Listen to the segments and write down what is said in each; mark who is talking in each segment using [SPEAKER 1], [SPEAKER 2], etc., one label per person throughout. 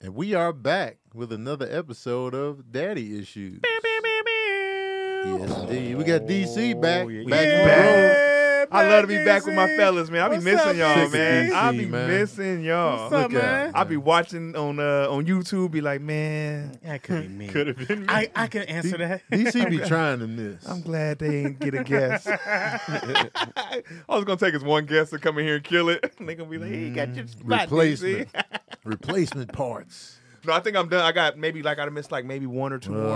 [SPEAKER 1] And we are back with another episode of Daddy Issues. Yes, indeed. We got DC back.
[SPEAKER 2] Oh, yeah.
[SPEAKER 1] Back
[SPEAKER 2] Yeah.
[SPEAKER 1] on the road.
[SPEAKER 2] I love to be back with my fellas, man. I be
[SPEAKER 3] What's
[SPEAKER 2] missing
[SPEAKER 3] up,
[SPEAKER 2] y'all,
[SPEAKER 1] Sick of
[SPEAKER 2] man.
[SPEAKER 1] DC,
[SPEAKER 2] I be
[SPEAKER 1] man.
[SPEAKER 2] missing y'all.
[SPEAKER 3] What's up,
[SPEAKER 1] Look out.
[SPEAKER 3] man?
[SPEAKER 2] I be watching on uh, on YouTube, be like, man,
[SPEAKER 3] That could be me.
[SPEAKER 2] could have been me.
[SPEAKER 3] I, I can answer that.
[SPEAKER 1] DC be trying to miss.
[SPEAKER 2] I'm glad they ain't get a guess. All it's gonna take is one guess to come in here and kill it. They gonna be like, hey, you got your spot,
[SPEAKER 1] Mm, Replacement.
[SPEAKER 2] DC.
[SPEAKER 1] Replacement parts.
[SPEAKER 2] no, I think I'm done. I got maybe like I missed like maybe one or two more.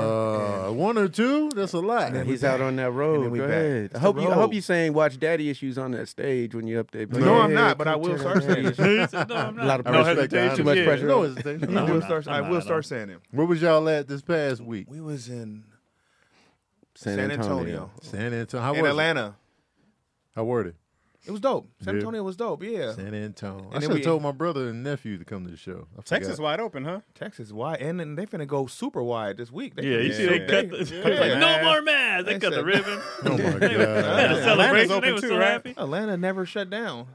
[SPEAKER 1] Uh, one or two? That's a lot.
[SPEAKER 2] Man,
[SPEAKER 4] He's out on that road.
[SPEAKER 2] And we
[SPEAKER 4] Go
[SPEAKER 2] back.
[SPEAKER 4] ahead. I
[SPEAKER 2] It's
[SPEAKER 4] hope
[SPEAKER 2] the
[SPEAKER 4] you. I
[SPEAKER 2] road.
[SPEAKER 4] hope you saying watch daddy issues on that stage when you up there.
[SPEAKER 2] No, I'm not, but I will start saying it.
[SPEAKER 4] it.
[SPEAKER 3] no, I'm
[SPEAKER 4] A lot of
[SPEAKER 1] I
[SPEAKER 4] pressure.
[SPEAKER 1] respect the
[SPEAKER 4] Too much
[SPEAKER 1] honesty.
[SPEAKER 4] pressure.
[SPEAKER 1] No
[SPEAKER 4] on it.
[SPEAKER 1] hesitation.
[SPEAKER 2] I will start. I will start saying it.
[SPEAKER 1] Where was y'all at this past week?
[SPEAKER 2] We was in
[SPEAKER 4] San
[SPEAKER 2] San Antonio.
[SPEAKER 4] Antonio.
[SPEAKER 1] San Antonio. How
[SPEAKER 2] in
[SPEAKER 1] was it?
[SPEAKER 2] Atlanta.
[SPEAKER 1] How were they?
[SPEAKER 2] It was dope. San
[SPEAKER 1] Yeah.
[SPEAKER 2] Antonio was dope. Yeah.
[SPEAKER 1] San Antonio. I
[SPEAKER 2] then
[SPEAKER 1] should have
[SPEAKER 2] we-
[SPEAKER 1] told my brother and nephew to come to the show. I
[SPEAKER 3] Texas
[SPEAKER 1] forgot.
[SPEAKER 3] wide open, huh?
[SPEAKER 2] Texas wide, and, and they finna go super wide this week. They
[SPEAKER 5] Yeah, you
[SPEAKER 2] finna
[SPEAKER 5] see,
[SPEAKER 2] show-
[SPEAKER 5] they cut the
[SPEAKER 2] Yeah.
[SPEAKER 5] like, no more masks. They
[SPEAKER 2] They
[SPEAKER 5] cut the
[SPEAKER 2] said-
[SPEAKER 5] ribbon.
[SPEAKER 1] Oh my
[SPEAKER 5] Had a
[SPEAKER 1] god.
[SPEAKER 5] celebration.
[SPEAKER 3] open
[SPEAKER 5] They were
[SPEAKER 3] too,
[SPEAKER 5] so
[SPEAKER 3] right?
[SPEAKER 5] happy.
[SPEAKER 2] Atlanta never shut down.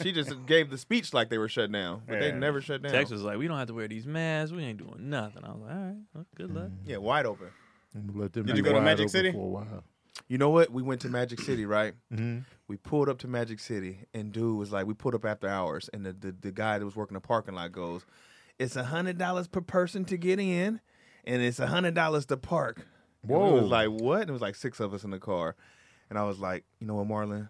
[SPEAKER 2] she just gave the speech like they were shut down, but they
[SPEAKER 3] Yeah.
[SPEAKER 2] never shut down.
[SPEAKER 5] Texas was like, we don't have to wear these masks. We ain't doing nothing. I was like, all right, well, good luck.
[SPEAKER 2] yeah, wide open.
[SPEAKER 1] I'm gonna let them
[SPEAKER 3] Did
[SPEAKER 1] be
[SPEAKER 3] you go to
[SPEAKER 1] wide
[SPEAKER 3] Magic
[SPEAKER 1] open
[SPEAKER 3] City?
[SPEAKER 1] for a while?
[SPEAKER 2] You know what? We went to Magic City, right?
[SPEAKER 4] Mm-hmm.
[SPEAKER 1] Mhm.
[SPEAKER 2] We pulled up to Magic City, and dude was like, we pulled up after hours, and the the, the guy that was working the parking lot goes, "It's a hundred dollars per person to get in, and it's a hundred dollars to park." And
[SPEAKER 1] Whoa.
[SPEAKER 2] we was like, "What?" And it was like six of us in the car, and I was like, "You know what, Marlon?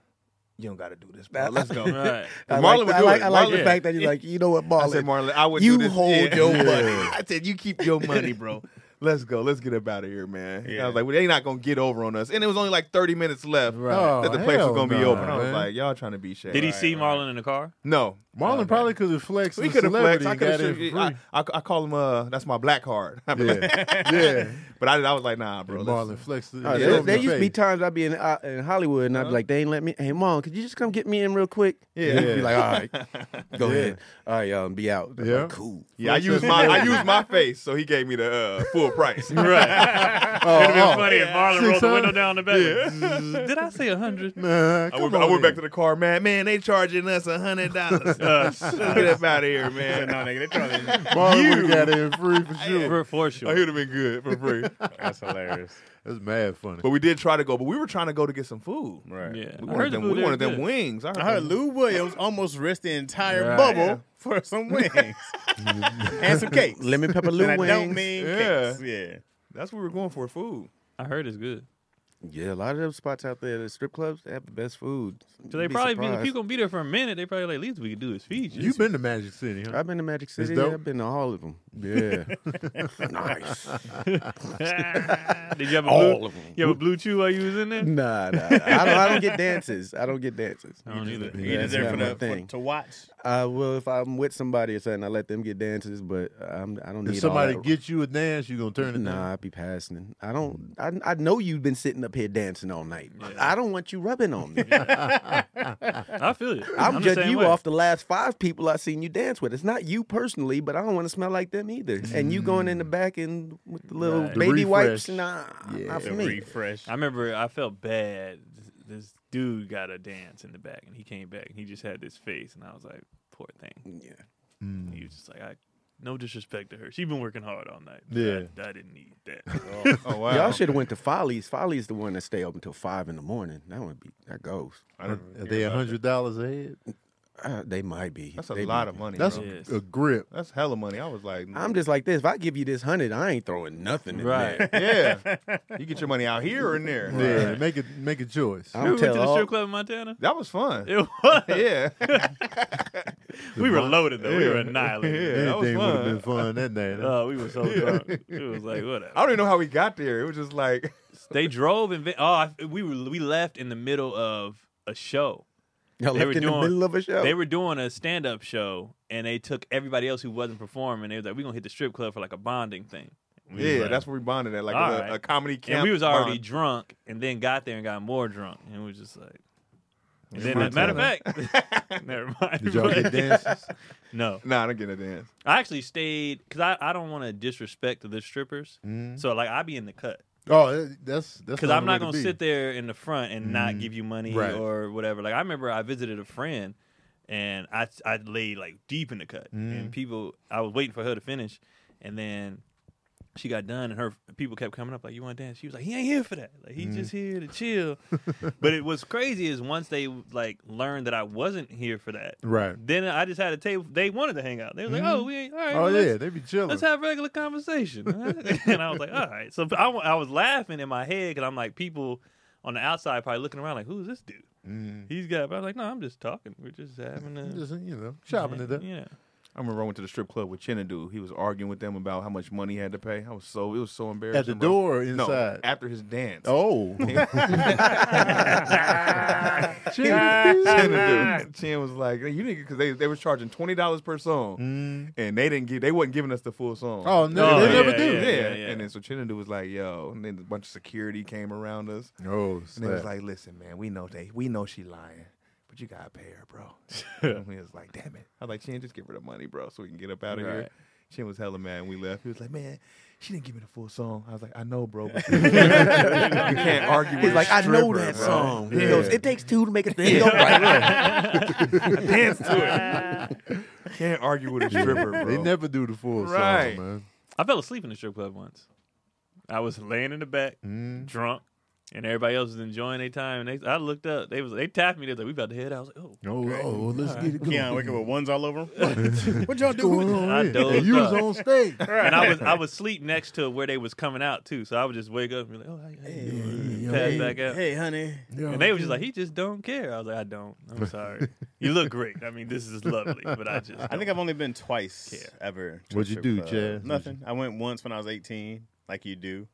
[SPEAKER 2] You don't got to do this, bro. Let's go."
[SPEAKER 5] All right.
[SPEAKER 4] I
[SPEAKER 2] Marlon
[SPEAKER 4] like,
[SPEAKER 2] would
[SPEAKER 4] I
[SPEAKER 2] do
[SPEAKER 4] like,
[SPEAKER 2] it.
[SPEAKER 4] I like
[SPEAKER 2] Marlon-
[SPEAKER 4] the fact that you're like, you know what,
[SPEAKER 2] I said,
[SPEAKER 4] Marlon.
[SPEAKER 2] Marlon, I would
[SPEAKER 4] you
[SPEAKER 2] do this.
[SPEAKER 4] hold
[SPEAKER 2] Yeah.
[SPEAKER 4] your money.
[SPEAKER 2] I said, you keep your money, bro. Let's go. Let's get up out of here, man. And I
[SPEAKER 3] Yeah.
[SPEAKER 2] was like, well, they not gonna get over on us. And it was only like 30 minutes left
[SPEAKER 1] Right.
[SPEAKER 2] that the
[SPEAKER 1] Oh,
[SPEAKER 2] place was
[SPEAKER 1] hell
[SPEAKER 2] gonna be
[SPEAKER 1] nah,
[SPEAKER 2] open. I was
[SPEAKER 1] man.
[SPEAKER 2] like, y'all trying to be shady.
[SPEAKER 5] Did he see Marlon in the car?
[SPEAKER 2] No.
[SPEAKER 1] Marlon probably could have flexed.
[SPEAKER 2] We
[SPEAKER 1] the
[SPEAKER 2] could have
[SPEAKER 1] celebrity
[SPEAKER 2] flexed. I
[SPEAKER 1] and got
[SPEAKER 2] could
[SPEAKER 1] in
[SPEAKER 2] have. I,
[SPEAKER 1] free.
[SPEAKER 2] I, I call him. Uh, that's my black card.
[SPEAKER 1] Yeah, yeah.
[SPEAKER 2] but I, did- I was like, nah, bro. let's-
[SPEAKER 1] Marlon flexed.
[SPEAKER 4] Uh,
[SPEAKER 2] Oh, Yeah,
[SPEAKER 4] there-
[SPEAKER 2] it's
[SPEAKER 4] there used to be times I'd be in, uh, in Hollywood and I'd be like, they ain't let me. Hey, mom, could you just come get me in real quick?
[SPEAKER 2] Yeah.
[SPEAKER 4] And he'd be like, all right, go ahead. All right, y'all, be out. I'm like,
[SPEAKER 1] Yeah.
[SPEAKER 4] cool.
[SPEAKER 2] Yeah, I used my I used my face, so he gave me the uh, full price.
[SPEAKER 5] Right.
[SPEAKER 1] Oh,
[SPEAKER 5] It'd have been funny if Marlon rolled the
[SPEAKER 1] 600?
[SPEAKER 5] window down the back. Zzz, Did I say 100?
[SPEAKER 1] oh. Nah,
[SPEAKER 2] I
[SPEAKER 1] come
[SPEAKER 2] went, I
[SPEAKER 1] on
[SPEAKER 2] went
[SPEAKER 1] in.
[SPEAKER 2] back to the car, man. Man, they charging us a hundred dollars. Get up out of here,
[SPEAKER 3] No,
[SPEAKER 2] man.
[SPEAKER 3] nigga, they trying to.
[SPEAKER 1] Marlon would have got in free for sure.
[SPEAKER 5] For, for
[SPEAKER 2] I
[SPEAKER 5] sure.
[SPEAKER 2] would have been good for free.
[SPEAKER 3] That's hilarious.
[SPEAKER 1] That's mad funny.
[SPEAKER 2] But we did try to go, but we were trying to go to get some food.
[SPEAKER 3] Right.
[SPEAKER 5] Yeah.
[SPEAKER 2] We
[SPEAKER 5] I heard
[SPEAKER 2] wanted,
[SPEAKER 5] the
[SPEAKER 2] them,
[SPEAKER 5] food
[SPEAKER 2] we
[SPEAKER 5] there
[SPEAKER 2] wanted
[SPEAKER 5] was
[SPEAKER 2] them
[SPEAKER 5] good.
[SPEAKER 2] wings. I heard,
[SPEAKER 3] I heard
[SPEAKER 2] them-
[SPEAKER 3] Lou Williams almost risked the entire
[SPEAKER 1] Right.
[SPEAKER 3] bubble for some wings and some cakes.
[SPEAKER 4] Lemon pepper
[SPEAKER 3] and
[SPEAKER 4] Lou
[SPEAKER 3] I don't
[SPEAKER 4] wings.
[SPEAKER 3] mean
[SPEAKER 2] Yeah.
[SPEAKER 3] cakes. Yeah.
[SPEAKER 2] That's what we were going for, food.
[SPEAKER 5] I heard it's good.
[SPEAKER 4] Yeah, a lot of those spots out there, the strip clubs, they have the best food.
[SPEAKER 5] So
[SPEAKER 4] You'd
[SPEAKER 5] they
[SPEAKER 4] be
[SPEAKER 5] probably, be, if
[SPEAKER 4] surprised.
[SPEAKER 5] you're going to be there for a minute, they probably like, at least we could do is feed you.
[SPEAKER 1] You've been to Magic City, huh?
[SPEAKER 4] I've been to Magic City.
[SPEAKER 1] dope.
[SPEAKER 4] I've been to all of them. Yeah, nice.
[SPEAKER 5] Did you have a
[SPEAKER 4] All
[SPEAKER 5] blue,
[SPEAKER 4] of 'em.
[SPEAKER 5] you have a blue chew while you was in there?
[SPEAKER 4] Nah, nah. I don't, I don't get dances. I don't get dances.
[SPEAKER 5] I don't either.
[SPEAKER 3] You
[SPEAKER 4] That's not my
[SPEAKER 3] deserve for the, for,
[SPEAKER 4] thing.
[SPEAKER 3] to watch.
[SPEAKER 4] I will if I'm with somebody or something. I let them get dances, but I'm, I don't need
[SPEAKER 1] If somebody
[SPEAKER 4] all that.
[SPEAKER 1] gets you a dance, you gonna turn it
[SPEAKER 4] Nah,
[SPEAKER 1] down.
[SPEAKER 4] I be passing. I don't. I,
[SPEAKER 5] Mm.
[SPEAKER 4] I know you've been sitting up here dancing all night. I don't want you rubbing on me.
[SPEAKER 5] I feel you.
[SPEAKER 4] I'm,
[SPEAKER 5] the
[SPEAKER 4] judging
[SPEAKER 5] same
[SPEAKER 4] you
[SPEAKER 5] way.
[SPEAKER 4] off the last five people I've seen you dance with. It's not you personally, but I don't want to smell like them either. And you going in the back and with the little
[SPEAKER 5] Mm. Right. The
[SPEAKER 4] baby
[SPEAKER 1] refresh.
[SPEAKER 4] wipes, nah, not for
[SPEAKER 3] To
[SPEAKER 4] me.
[SPEAKER 3] refresh.
[SPEAKER 5] I remember I felt bad. This, this dude got a dance in the back, and he came back, and he just had this face, and I was like, "Poor thing."
[SPEAKER 4] yeah.
[SPEAKER 5] And He was just like, "I, no disrespect to her. She's been working hard all night. but
[SPEAKER 1] Yeah.
[SPEAKER 5] I, I didn't need that."
[SPEAKER 2] Oh wow.
[SPEAKER 4] Y'all should have went to Follies. Follies the one that stay up until five in the morning. That would be that goes.
[SPEAKER 2] I didn't
[SPEAKER 1] Are
[SPEAKER 2] hear
[SPEAKER 1] they a
[SPEAKER 2] about that.
[SPEAKER 1] hundred dollars a head?
[SPEAKER 4] Uh, they might be.
[SPEAKER 2] That's a
[SPEAKER 4] They
[SPEAKER 2] lot
[SPEAKER 4] might
[SPEAKER 2] of
[SPEAKER 4] be.
[SPEAKER 2] money.
[SPEAKER 1] That's
[SPEAKER 2] bro.
[SPEAKER 5] Yes.
[SPEAKER 1] a grip.
[SPEAKER 2] that's hella money. I was like,
[SPEAKER 4] I'm just like this. If I give you this hundred, I ain't throwing nothing. In
[SPEAKER 5] Right.
[SPEAKER 4] There.
[SPEAKER 2] yeah. You get your money out here or in there.
[SPEAKER 1] Yeah, make it make a choice.
[SPEAKER 4] I'm
[SPEAKER 5] we went to
[SPEAKER 4] telling
[SPEAKER 5] the
[SPEAKER 4] all.
[SPEAKER 5] strip club in Montana.
[SPEAKER 2] That was fun.
[SPEAKER 5] It was.
[SPEAKER 2] Yeah.
[SPEAKER 5] we were loaded though. We were annihilated.
[SPEAKER 2] Yeah, that was
[SPEAKER 1] Anything would have
[SPEAKER 2] fun. Uh,
[SPEAKER 1] been fun that night. huh?
[SPEAKER 5] Oh, we were so drunk. It was like whatever.
[SPEAKER 2] I don't even know how we got there. It was just like
[SPEAKER 5] They drove and oh, I, we were we left in the middle of a show.
[SPEAKER 4] Y'all
[SPEAKER 5] They
[SPEAKER 4] left
[SPEAKER 5] were
[SPEAKER 4] in
[SPEAKER 5] doing-
[SPEAKER 4] the middle of a
[SPEAKER 2] Oh.
[SPEAKER 4] show.
[SPEAKER 5] They were doing a stand up show and they took everybody else who wasn't performing. They was like, "We're gonna hit the strip club for like a bonding thing." We was
[SPEAKER 2] Yeah,
[SPEAKER 5] like-
[SPEAKER 2] that's where we bonded at, like
[SPEAKER 5] All
[SPEAKER 2] a,
[SPEAKER 5] right.
[SPEAKER 2] a comedy camp.
[SPEAKER 5] and we was already
[SPEAKER 2] bond.
[SPEAKER 5] drunk, and then got there and got more drunk, and we was just like. And then,
[SPEAKER 1] Free
[SPEAKER 5] matter of fact, never mind.
[SPEAKER 1] Did y'all get
[SPEAKER 5] but-
[SPEAKER 1] dances?
[SPEAKER 5] No,
[SPEAKER 2] Nah, I don't get a dance.
[SPEAKER 5] I actually stayed because I, I don't want to disrespect the strippers,
[SPEAKER 1] Mhm.
[SPEAKER 5] so like I be in the cut
[SPEAKER 1] Oh, that- that's that's
[SPEAKER 5] because
[SPEAKER 1] the only
[SPEAKER 5] I'm
[SPEAKER 1] way
[SPEAKER 5] not
[SPEAKER 1] to
[SPEAKER 5] gonna
[SPEAKER 1] be. Mm-hmm.
[SPEAKER 5] sit there in the front and not give you money
[SPEAKER 1] Right.
[SPEAKER 5] or whatever. Like I remember I visited a friend and I I laid like deep in the cut,
[SPEAKER 1] Mm-hmm.
[SPEAKER 5] and people I was waiting for her to finish, and then she got done, and her people kept coming up like, "You want to dance?" She was like, "He ain't here for that. Like he's
[SPEAKER 1] Mm-hmm.
[SPEAKER 5] just here to chill." but it was crazy is once they like learned that I wasn't here for that,
[SPEAKER 1] Right.
[SPEAKER 5] then I just had a table. They wanted to hang out. They was like, "Oh, we ain't all right."
[SPEAKER 1] Oh
[SPEAKER 5] well,
[SPEAKER 1] yeah,
[SPEAKER 5] let's-
[SPEAKER 1] they be chilling.
[SPEAKER 5] let's have regular conversation. and I was like, all right. So I, wa- I was laughing in my head because I'm like, people on the outside probably looking around like, who's this dude?
[SPEAKER 1] Mm.
[SPEAKER 5] He's got. But I was like, no, I'm just talking. We're just having a
[SPEAKER 1] Just you know, chopping it up.
[SPEAKER 5] Yeah.
[SPEAKER 2] I remember I went to the strip club with Chinadu. He was arguing with them about how much money he had to pay. I was so it was so embarrassing.
[SPEAKER 1] At the
[SPEAKER 2] bro.
[SPEAKER 1] door or
[SPEAKER 2] No,
[SPEAKER 1] inside.
[SPEAKER 2] after his dance.
[SPEAKER 1] Oh.
[SPEAKER 2] Chin,
[SPEAKER 1] Chinadu.
[SPEAKER 2] dude. Chin was like, you didn't because they, they were charging twenty dollars per song,
[SPEAKER 1] Mm.
[SPEAKER 2] and they didn't give they wasn't giving us the full song.
[SPEAKER 1] Oh, no,
[SPEAKER 5] Oh,
[SPEAKER 1] they
[SPEAKER 5] yeah,
[SPEAKER 1] never
[SPEAKER 5] yeah,
[SPEAKER 1] do.
[SPEAKER 2] Yeah,
[SPEAKER 5] yeah, yeah.
[SPEAKER 2] and then so Chinadu was like, yo, and then a bunch of security came around us,
[SPEAKER 1] Oh,
[SPEAKER 2] and they was
[SPEAKER 1] snap.
[SPEAKER 2] like, listen, man, we know they we know she lying, but you gotta pay her, bro. and we was like, damn it. I was like, Chin, just give her the money, bro, so we can get up out of here.
[SPEAKER 5] Right.
[SPEAKER 2] Chin was hella mad, and we left. He was like, man. She didn't give me the full song. I was like, I know, bro. But you can't argue. with
[SPEAKER 4] He's
[SPEAKER 2] a
[SPEAKER 4] like, I know
[SPEAKER 2] stripper,
[SPEAKER 4] that
[SPEAKER 2] bro."
[SPEAKER 4] song. He
[SPEAKER 1] Yeah.
[SPEAKER 4] goes, it takes two to make a thing go right.
[SPEAKER 2] dance to it. Can't argue with a stripper, bro.
[SPEAKER 1] They never do the full
[SPEAKER 2] Right.
[SPEAKER 1] song,
[SPEAKER 5] I fell asleep in the strip club once. I was laying in the back,
[SPEAKER 1] man. Mm.
[SPEAKER 5] drunk, and everybody else was enjoying their time. And they, I looked up. They was they tapped me. They was like, we about to head. out. I was like, oh.
[SPEAKER 1] Oh, oh, let's get it going.
[SPEAKER 3] Yeah, waking with ones all over him. what y'all
[SPEAKER 1] What's going
[SPEAKER 3] doing?
[SPEAKER 1] on
[SPEAKER 5] I
[SPEAKER 1] here?
[SPEAKER 5] dozed
[SPEAKER 1] And you was
[SPEAKER 5] off.
[SPEAKER 1] on stage.
[SPEAKER 5] And I was I was sleep next to where they was coming out too, so I would just wake up and be like, oh, how, how you doing?
[SPEAKER 1] yo,
[SPEAKER 5] Pat
[SPEAKER 1] hey,
[SPEAKER 5] back out.
[SPEAKER 3] Hey, honey.
[SPEAKER 1] Yeah.
[SPEAKER 5] And they was just like, he just don't care. I was like, I don't. I'm sorry. you look great. I mean, this is lovely, but I just.
[SPEAKER 3] I think
[SPEAKER 5] don't.
[SPEAKER 3] I've only been twice
[SPEAKER 5] Care.
[SPEAKER 3] ever. to a
[SPEAKER 1] What'd you
[SPEAKER 3] strip
[SPEAKER 1] do,
[SPEAKER 3] club.
[SPEAKER 1] Chaz?
[SPEAKER 3] Nothing. I went once when I was 18, like you do.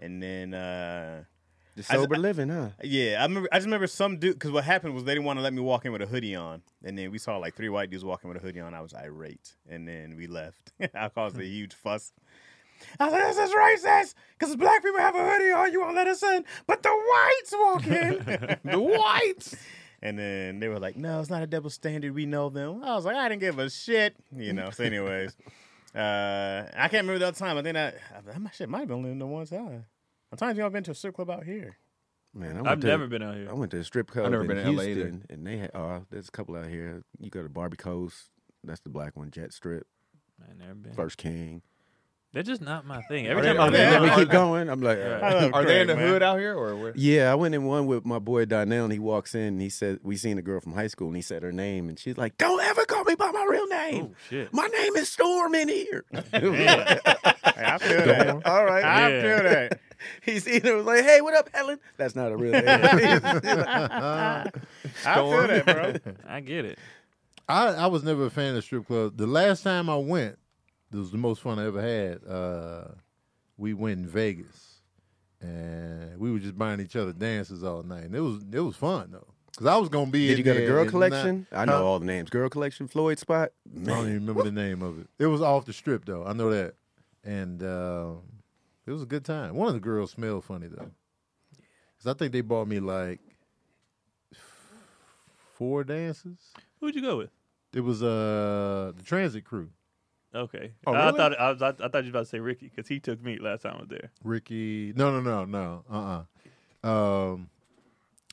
[SPEAKER 3] And then, uh,
[SPEAKER 4] Just
[SPEAKER 3] I s-
[SPEAKER 4] sober living, huh?
[SPEAKER 3] yeah, I remember. I just remember some dude because what happened was they didn't want to let me walk in with a hoodie on, and then we saw like three white dudes walking with a hoodie on. I was irate, and then we left. I caused a huge fuss. I was like, "This is racist because black people have a hoodie on. You won't let us in, but the whites walk in. the whites." And then they were like, "No, it's not a double standard. We know them." I was like, "I didn't give a shit," you know. So, anyways, uh, I can't remember the other time. I think I, I, my shit might have been only the one time. How times y'all been to a strip club out here?
[SPEAKER 4] Man, I went
[SPEAKER 5] I've
[SPEAKER 4] to-
[SPEAKER 5] never been out here.
[SPEAKER 4] I went to a strip club.
[SPEAKER 2] never
[SPEAKER 4] in
[SPEAKER 2] been to LA
[SPEAKER 4] Houston,
[SPEAKER 2] either.
[SPEAKER 4] and they had. Oh, there's a couple out here. You go to Barbie Coast. That's the black one. Jet Strip,
[SPEAKER 5] I never been.
[SPEAKER 4] First King.
[SPEAKER 5] They're just not my thing. Every
[SPEAKER 2] they-
[SPEAKER 5] time
[SPEAKER 2] are
[SPEAKER 5] I'm
[SPEAKER 2] they-
[SPEAKER 4] Yeah,
[SPEAKER 5] there,
[SPEAKER 4] we
[SPEAKER 5] I'm
[SPEAKER 4] keep
[SPEAKER 5] like,
[SPEAKER 4] going. I'm like,
[SPEAKER 5] Yeah.
[SPEAKER 4] uh,
[SPEAKER 3] I love
[SPEAKER 2] Are they in the
[SPEAKER 3] Craig, man.
[SPEAKER 2] hood out here or where?
[SPEAKER 4] yeah. I went in one with my boy Donnell, and he walks in, and he said, "We seen a girl from high school," and he said her name, and she's like, "Don't ever call me by my real name.
[SPEAKER 5] oh shit.
[SPEAKER 4] My name is Storm in here."
[SPEAKER 3] Hey, I feel that.
[SPEAKER 4] All right.
[SPEAKER 3] I
[SPEAKER 5] Yeah.
[SPEAKER 3] feel that.
[SPEAKER 4] He's either was like, "Hey, what up, Helen?" That's not a real name.
[SPEAKER 3] I feel that, bro.
[SPEAKER 5] I get it.
[SPEAKER 1] I, I was never a fan of strip clubs. The last time I went, it was the most fun I ever had. Uh, we went in Vegas, and we were just buying each other dances all night. And it was it was fun though, because I was gonna be.
[SPEAKER 4] Did
[SPEAKER 1] in
[SPEAKER 4] you go to
[SPEAKER 1] there
[SPEAKER 4] Girl
[SPEAKER 1] and
[SPEAKER 4] Collection? I know
[SPEAKER 1] Huh?
[SPEAKER 4] all the names. Girl Collection, Floyd Spot.
[SPEAKER 1] not- I don't
[SPEAKER 4] Man,
[SPEAKER 1] even remember the name of it. It was off the strip though. I know that, and uh, it was a good time. One of the girls smelled funny though, because I think they bought me like four dances.
[SPEAKER 5] Who'd you go with?
[SPEAKER 1] It was uh the transit crew.
[SPEAKER 5] Okay.
[SPEAKER 2] Oh,
[SPEAKER 5] I
[SPEAKER 2] really?
[SPEAKER 5] thought I, was, I, I thought you were about to say Ricky because he took me last time I was there.
[SPEAKER 1] Ricky. No, no, no, no. Uh uh Um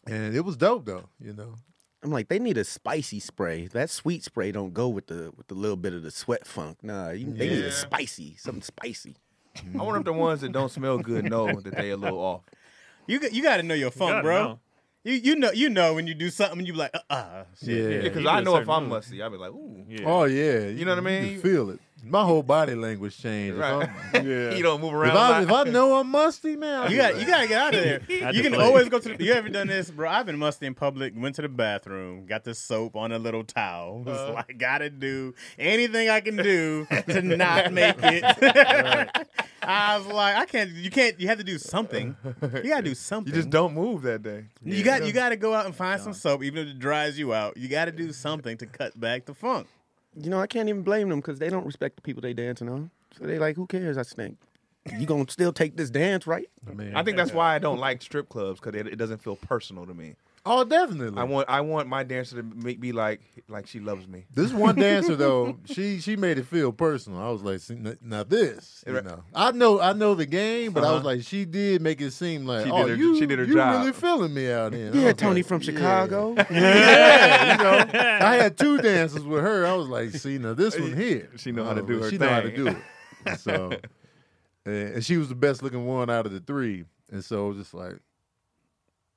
[SPEAKER 1] and it was dope though, you know.
[SPEAKER 4] I'm like, they need a spicy spray. That sweet spray don't go with the with the little bit of the sweat funk. Nah, you, they need
[SPEAKER 2] Yeah.
[SPEAKER 4] a spicy, something spicy.
[SPEAKER 2] I wonder if the ones that don't smell good know that they a little off.
[SPEAKER 3] You got- you got to know your funk,
[SPEAKER 5] Gotta
[SPEAKER 3] bro.
[SPEAKER 5] know.
[SPEAKER 3] You you know you know when you do something, you be like, uh, uh shit.
[SPEAKER 1] Yeah.
[SPEAKER 2] Because
[SPEAKER 5] you
[SPEAKER 2] I
[SPEAKER 5] do a
[SPEAKER 2] know if
[SPEAKER 5] certain
[SPEAKER 2] I'm
[SPEAKER 5] move.
[SPEAKER 2] musty, I'll be like, ooh.
[SPEAKER 5] Yeah.
[SPEAKER 1] Oh yeah.
[SPEAKER 2] You know what I
[SPEAKER 1] can
[SPEAKER 2] mean?
[SPEAKER 1] feel it. My whole body language changed. If
[SPEAKER 2] Right.
[SPEAKER 1] I'm-
[SPEAKER 2] You don't move
[SPEAKER 1] If,
[SPEAKER 2] around.
[SPEAKER 1] I,
[SPEAKER 2] a
[SPEAKER 1] if
[SPEAKER 2] lot.
[SPEAKER 1] I know I'm musty, man,
[SPEAKER 3] You got you got to get out of there.
[SPEAKER 5] I
[SPEAKER 3] you can
[SPEAKER 5] deflate.
[SPEAKER 3] always go to. the You ever done this, bro? I've been musty in public. Went to the bathroom, got the soap on a little towel. Was like, gotta do anything I can do to not make it. I was like, I can't. You can't. You have to do something. You gotta do something.
[SPEAKER 2] you just don't move that day.
[SPEAKER 3] You got you got to go out and find some soap, even if it dries you out. You got to do something to cut back the funk.
[SPEAKER 4] You know, I can't even blame them because they don't respect the people they dancing on. So they like, who cares? I stink. You gonna still take this dance, right?
[SPEAKER 1] man.
[SPEAKER 2] I think that's why I don't like strip clubs because it, it doesn't feel personal to me.
[SPEAKER 1] Oh, definitely.
[SPEAKER 2] I want I want my dancer to make, be like like she loves me.
[SPEAKER 1] This one dancer though, she she made it feel personal. I was like, see, n- now this, you
[SPEAKER 2] Right.
[SPEAKER 1] know, I know I know the game, but I was
[SPEAKER 2] Uh-huh.
[SPEAKER 1] like, she did make it seem like,
[SPEAKER 2] She
[SPEAKER 1] oh,
[SPEAKER 2] did her-
[SPEAKER 1] you,
[SPEAKER 2] she did her
[SPEAKER 1] you
[SPEAKER 2] job.
[SPEAKER 1] really feeling me out here.
[SPEAKER 4] Yeah, Tony from Chicago.
[SPEAKER 1] yeah, you know, I had two dances with her. I was like, see, now this one here,
[SPEAKER 2] She know how to
[SPEAKER 1] I was
[SPEAKER 2] do
[SPEAKER 1] like,
[SPEAKER 2] her
[SPEAKER 1] She know how to
[SPEAKER 2] thing.
[SPEAKER 1] do it. And so, and and she was the best looking one out of the three, and so it was just like,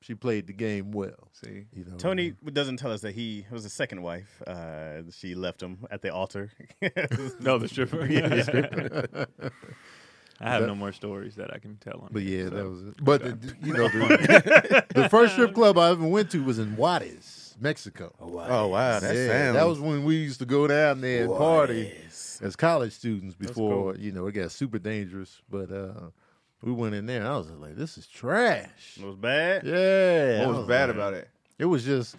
[SPEAKER 1] she played the game well.
[SPEAKER 2] See,
[SPEAKER 1] You know,
[SPEAKER 3] Tony doesn't tell us that he was the second wife. Uh, she left him at the altar.
[SPEAKER 5] No, the stripper. I have
[SPEAKER 1] That-
[SPEAKER 5] no more stories that I can tell on.
[SPEAKER 1] But
[SPEAKER 5] here,
[SPEAKER 1] yeah,
[SPEAKER 5] so.
[SPEAKER 1] that was it. But the, you know, the, the first strip club I ever went to was in Juarez, Mexico.
[SPEAKER 4] Oh wow, that
[SPEAKER 1] yeah,
[SPEAKER 4] sounds.
[SPEAKER 1] that was when we used to go down there and party as college students before
[SPEAKER 5] cool.
[SPEAKER 1] you know it got super dangerous. But uh, we went in there, and I was like, "This is trash."
[SPEAKER 3] It was bad.
[SPEAKER 1] Yeah, I
[SPEAKER 2] what was bad about it?
[SPEAKER 1] It was just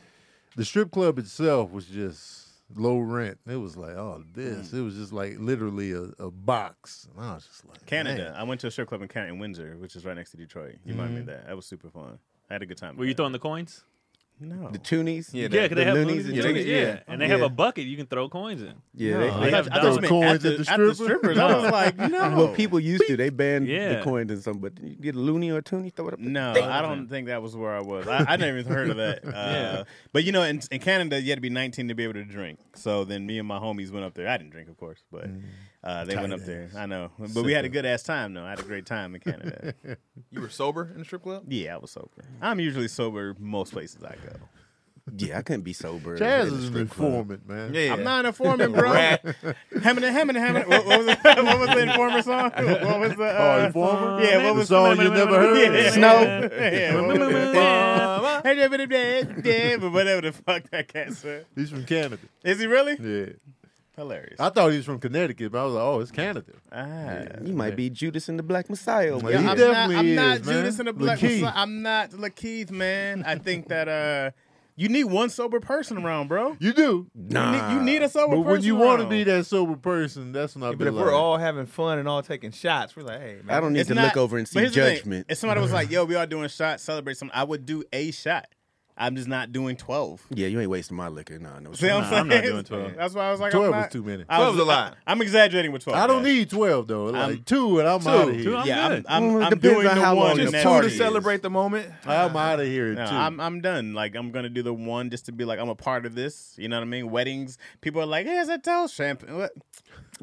[SPEAKER 1] the strip club itself was just low rent. It was like, oh, this.
[SPEAKER 4] Hmm.
[SPEAKER 1] It was just like literally a, a box, and I was just like,
[SPEAKER 3] Canada.
[SPEAKER 1] "Man."
[SPEAKER 3] I went to a strip club in Canada, in Windsor, which is right next to Detroit. You remind me of that. That was super fun. I had a good time.
[SPEAKER 5] Were you throwing the coins?
[SPEAKER 3] No.
[SPEAKER 4] the toonies.
[SPEAKER 2] Yeah,
[SPEAKER 5] Yeah, 'cause
[SPEAKER 4] the
[SPEAKER 5] they have
[SPEAKER 4] loonies
[SPEAKER 5] loonies
[SPEAKER 4] and
[SPEAKER 5] and
[SPEAKER 4] toonies,
[SPEAKER 5] yeah.
[SPEAKER 2] yeah.
[SPEAKER 5] and they have
[SPEAKER 4] Yeah.
[SPEAKER 5] a bucket you can throw coins in.
[SPEAKER 4] Yeah,
[SPEAKER 5] No,
[SPEAKER 4] they,
[SPEAKER 5] I
[SPEAKER 4] they,
[SPEAKER 5] thought- I thought you
[SPEAKER 1] meant at the- at the
[SPEAKER 3] strippers. I was like, no.
[SPEAKER 4] well, people used to. They banned
[SPEAKER 5] Yeah.
[SPEAKER 4] the coin and something, but you get a loony or a toonie, throw it up.
[SPEAKER 3] No, I don't think that was where I was. I, I never even heard of that. Uh,
[SPEAKER 5] Yeah.
[SPEAKER 3] But you know, in, in Canada, you had to be 19 to be able to drink. So then me and my homies went up there. I didn't drink, of course, but uh, they went up there. I know. But we had a good ass time, though. I had a great time in Canada.
[SPEAKER 2] You were sober in the strip club.
[SPEAKER 3] yeah, I was sober. I'm usually sober most places I go.
[SPEAKER 4] Yeah, I couldn't be sober.
[SPEAKER 1] Jazz
[SPEAKER 4] in the
[SPEAKER 1] is an
[SPEAKER 4] strip club.
[SPEAKER 1] informant, man.
[SPEAKER 2] Yeah,
[SPEAKER 3] I'm not an informant, bro.
[SPEAKER 2] Rat.
[SPEAKER 3] Hammond, Hammond, Hammond. What, what, was the, what was the informer song? What was the uh,
[SPEAKER 1] Oh, informer?
[SPEAKER 3] Yeah, what
[SPEAKER 1] The
[SPEAKER 3] was
[SPEAKER 1] song you never heard?
[SPEAKER 3] Yeah.
[SPEAKER 5] Snow.
[SPEAKER 3] Yeah, what was it? Yeah, but whatever the fuck that cat said.
[SPEAKER 1] He's from Canada.
[SPEAKER 3] Is he really?
[SPEAKER 1] Yeah.
[SPEAKER 3] Hilarious.
[SPEAKER 1] I thought he was from Connecticut, but I was like, oh, it's Canada.
[SPEAKER 3] Ah.
[SPEAKER 4] You might be Judas and the Black Messiah. over
[SPEAKER 1] Yeah,
[SPEAKER 4] here.
[SPEAKER 1] He
[SPEAKER 3] I'm
[SPEAKER 1] definitely
[SPEAKER 3] not, I'm not
[SPEAKER 1] is, man.
[SPEAKER 3] Judas and the Black
[SPEAKER 1] Lakeith.
[SPEAKER 3] Messiah. I'm not Lakeith, man. I think that uh, you need one sober person around, bro.
[SPEAKER 1] You do.
[SPEAKER 3] You need, you need a sober
[SPEAKER 1] But
[SPEAKER 3] person.
[SPEAKER 1] when you want to
[SPEAKER 3] around.
[SPEAKER 1] be that sober person, that's when I
[SPEAKER 2] But
[SPEAKER 1] be
[SPEAKER 2] if
[SPEAKER 1] like,
[SPEAKER 2] we're all having fun and all taking shots, we're like, hey, man.
[SPEAKER 4] I don't need
[SPEAKER 3] It's
[SPEAKER 4] to
[SPEAKER 3] not-
[SPEAKER 4] look over and
[SPEAKER 3] but
[SPEAKER 4] see
[SPEAKER 3] here's the thing.
[SPEAKER 4] judgment.
[SPEAKER 3] If somebody was like, "Yo, we are doing shots, celebrate something," I would do a shot. I'm just not doing twelve.
[SPEAKER 4] Yeah, you ain't wasting my liquor. Nah, no.
[SPEAKER 3] See what
[SPEAKER 4] shit.
[SPEAKER 3] I'm
[SPEAKER 5] Nah,
[SPEAKER 3] saying?
[SPEAKER 5] I'm not doing 12.
[SPEAKER 3] That's why I was like,
[SPEAKER 1] 12
[SPEAKER 3] I'm
[SPEAKER 1] is
[SPEAKER 3] not-
[SPEAKER 1] too many.
[SPEAKER 3] I
[SPEAKER 2] 12 is a lot.
[SPEAKER 3] I, am exaggerating with twelve.
[SPEAKER 1] I don't
[SPEAKER 3] guys.
[SPEAKER 1] need 12, though. Like
[SPEAKER 3] I'm-
[SPEAKER 1] two, and Oh, I'm out of here.
[SPEAKER 5] Two, I'm
[SPEAKER 3] yeah, I'm,
[SPEAKER 5] good.
[SPEAKER 3] I'm,
[SPEAKER 4] Well, it
[SPEAKER 3] I'm
[SPEAKER 4] depends
[SPEAKER 3] doing
[SPEAKER 4] on
[SPEAKER 3] the
[SPEAKER 4] how long
[SPEAKER 3] one
[SPEAKER 4] your
[SPEAKER 3] and that's
[SPEAKER 2] two
[SPEAKER 3] it
[SPEAKER 2] to
[SPEAKER 3] is.
[SPEAKER 2] celebrate the moment.
[SPEAKER 1] I'm out of here,
[SPEAKER 3] No,
[SPEAKER 1] too.
[SPEAKER 3] I'm I'm done. Like I'm gonna do the one just to be like I'm a part of this. You know what I mean? Weddings, people are like, "Hey, it's a toast champagne." What?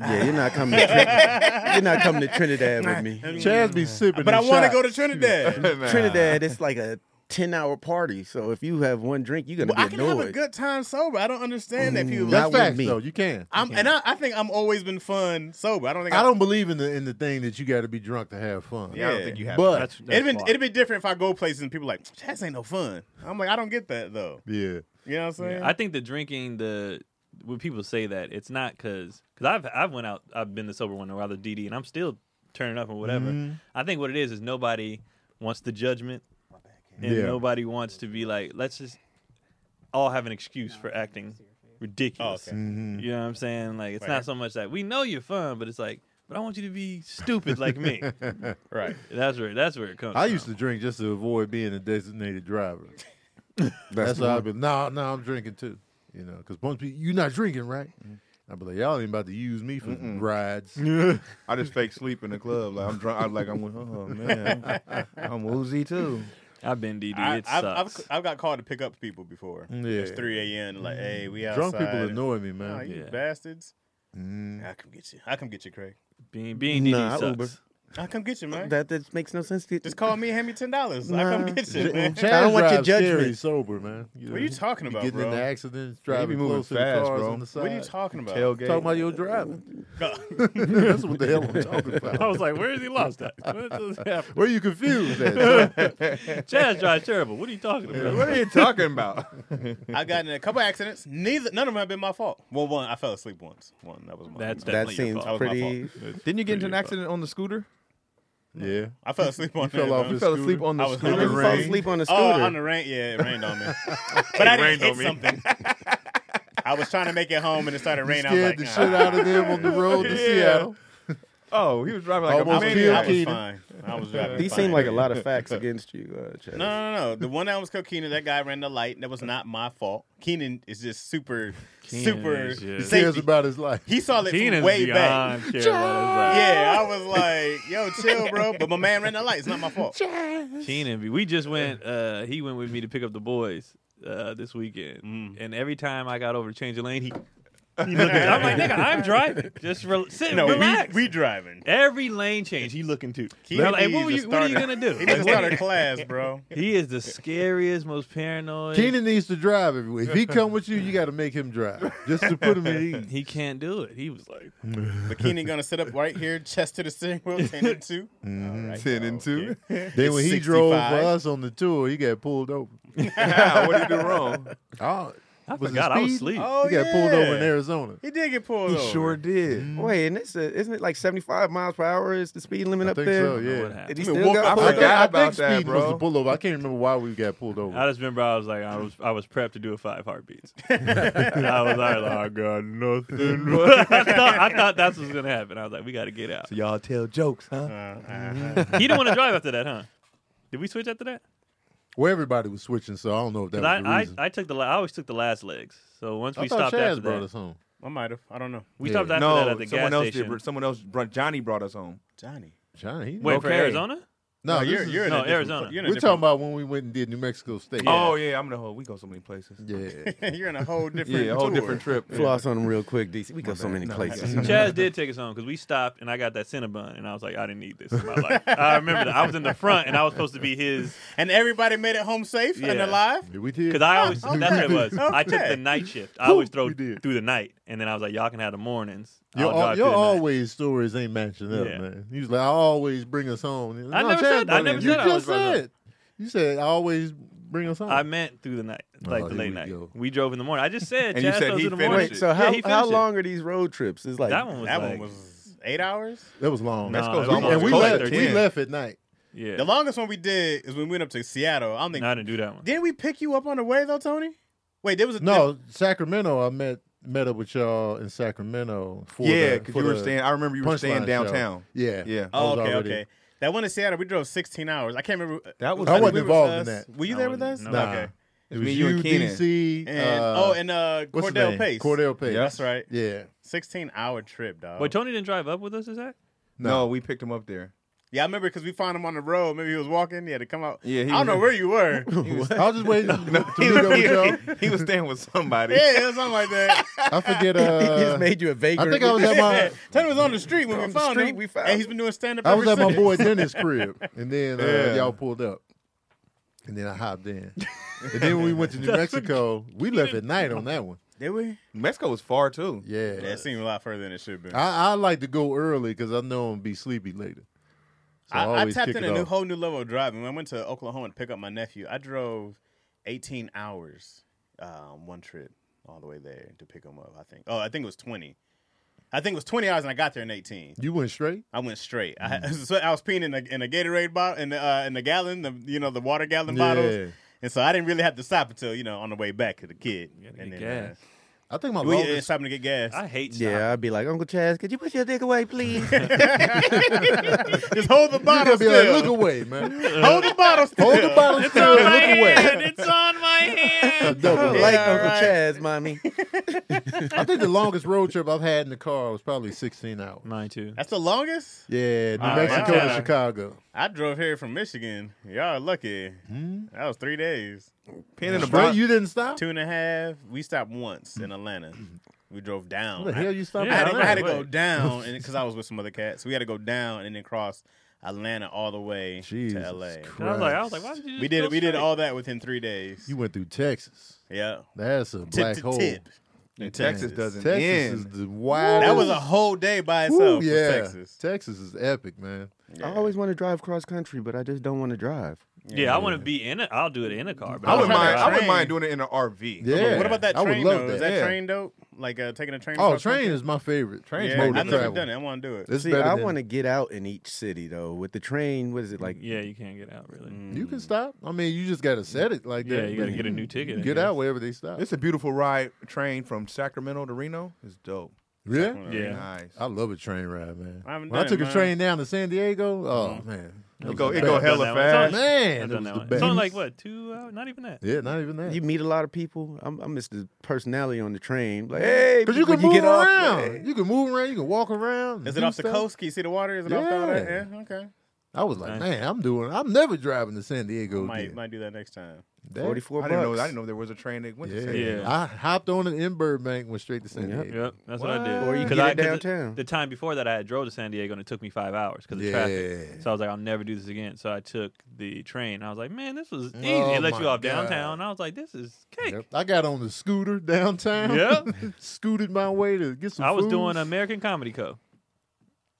[SPEAKER 4] Yeah, you're not coming. To Trin- you're not coming to Trinidad with me.
[SPEAKER 1] Chaz be sipping
[SPEAKER 3] But I
[SPEAKER 1] want
[SPEAKER 3] want to go to Trinidad.
[SPEAKER 4] Trinidad, it's like a ten-hour party. So if you have one drink, you're gonna
[SPEAKER 3] I
[SPEAKER 4] be
[SPEAKER 3] can have
[SPEAKER 4] annoyed.
[SPEAKER 3] a good time sober. I don't understand that people.
[SPEAKER 1] That's
[SPEAKER 4] with
[SPEAKER 1] facts,
[SPEAKER 4] me.
[SPEAKER 1] though. You can.
[SPEAKER 3] I'm, and I, I think I'm always been fun sober. I don't think
[SPEAKER 1] I don't believe in the in the thing that you got to be drunk to have fun.
[SPEAKER 2] Yeah, I don't
[SPEAKER 3] Yeah.
[SPEAKER 2] think you have.
[SPEAKER 1] But,
[SPEAKER 5] That's, that's
[SPEAKER 3] It'd been
[SPEAKER 5] why.
[SPEAKER 3] it'd be different if I go places and people like Chaz ain't no fun. I'm like I don't get that though.
[SPEAKER 1] yeah.
[SPEAKER 3] You know what I'm saying?
[SPEAKER 5] I think the drinking, the when people say that, it's not because because I've I've went out, I've been the sober one or rather DD, and I'm still turning up or whatever.
[SPEAKER 1] Mm-hmm.
[SPEAKER 5] I think what it is is nobody wants the judgment, and
[SPEAKER 1] Yeah.
[SPEAKER 5] nobody wants to be like, let's just all have an excuse for acting ridiculous.
[SPEAKER 3] Oh, okay.
[SPEAKER 1] Mm-hmm.
[SPEAKER 5] You know what I'm saying? Like it's
[SPEAKER 3] Fair.
[SPEAKER 5] not so much that we know you're fun, but it's like, but I want you to be stupid like me.
[SPEAKER 3] right.
[SPEAKER 5] That's where that's where it comes.
[SPEAKER 1] I
[SPEAKER 5] from.
[SPEAKER 1] used to drink just to avoid being a designated driver. That's how I've been. No, no, I'm drinking too. You know, because most people, you're not drinking, right?
[SPEAKER 3] Mm-hmm.
[SPEAKER 1] I'd be like, y'all ain't about to use me for rides.
[SPEAKER 2] I just fake sleep in the club. Like I'm drunk. I'm like I'm. Oh man, I'm woozy too.
[SPEAKER 5] I've been DD.
[SPEAKER 3] I,
[SPEAKER 5] it
[SPEAKER 3] I've,
[SPEAKER 5] sucks.
[SPEAKER 3] I've I've got called to pick up people before.
[SPEAKER 1] Yeah.
[SPEAKER 3] It's 3 a.m. Like, hey, we outside.
[SPEAKER 1] Drunk people annoy me, man.
[SPEAKER 3] Oh, you
[SPEAKER 5] Yeah.
[SPEAKER 3] bastards!
[SPEAKER 1] Mm.
[SPEAKER 3] I come get you. I come get you, Craig.
[SPEAKER 5] being being DD
[SPEAKER 4] Nah, I
[SPEAKER 5] sucks.
[SPEAKER 4] Uber.
[SPEAKER 3] I come get you, man.
[SPEAKER 4] That that makes no sense. To you.
[SPEAKER 3] Just call me and hand me ten dollars. I
[SPEAKER 4] Nah.
[SPEAKER 3] come get you, man.
[SPEAKER 1] Chad
[SPEAKER 4] I don't want your
[SPEAKER 1] drives scary
[SPEAKER 4] judgment.
[SPEAKER 1] sober, man.
[SPEAKER 3] What are you talking about,
[SPEAKER 1] Getting
[SPEAKER 3] bro?
[SPEAKER 1] into accidents, driving
[SPEAKER 2] moving
[SPEAKER 1] close to the
[SPEAKER 2] fast,
[SPEAKER 1] cars
[SPEAKER 2] bro.
[SPEAKER 1] on the side.
[SPEAKER 3] What are you talking about?
[SPEAKER 2] Tailgate.
[SPEAKER 1] Talking about your driving. That's what the hell I'm talking
[SPEAKER 5] I
[SPEAKER 1] about.
[SPEAKER 5] was like, where is he lost at? What just happened?
[SPEAKER 1] Where you confused at? son?
[SPEAKER 5] Jazz drive terrible. What are you talking
[SPEAKER 2] what
[SPEAKER 5] about?
[SPEAKER 2] are you talking about?
[SPEAKER 3] I got in a couple accidents. Neither, none of them have been my fault. Well, one, I fell asleep once. One, that was my.
[SPEAKER 5] That's
[SPEAKER 3] fault.
[SPEAKER 4] that
[SPEAKER 5] definitely your
[SPEAKER 4] seems
[SPEAKER 5] fault.
[SPEAKER 3] was my
[SPEAKER 4] pretty.
[SPEAKER 2] Didn't you get into an
[SPEAKER 5] Pretty rough.
[SPEAKER 2] accident on the scooter?
[SPEAKER 1] yeah.
[SPEAKER 3] I fell asleep on.
[SPEAKER 1] fell
[SPEAKER 3] that,
[SPEAKER 1] off
[SPEAKER 3] man.
[SPEAKER 1] his
[SPEAKER 2] fell asleep on the
[SPEAKER 3] I was
[SPEAKER 2] scooter.
[SPEAKER 1] on the
[SPEAKER 4] You
[SPEAKER 1] rain.
[SPEAKER 4] fall asleep on a
[SPEAKER 3] Oh,
[SPEAKER 4] scooter.
[SPEAKER 3] on the rain, yeah, it rained on me. but I didn't
[SPEAKER 2] rained
[SPEAKER 3] hit
[SPEAKER 2] on me.
[SPEAKER 3] something. I was trying to make it home and it started
[SPEAKER 1] You
[SPEAKER 3] raining. I was
[SPEAKER 1] scared
[SPEAKER 3] like,
[SPEAKER 1] the
[SPEAKER 3] nah.
[SPEAKER 1] shit out of them on the road to
[SPEAKER 3] Yeah.
[SPEAKER 1] Seattle.
[SPEAKER 2] Oh, he was driving like
[SPEAKER 1] Almost
[SPEAKER 2] a
[SPEAKER 3] I, mean,
[SPEAKER 1] killed
[SPEAKER 3] I
[SPEAKER 2] maniac.
[SPEAKER 3] was
[SPEAKER 1] Keaton.
[SPEAKER 3] fine. I was driving.
[SPEAKER 4] These
[SPEAKER 3] fine.
[SPEAKER 4] seem like a lot of facts against you, uh, Chad.
[SPEAKER 3] No, no, no. The one that was called Keenan, that guy ran the light. That was not my fault. Keenan is just super,
[SPEAKER 5] Keenan
[SPEAKER 3] super
[SPEAKER 5] is, yeah.
[SPEAKER 1] He cares
[SPEAKER 3] safety.
[SPEAKER 1] about his life.
[SPEAKER 3] He saw it from
[SPEAKER 5] Keenan's
[SPEAKER 3] way back.
[SPEAKER 5] beyond care about his life.
[SPEAKER 3] Yeah, I was like, yo, chill, bro. But my man ran the light. It's not my fault.
[SPEAKER 5] Keenan, be- we just went. Uh, he went with me to pick up the boys uh, this weekend,
[SPEAKER 3] Mm.
[SPEAKER 5] and every time I got over to change the lane, he. he looked at I'm like, nigga, I'm driving. Just rel- sit,
[SPEAKER 3] No,
[SPEAKER 5] relax.
[SPEAKER 3] we we driving.
[SPEAKER 5] every lane change, he looking to.
[SPEAKER 3] Keenan
[SPEAKER 5] I'm like, what,
[SPEAKER 3] needs
[SPEAKER 5] were
[SPEAKER 3] to
[SPEAKER 5] you, what are you
[SPEAKER 3] start a-
[SPEAKER 5] gonna do?
[SPEAKER 3] He
[SPEAKER 5] Like,
[SPEAKER 3] just
[SPEAKER 5] what-
[SPEAKER 3] started class, bro.
[SPEAKER 5] he is the scariest, most paranoid.
[SPEAKER 1] Keenan needs to drive every week. If he come with you, you got to make him drive just to put him in.
[SPEAKER 5] he can't do it. He was like,
[SPEAKER 3] But Keenan gonna sit up right here, chest to the steering wheel, ten and 2
[SPEAKER 1] Mm-hmm.
[SPEAKER 3] All right,
[SPEAKER 2] 10 and
[SPEAKER 3] bro,
[SPEAKER 2] 2.
[SPEAKER 3] Oh, okay.
[SPEAKER 1] Then when he drove for
[SPEAKER 3] 65.
[SPEAKER 1] us on the tour, he got pulled over.
[SPEAKER 2] How? What did he do wrong?
[SPEAKER 1] Oh,
[SPEAKER 5] I
[SPEAKER 1] Was it
[SPEAKER 5] forgot I was
[SPEAKER 1] speed?
[SPEAKER 5] asleep.
[SPEAKER 3] Oh
[SPEAKER 1] he got
[SPEAKER 3] yeah.
[SPEAKER 1] pulled over in Arizona.
[SPEAKER 3] He did get pulled
[SPEAKER 2] He
[SPEAKER 3] over.
[SPEAKER 2] sure did.
[SPEAKER 4] Wait, and it's a, isn't it like 75 miles per hour is the speed limit
[SPEAKER 1] I
[SPEAKER 4] up
[SPEAKER 1] think
[SPEAKER 4] there?
[SPEAKER 1] so. Yeah.
[SPEAKER 5] What happened?
[SPEAKER 4] Did he
[SPEAKER 2] I mean,
[SPEAKER 4] still
[SPEAKER 2] walk
[SPEAKER 4] got
[SPEAKER 2] up-
[SPEAKER 1] I
[SPEAKER 4] pulled
[SPEAKER 1] think,
[SPEAKER 4] over?
[SPEAKER 2] forgot
[SPEAKER 1] I think
[SPEAKER 2] about that,
[SPEAKER 1] speed was
[SPEAKER 2] bro.
[SPEAKER 1] the pullover. I can't remember why we got pulled over.
[SPEAKER 5] I just remember I was like, I was I was prepped to do a five heartbeats. I was like, I got nothing. I thought I thought that's what's gonna happen. I was like, we gotta get out.
[SPEAKER 2] So y'all tell jokes, huh?
[SPEAKER 3] Uh,
[SPEAKER 1] Uh-huh.
[SPEAKER 3] uh,
[SPEAKER 5] He didn't want to drive after that, huh? Did we switch after that?
[SPEAKER 1] Well, everybody was switching, so I don't know if that
[SPEAKER 5] 'Cause
[SPEAKER 1] was the
[SPEAKER 5] I, I,
[SPEAKER 1] reason.
[SPEAKER 5] I took the la- I always took the last legs. So once
[SPEAKER 1] I
[SPEAKER 5] we
[SPEAKER 1] thought
[SPEAKER 5] stopped
[SPEAKER 1] Chaz
[SPEAKER 5] after
[SPEAKER 1] brought
[SPEAKER 5] that,
[SPEAKER 1] us home.
[SPEAKER 3] I might have. I don't know.
[SPEAKER 5] we
[SPEAKER 1] Yeah.
[SPEAKER 5] stopped after
[SPEAKER 2] no,
[SPEAKER 5] that at the
[SPEAKER 2] someone
[SPEAKER 5] gas
[SPEAKER 2] else
[SPEAKER 5] station.
[SPEAKER 2] did. Someone else. brought- Johnny brought us home.
[SPEAKER 3] Johnny.
[SPEAKER 1] Johnny, he-
[SPEAKER 5] Wait for
[SPEAKER 2] Okay.
[SPEAKER 5] Arizona?
[SPEAKER 1] no,
[SPEAKER 3] you're,
[SPEAKER 1] this is-
[SPEAKER 3] you're in
[SPEAKER 5] no,
[SPEAKER 3] a different-
[SPEAKER 5] Arizona.
[SPEAKER 3] You're in a
[SPEAKER 1] we're talking
[SPEAKER 3] different-
[SPEAKER 1] about when we went and did New Mexico State.
[SPEAKER 2] Oh yeah, I'm in the whole. We go so many places.
[SPEAKER 1] yeah.
[SPEAKER 3] you're in a whole different.
[SPEAKER 2] Yeah, a whole
[SPEAKER 3] tour.
[SPEAKER 2] different trip.
[SPEAKER 4] Floss on him real quick, DC. We go so
[SPEAKER 2] bad.
[SPEAKER 4] many
[SPEAKER 2] No, I
[SPEAKER 4] places.
[SPEAKER 2] got
[SPEAKER 5] Chaz did take us home because we stopped and I got that Cinnabon and I was like, I didn't need this in my life. I remember that. I was in the front and I was supposed to be his
[SPEAKER 3] And everybody made it home safe and
[SPEAKER 5] Yeah.
[SPEAKER 3] alive.
[SPEAKER 1] Yeah, we did.
[SPEAKER 5] Because I always,
[SPEAKER 3] okay.
[SPEAKER 5] that's what it was. I took
[SPEAKER 3] Okay.
[SPEAKER 5] the night shift. I always throw
[SPEAKER 1] We did.
[SPEAKER 5] through the night. And then I was like, y'all can have the mornings.
[SPEAKER 1] Your,
[SPEAKER 5] I'll
[SPEAKER 1] al-
[SPEAKER 5] drive
[SPEAKER 1] your
[SPEAKER 5] through the night."
[SPEAKER 1] always stories ain't matching up,
[SPEAKER 5] Yeah.
[SPEAKER 1] man. You was like, I always bring us home.
[SPEAKER 5] I never said- I
[SPEAKER 1] brother,
[SPEAKER 5] never
[SPEAKER 1] you
[SPEAKER 5] said I
[SPEAKER 1] just
[SPEAKER 5] always brought us home.
[SPEAKER 1] said. You said I always bring us home.
[SPEAKER 5] I meant through the night, like
[SPEAKER 1] Oh,
[SPEAKER 5] the
[SPEAKER 1] here
[SPEAKER 5] late
[SPEAKER 1] we
[SPEAKER 5] night.
[SPEAKER 1] go.
[SPEAKER 5] We drove in the morning. I just said,
[SPEAKER 2] And you
[SPEAKER 5] Jazz
[SPEAKER 2] said
[SPEAKER 5] goes
[SPEAKER 2] he
[SPEAKER 5] in the
[SPEAKER 2] finished
[SPEAKER 5] morning.
[SPEAKER 4] Wait, so
[SPEAKER 5] Yeah,
[SPEAKER 4] how,
[SPEAKER 5] he
[SPEAKER 4] how
[SPEAKER 5] finished it.
[SPEAKER 4] long are these road trips? It's like
[SPEAKER 5] That one was
[SPEAKER 3] that
[SPEAKER 5] like,
[SPEAKER 3] one was eight hours.
[SPEAKER 1] that was long.
[SPEAKER 5] Nah,
[SPEAKER 2] Mexico's
[SPEAKER 5] it was
[SPEAKER 1] We-
[SPEAKER 2] almost
[SPEAKER 1] and we
[SPEAKER 2] close
[SPEAKER 1] left.
[SPEAKER 2] to
[SPEAKER 1] We
[SPEAKER 2] 10.
[SPEAKER 1] left at night.
[SPEAKER 5] yeah.
[SPEAKER 3] The longest one we did is when we went up to Seattle. I don't think.
[SPEAKER 5] no, I didn't do that one.
[SPEAKER 3] Did we pick you up on the way though, Tony? Wait, there was a
[SPEAKER 1] No, Sacramento. I met met up with y'all in Sacramento. For
[SPEAKER 2] Yeah,
[SPEAKER 1] the-
[SPEAKER 2] because
[SPEAKER 1] for
[SPEAKER 2] you were
[SPEAKER 1] the
[SPEAKER 2] staying. I remember you were staying
[SPEAKER 1] Punchline show.
[SPEAKER 2] downtown.
[SPEAKER 1] Yeah,
[SPEAKER 2] Yeah.
[SPEAKER 1] I
[SPEAKER 3] Oh,
[SPEAKER 1] was
[SPEAKER 3] okay,
[SPEAKER 1] already-
[SPEAKER 3] okay. That one in Seattle, we drove 16 hours. I can't remember.
[SPEAKER 2] That was-
[SPEAKER 3] think
[SPEAKER 2] I wasn't
[SPEAKER 3] we were
[SPEAKER 1] involved in
[SPEAKER 3] us.
[SPEAKER 1] that.
[SPEAKER 3] Were you
[SPEAKER 5] I
[SPEAKER 3] there with us?
[SPEAKER 5] wasn't- no.
[SPEAKER 1] Nah.
[SPEAKER 3] Okay.
[SPEAKER 1] It was
[SPEAKER 2] me, you,
[SPEAKER 1] you,
[SPEAKER 2] and Keenan.
[SPEAKER 1] DC.
[SPEAKER 3] And
[SPEAKER 1] uh,
[SPEAKER 3] oh, and uh,
[SPEAKER 1] what's his
[SPEAKER 3] Cordell
[SPEAKER 1] name?
[SPEAKER 3] Pace.
[SPEAKER 1] Cordell Pace.
[SPEAKER 3] That's right.
[SPEAKER 1] Yeah.
[SPEAKER 3] 16 hour trip, dog.
[SPEAKER 5] Wait, Tony didn't drive up with us, is that?
[SPEAKER 2] No.
[SPEAKER 1] No.
[SPEAKER 2] we picked him up there.
[SPEAKER 3] yeah, I remember because we found him on the road. Maybe he was walking. He had to come out.
[SPEAKER 2] Yeah, he
[SPEAKER 3] I don't
[SPEAKER 2] was-
[SPEAKER 3] know where you were.
[SPEAKER 1] I was just waiting to
[SPEAKER 2] he,
[SPEAKER 1] meet up with y'all.
[SPEAKER 2] was, he was staying with somebody.
[SPEAKER 3] yeah, it was something like that.
[SPEAKER 1] I forget.
[SPEAKER 4] he just
[SPEAKER 1] Uh,
[SPEAKER 4] made you a vagrant.
[SPEAKER 1] I think I was at
[SPEAKER 3] yeah.
[SPEAKER 1] my
[SPEAKER 3] Tony was on the street when we
[SPEAKER 4] On the
[SPEAKER 3] found
[SPEAKER 4] street,
[SPEAKER 3] him.
[SPEAKER 4] we found
[SPEAKER 3] and
[SPEAKER 4] him.
[SPEAKER 3] he's been doing stand up
[SPEAKER 1] I
[SPEAKER 3] ever
[SPEAKER 1] was at my
[SPEAKER 3] since.
[SPEAKER 1] boy Dennis' crib, and then uh,
[SPEAKER 2] Yeah.
[SPEAKER 1] y'all pulled up, and then I hopped in, and then when we went to New Mexico, we left at night on that one.
[SPEAKER 3] Did we?
[SPEAKER 2] Mexico was far too.
[SPEAKER 1] Yeah,
[SPEAKER 3] Yeah, it seemed a lot further than it should have been.
[SPEAKER 1] I, I like to go early because I know I'm gonna be sleepy later. So I,
[SPEAKER 3] I, I
[SPEAKER 1] always
[SPEAKER 3] tapped
[SPEAKER 1] kick
[SPEAKER 3] in
[SPEAKER 1] it
[SPEAKER 3] a new,
[SPEAKER 1] off.
[SPEAKER 3] whole new level of driving. When I went to Oklahoma to pick up my nephew, I drove 18 hours um, one trip all the way there to pick him up. I think. Oh, I think it was 20. I think it was 20 hours, and I got there in 18.
[SPEAKER 1] You went straight.
[SPEAKER 3] I went straight. I, had,
[SPEAKER 1] Mm.
[SPEAKER 3] so I was peeing in a, in a Gatorade bottle, in the, uh, in the gallon, the you know the water gallon bottles,
[SPEAKER 1] Yeah.
[SPEAKER 3] and so I didn't really have to stop until you know on the way back to the kid.
[SPEAKER 5] get
[SPEAKER 3] And then,
[SPEAKER 5] gas.
[SPEAKER 1] I think my
[SPEAKER 3] uh, we yeah,
[SPEAKER 1] longest.
[SPEAKER 3] stopping to get gas.
[SPEAKER 5] I hate
[SPEAKER 4] yeah, I'd be like, Uncle Chaz, could you put your dick away, please?
[SPEAKER 3] Just hold the
[SPEAKER 1] You gotta
[SPEAKER 3] bottle
[SPEAKER 1] be
[SPEAKER 3] still.
[SPEAKER 1] like, look away, man.
[SPEAKER 3] hold the bottle still.
[SPEAKER 1] Hold the bottle
[SPEAKER 5] It's
[SPEAKER 1] still.
[SPEAKER 5] on
[SPEAKER 1] Look
[SPEAKER 5] my
[SPEAKER 1] away.
[SPEAKER 5] hand. It's on my hand.
[SPEAKER 1] Double
[SPEAKER 4] like
[SPEAKER 1] look.
[SPEAKER 3] Yeah,
[SPEAKER 4] Uncle
[SPEAKER 3] right.
[SPEAKER 4] Chaz, mommy.
[SPEAKER 1] I think the longest road trip I've had in the car was probably 16 hours.
[SPEAKER 5] Mine too.
[SPEAKER 3] That's the longest.
[SPEAKER 1] Yeah, New
[SPEAKER 5] Wow.
[SPEAKER 1] Mexico to
[SPEAKER 3] Yeah.
[SPEAKER 1] Chicago.
[SPEAKER 3] I drove here from Michigan. Y'all are lucky.
[SPEAKER 1] Hmm.
[SPEAKER 3] That was three days,
[SPEAKER 2] Pin in the
[SPEAKER 1] Straight,
[SPEAKER 2] bottom.
[SPEAKER 1] you didn't stop.
[SPEAKER 3] two and a half. We stopped once in Atlanta. We drove down.
[SPEAKER 1] What the hell you stopped?
[SPEAKER 5] Yeah,
[SPEAKER 3] I, had, to- I had to
[SPEAKER 5] Atlanta,
[SPEAKER 3] go
[SPEAKER 5] wait.
[SPEAKER 3] down because I was with some other cats. We had to go down and then cross Atlanta all the way
[SPEAKER 1] Jesus
[SPEAKER 3] to LA.
[SPEAKER 1] Christ.
[SPEAKER 5] And I was like, I was like, why did you? Just
[SPEAKER 3] We did
[SPEAKER 5] go
[SPEAKER 3] we did
[SPEAKER 5] straight?
[SPEAKER 3] all that within three days.
[SPEAKER 1] You went through Texas.
[SPEAKER 3] Yeah,
[SPEAKER 1] That's a
[SPEAKER 3] tip
[SPEAKER 1] black
[SPEAKER 3] to
[SPEAKER 1] hole.
[SPEAKER 3] tip.
[SPEAKER 2] And Texas doesn't
[SPEAKER 1] Texas
[SPEAKER 2] end.
[SPEAKER 1] is the wildest.
[SPEAKER 3] That was a whole day by
[SPEAKER 1] Woo,
[SPEAKER 3] itself. was
[SPEAKER 1] yeah.
[SPEAKER 3] Texas.
[SPEAKER 1] is epic, man.
[SPEAKER 4] I always want to drive cross country, but I just don't want to drive.
[SPEAKER 5] Yeah, I want to be in it. I'll do it in a car. But
[SPEAKER 2] I
[SPEAKER 5] I
[SPEAKER 2] wouldn't
[SPEAKER 5] wanna
[SPEAKER 2] mind. I
[SPEAKER 5] drive.
[SPEAKER 2] wouldn't mind doing it in an RV.
[SPEAKER 1] Yeah.
[SPEAKER 3] What about that
[SPEAKER 1] I would
[SPEAKER 3] train
[SPEAKER 1] love
[SPEAKER 3] though?
[SPEAKER 1] that.
[SPEAKER 3] Is that
[SPEAKER 2] Yeah.
[SPEAKER 3] train dope? Like uh, taking a train?
[SPEAKER 1] Oh,
[SPEAKER 3] across
[SPEAKER 1] train
[SPEAKER 3] country?
[SPEAKER 1] is my favorite. Train's
[SPEAKER 3] Yeah,
[SPEAKER 1] mode of
[SPEAKER 3] I've never
[SPEAKER 1] travel.
[SPEAKER 3] done it. I want to do it.
[SPEAKER 1] It's
[SPEAKER 4] See,
[SPEAKER 1] better
[SPEAKER 4] I
[SPEAKER 1] than-
[SPEAKER 4] want to get out in each city though. With the train, what is it like?
[SPEAKER 5] Yeah, you can't get out really.
[SPEAKER 1] You can stop. I mean, you just gotta set it like
[SPEAKER 5] Yeah,
[SPEAKER 1] that.
[SPEAKER 5] you gotta
[SPEAKER 1] but
[SPEAKER 5] get a new ticket. I
[SPEAKER 1] Get
[SPEAKER 5] guess.
[SPEAKER 1] out wherever they stop.
[SPEAKER 2] It's a beautiful ride train from Sacramento to Reno. It's dope.
[SPEAKER 1] Really?
[SPEAKER 5] Yeah.
[SPEAKER 2] Nice.
[SPEAKER 1] I love a train ride, man.
[SPEAKER 3] I haven't
[SPEAKER 1] when I
[SPEAKER 3] done it, Mm-hmm.
[SPEAKER 1] took a
[SPEAKER 3] man.
[SPEAKER 1] train down to San Diego, oh man, That
[SPEAKER 2] It
[SPEAKER 1] was
[SPEAKER 2] go,
[SPEAKER 1] the
[SPEAKER 2] it go
[SPEAKER 1] best.
[SPEAKER 2] hella
[SPEAKER 5] I've done that one.
[SPEAKER 2] fast.
[SPEAKER 1] Man,
[SPEAKER 5] I've
[SPEAKER 1] that
[SPEAKER 5] done
[SPEAKER 1] was
[SPEAKER 5] that
[SPEAKER 1] the
[SPEAKER 5] one. It's only
[SPEAKER 1] best.
[SPEAKER 5] like what two hours? Not even that.
[SPEAKER 1] Yeah, not even that.
[SPEAKER 4] You meet a lot of people. I'm, I miss the personality on the train. Like, hey,
[SPEAKER 1] Cause you can
[SPEAKER 4] when
[SPEAKER 1] move
[SPEAKER 4] get off,
[SPEAKER 1] around.
[SPEAKER 4] hey.
[SPEAKER 1] you can move around. You can walk around.
[SPEAKER 3] Is it
[SPEAKER 1] do
[SPEAKER 3] off the
[SPEAKER 1] stuff.
[SPEAKER 3] coast? Can you see the water? Is it off the all that? Yeah, okay.
[SPEAKER 1] I was like,
[SPEAKER 5] Nice.
[SPEAKER 1] man, I'm doing. I'm never driving to San Diego
[SPEAKER 3] Might
[SPEAKER 1] again.
[SPEAKER 3] might do that next time.
[SPEAKER 1] That-
[SPEAKER 4] Forty-four
[SPEAKER 2] I
[SPEAKER 4] bucks.
[SPEAKER 2] didn't know. I didn't know there was a train that went to
[SPEAKER 1] Yeah.
[SPEAKER 2] San Diego.
[SPEAKER 5] Yeah.
[SPEAKER 1] I hopped on an in Burbank, went straight to San
[SPEAKER 4] Yep.
[SPEAKER 1] Diego.
[SPEAKER 5] Yep, that's what, I did.
[SPEAKER 4] Or you can
[SPEAKER 5] 'Cause
[SPEAKER 4] get
[SPEAKER 5] I-
[SPEAKER 4] it
[SPEAKER 5] 'cause the-
[SPEAKER 4] downtown.
[SPEAKER 5] The time before that, I had drove to San Diego and it took me five hours because of
[SPEAKER 1] Yeah.
[SPEAKER 5] traffic. So I was like, I'll never do this again. So I took the train. I was like, man, this was easy.
[SPEAKER 1] Oh,
[SPEAKER 5] it let you
[SPEAKER 1] my God.
[SPEAKER 5] off downtown. I was like, this is cake.
[SPEAKER 1] Yep. I got on the scooter downtown.
[SPEAKER 5] Yep.
[SPEAKER 1] scooted my way to get some.
[SPEAKER 5] I was
[SPEAKER 1] food.
[SPEAKER 5] doing American Comedy Co.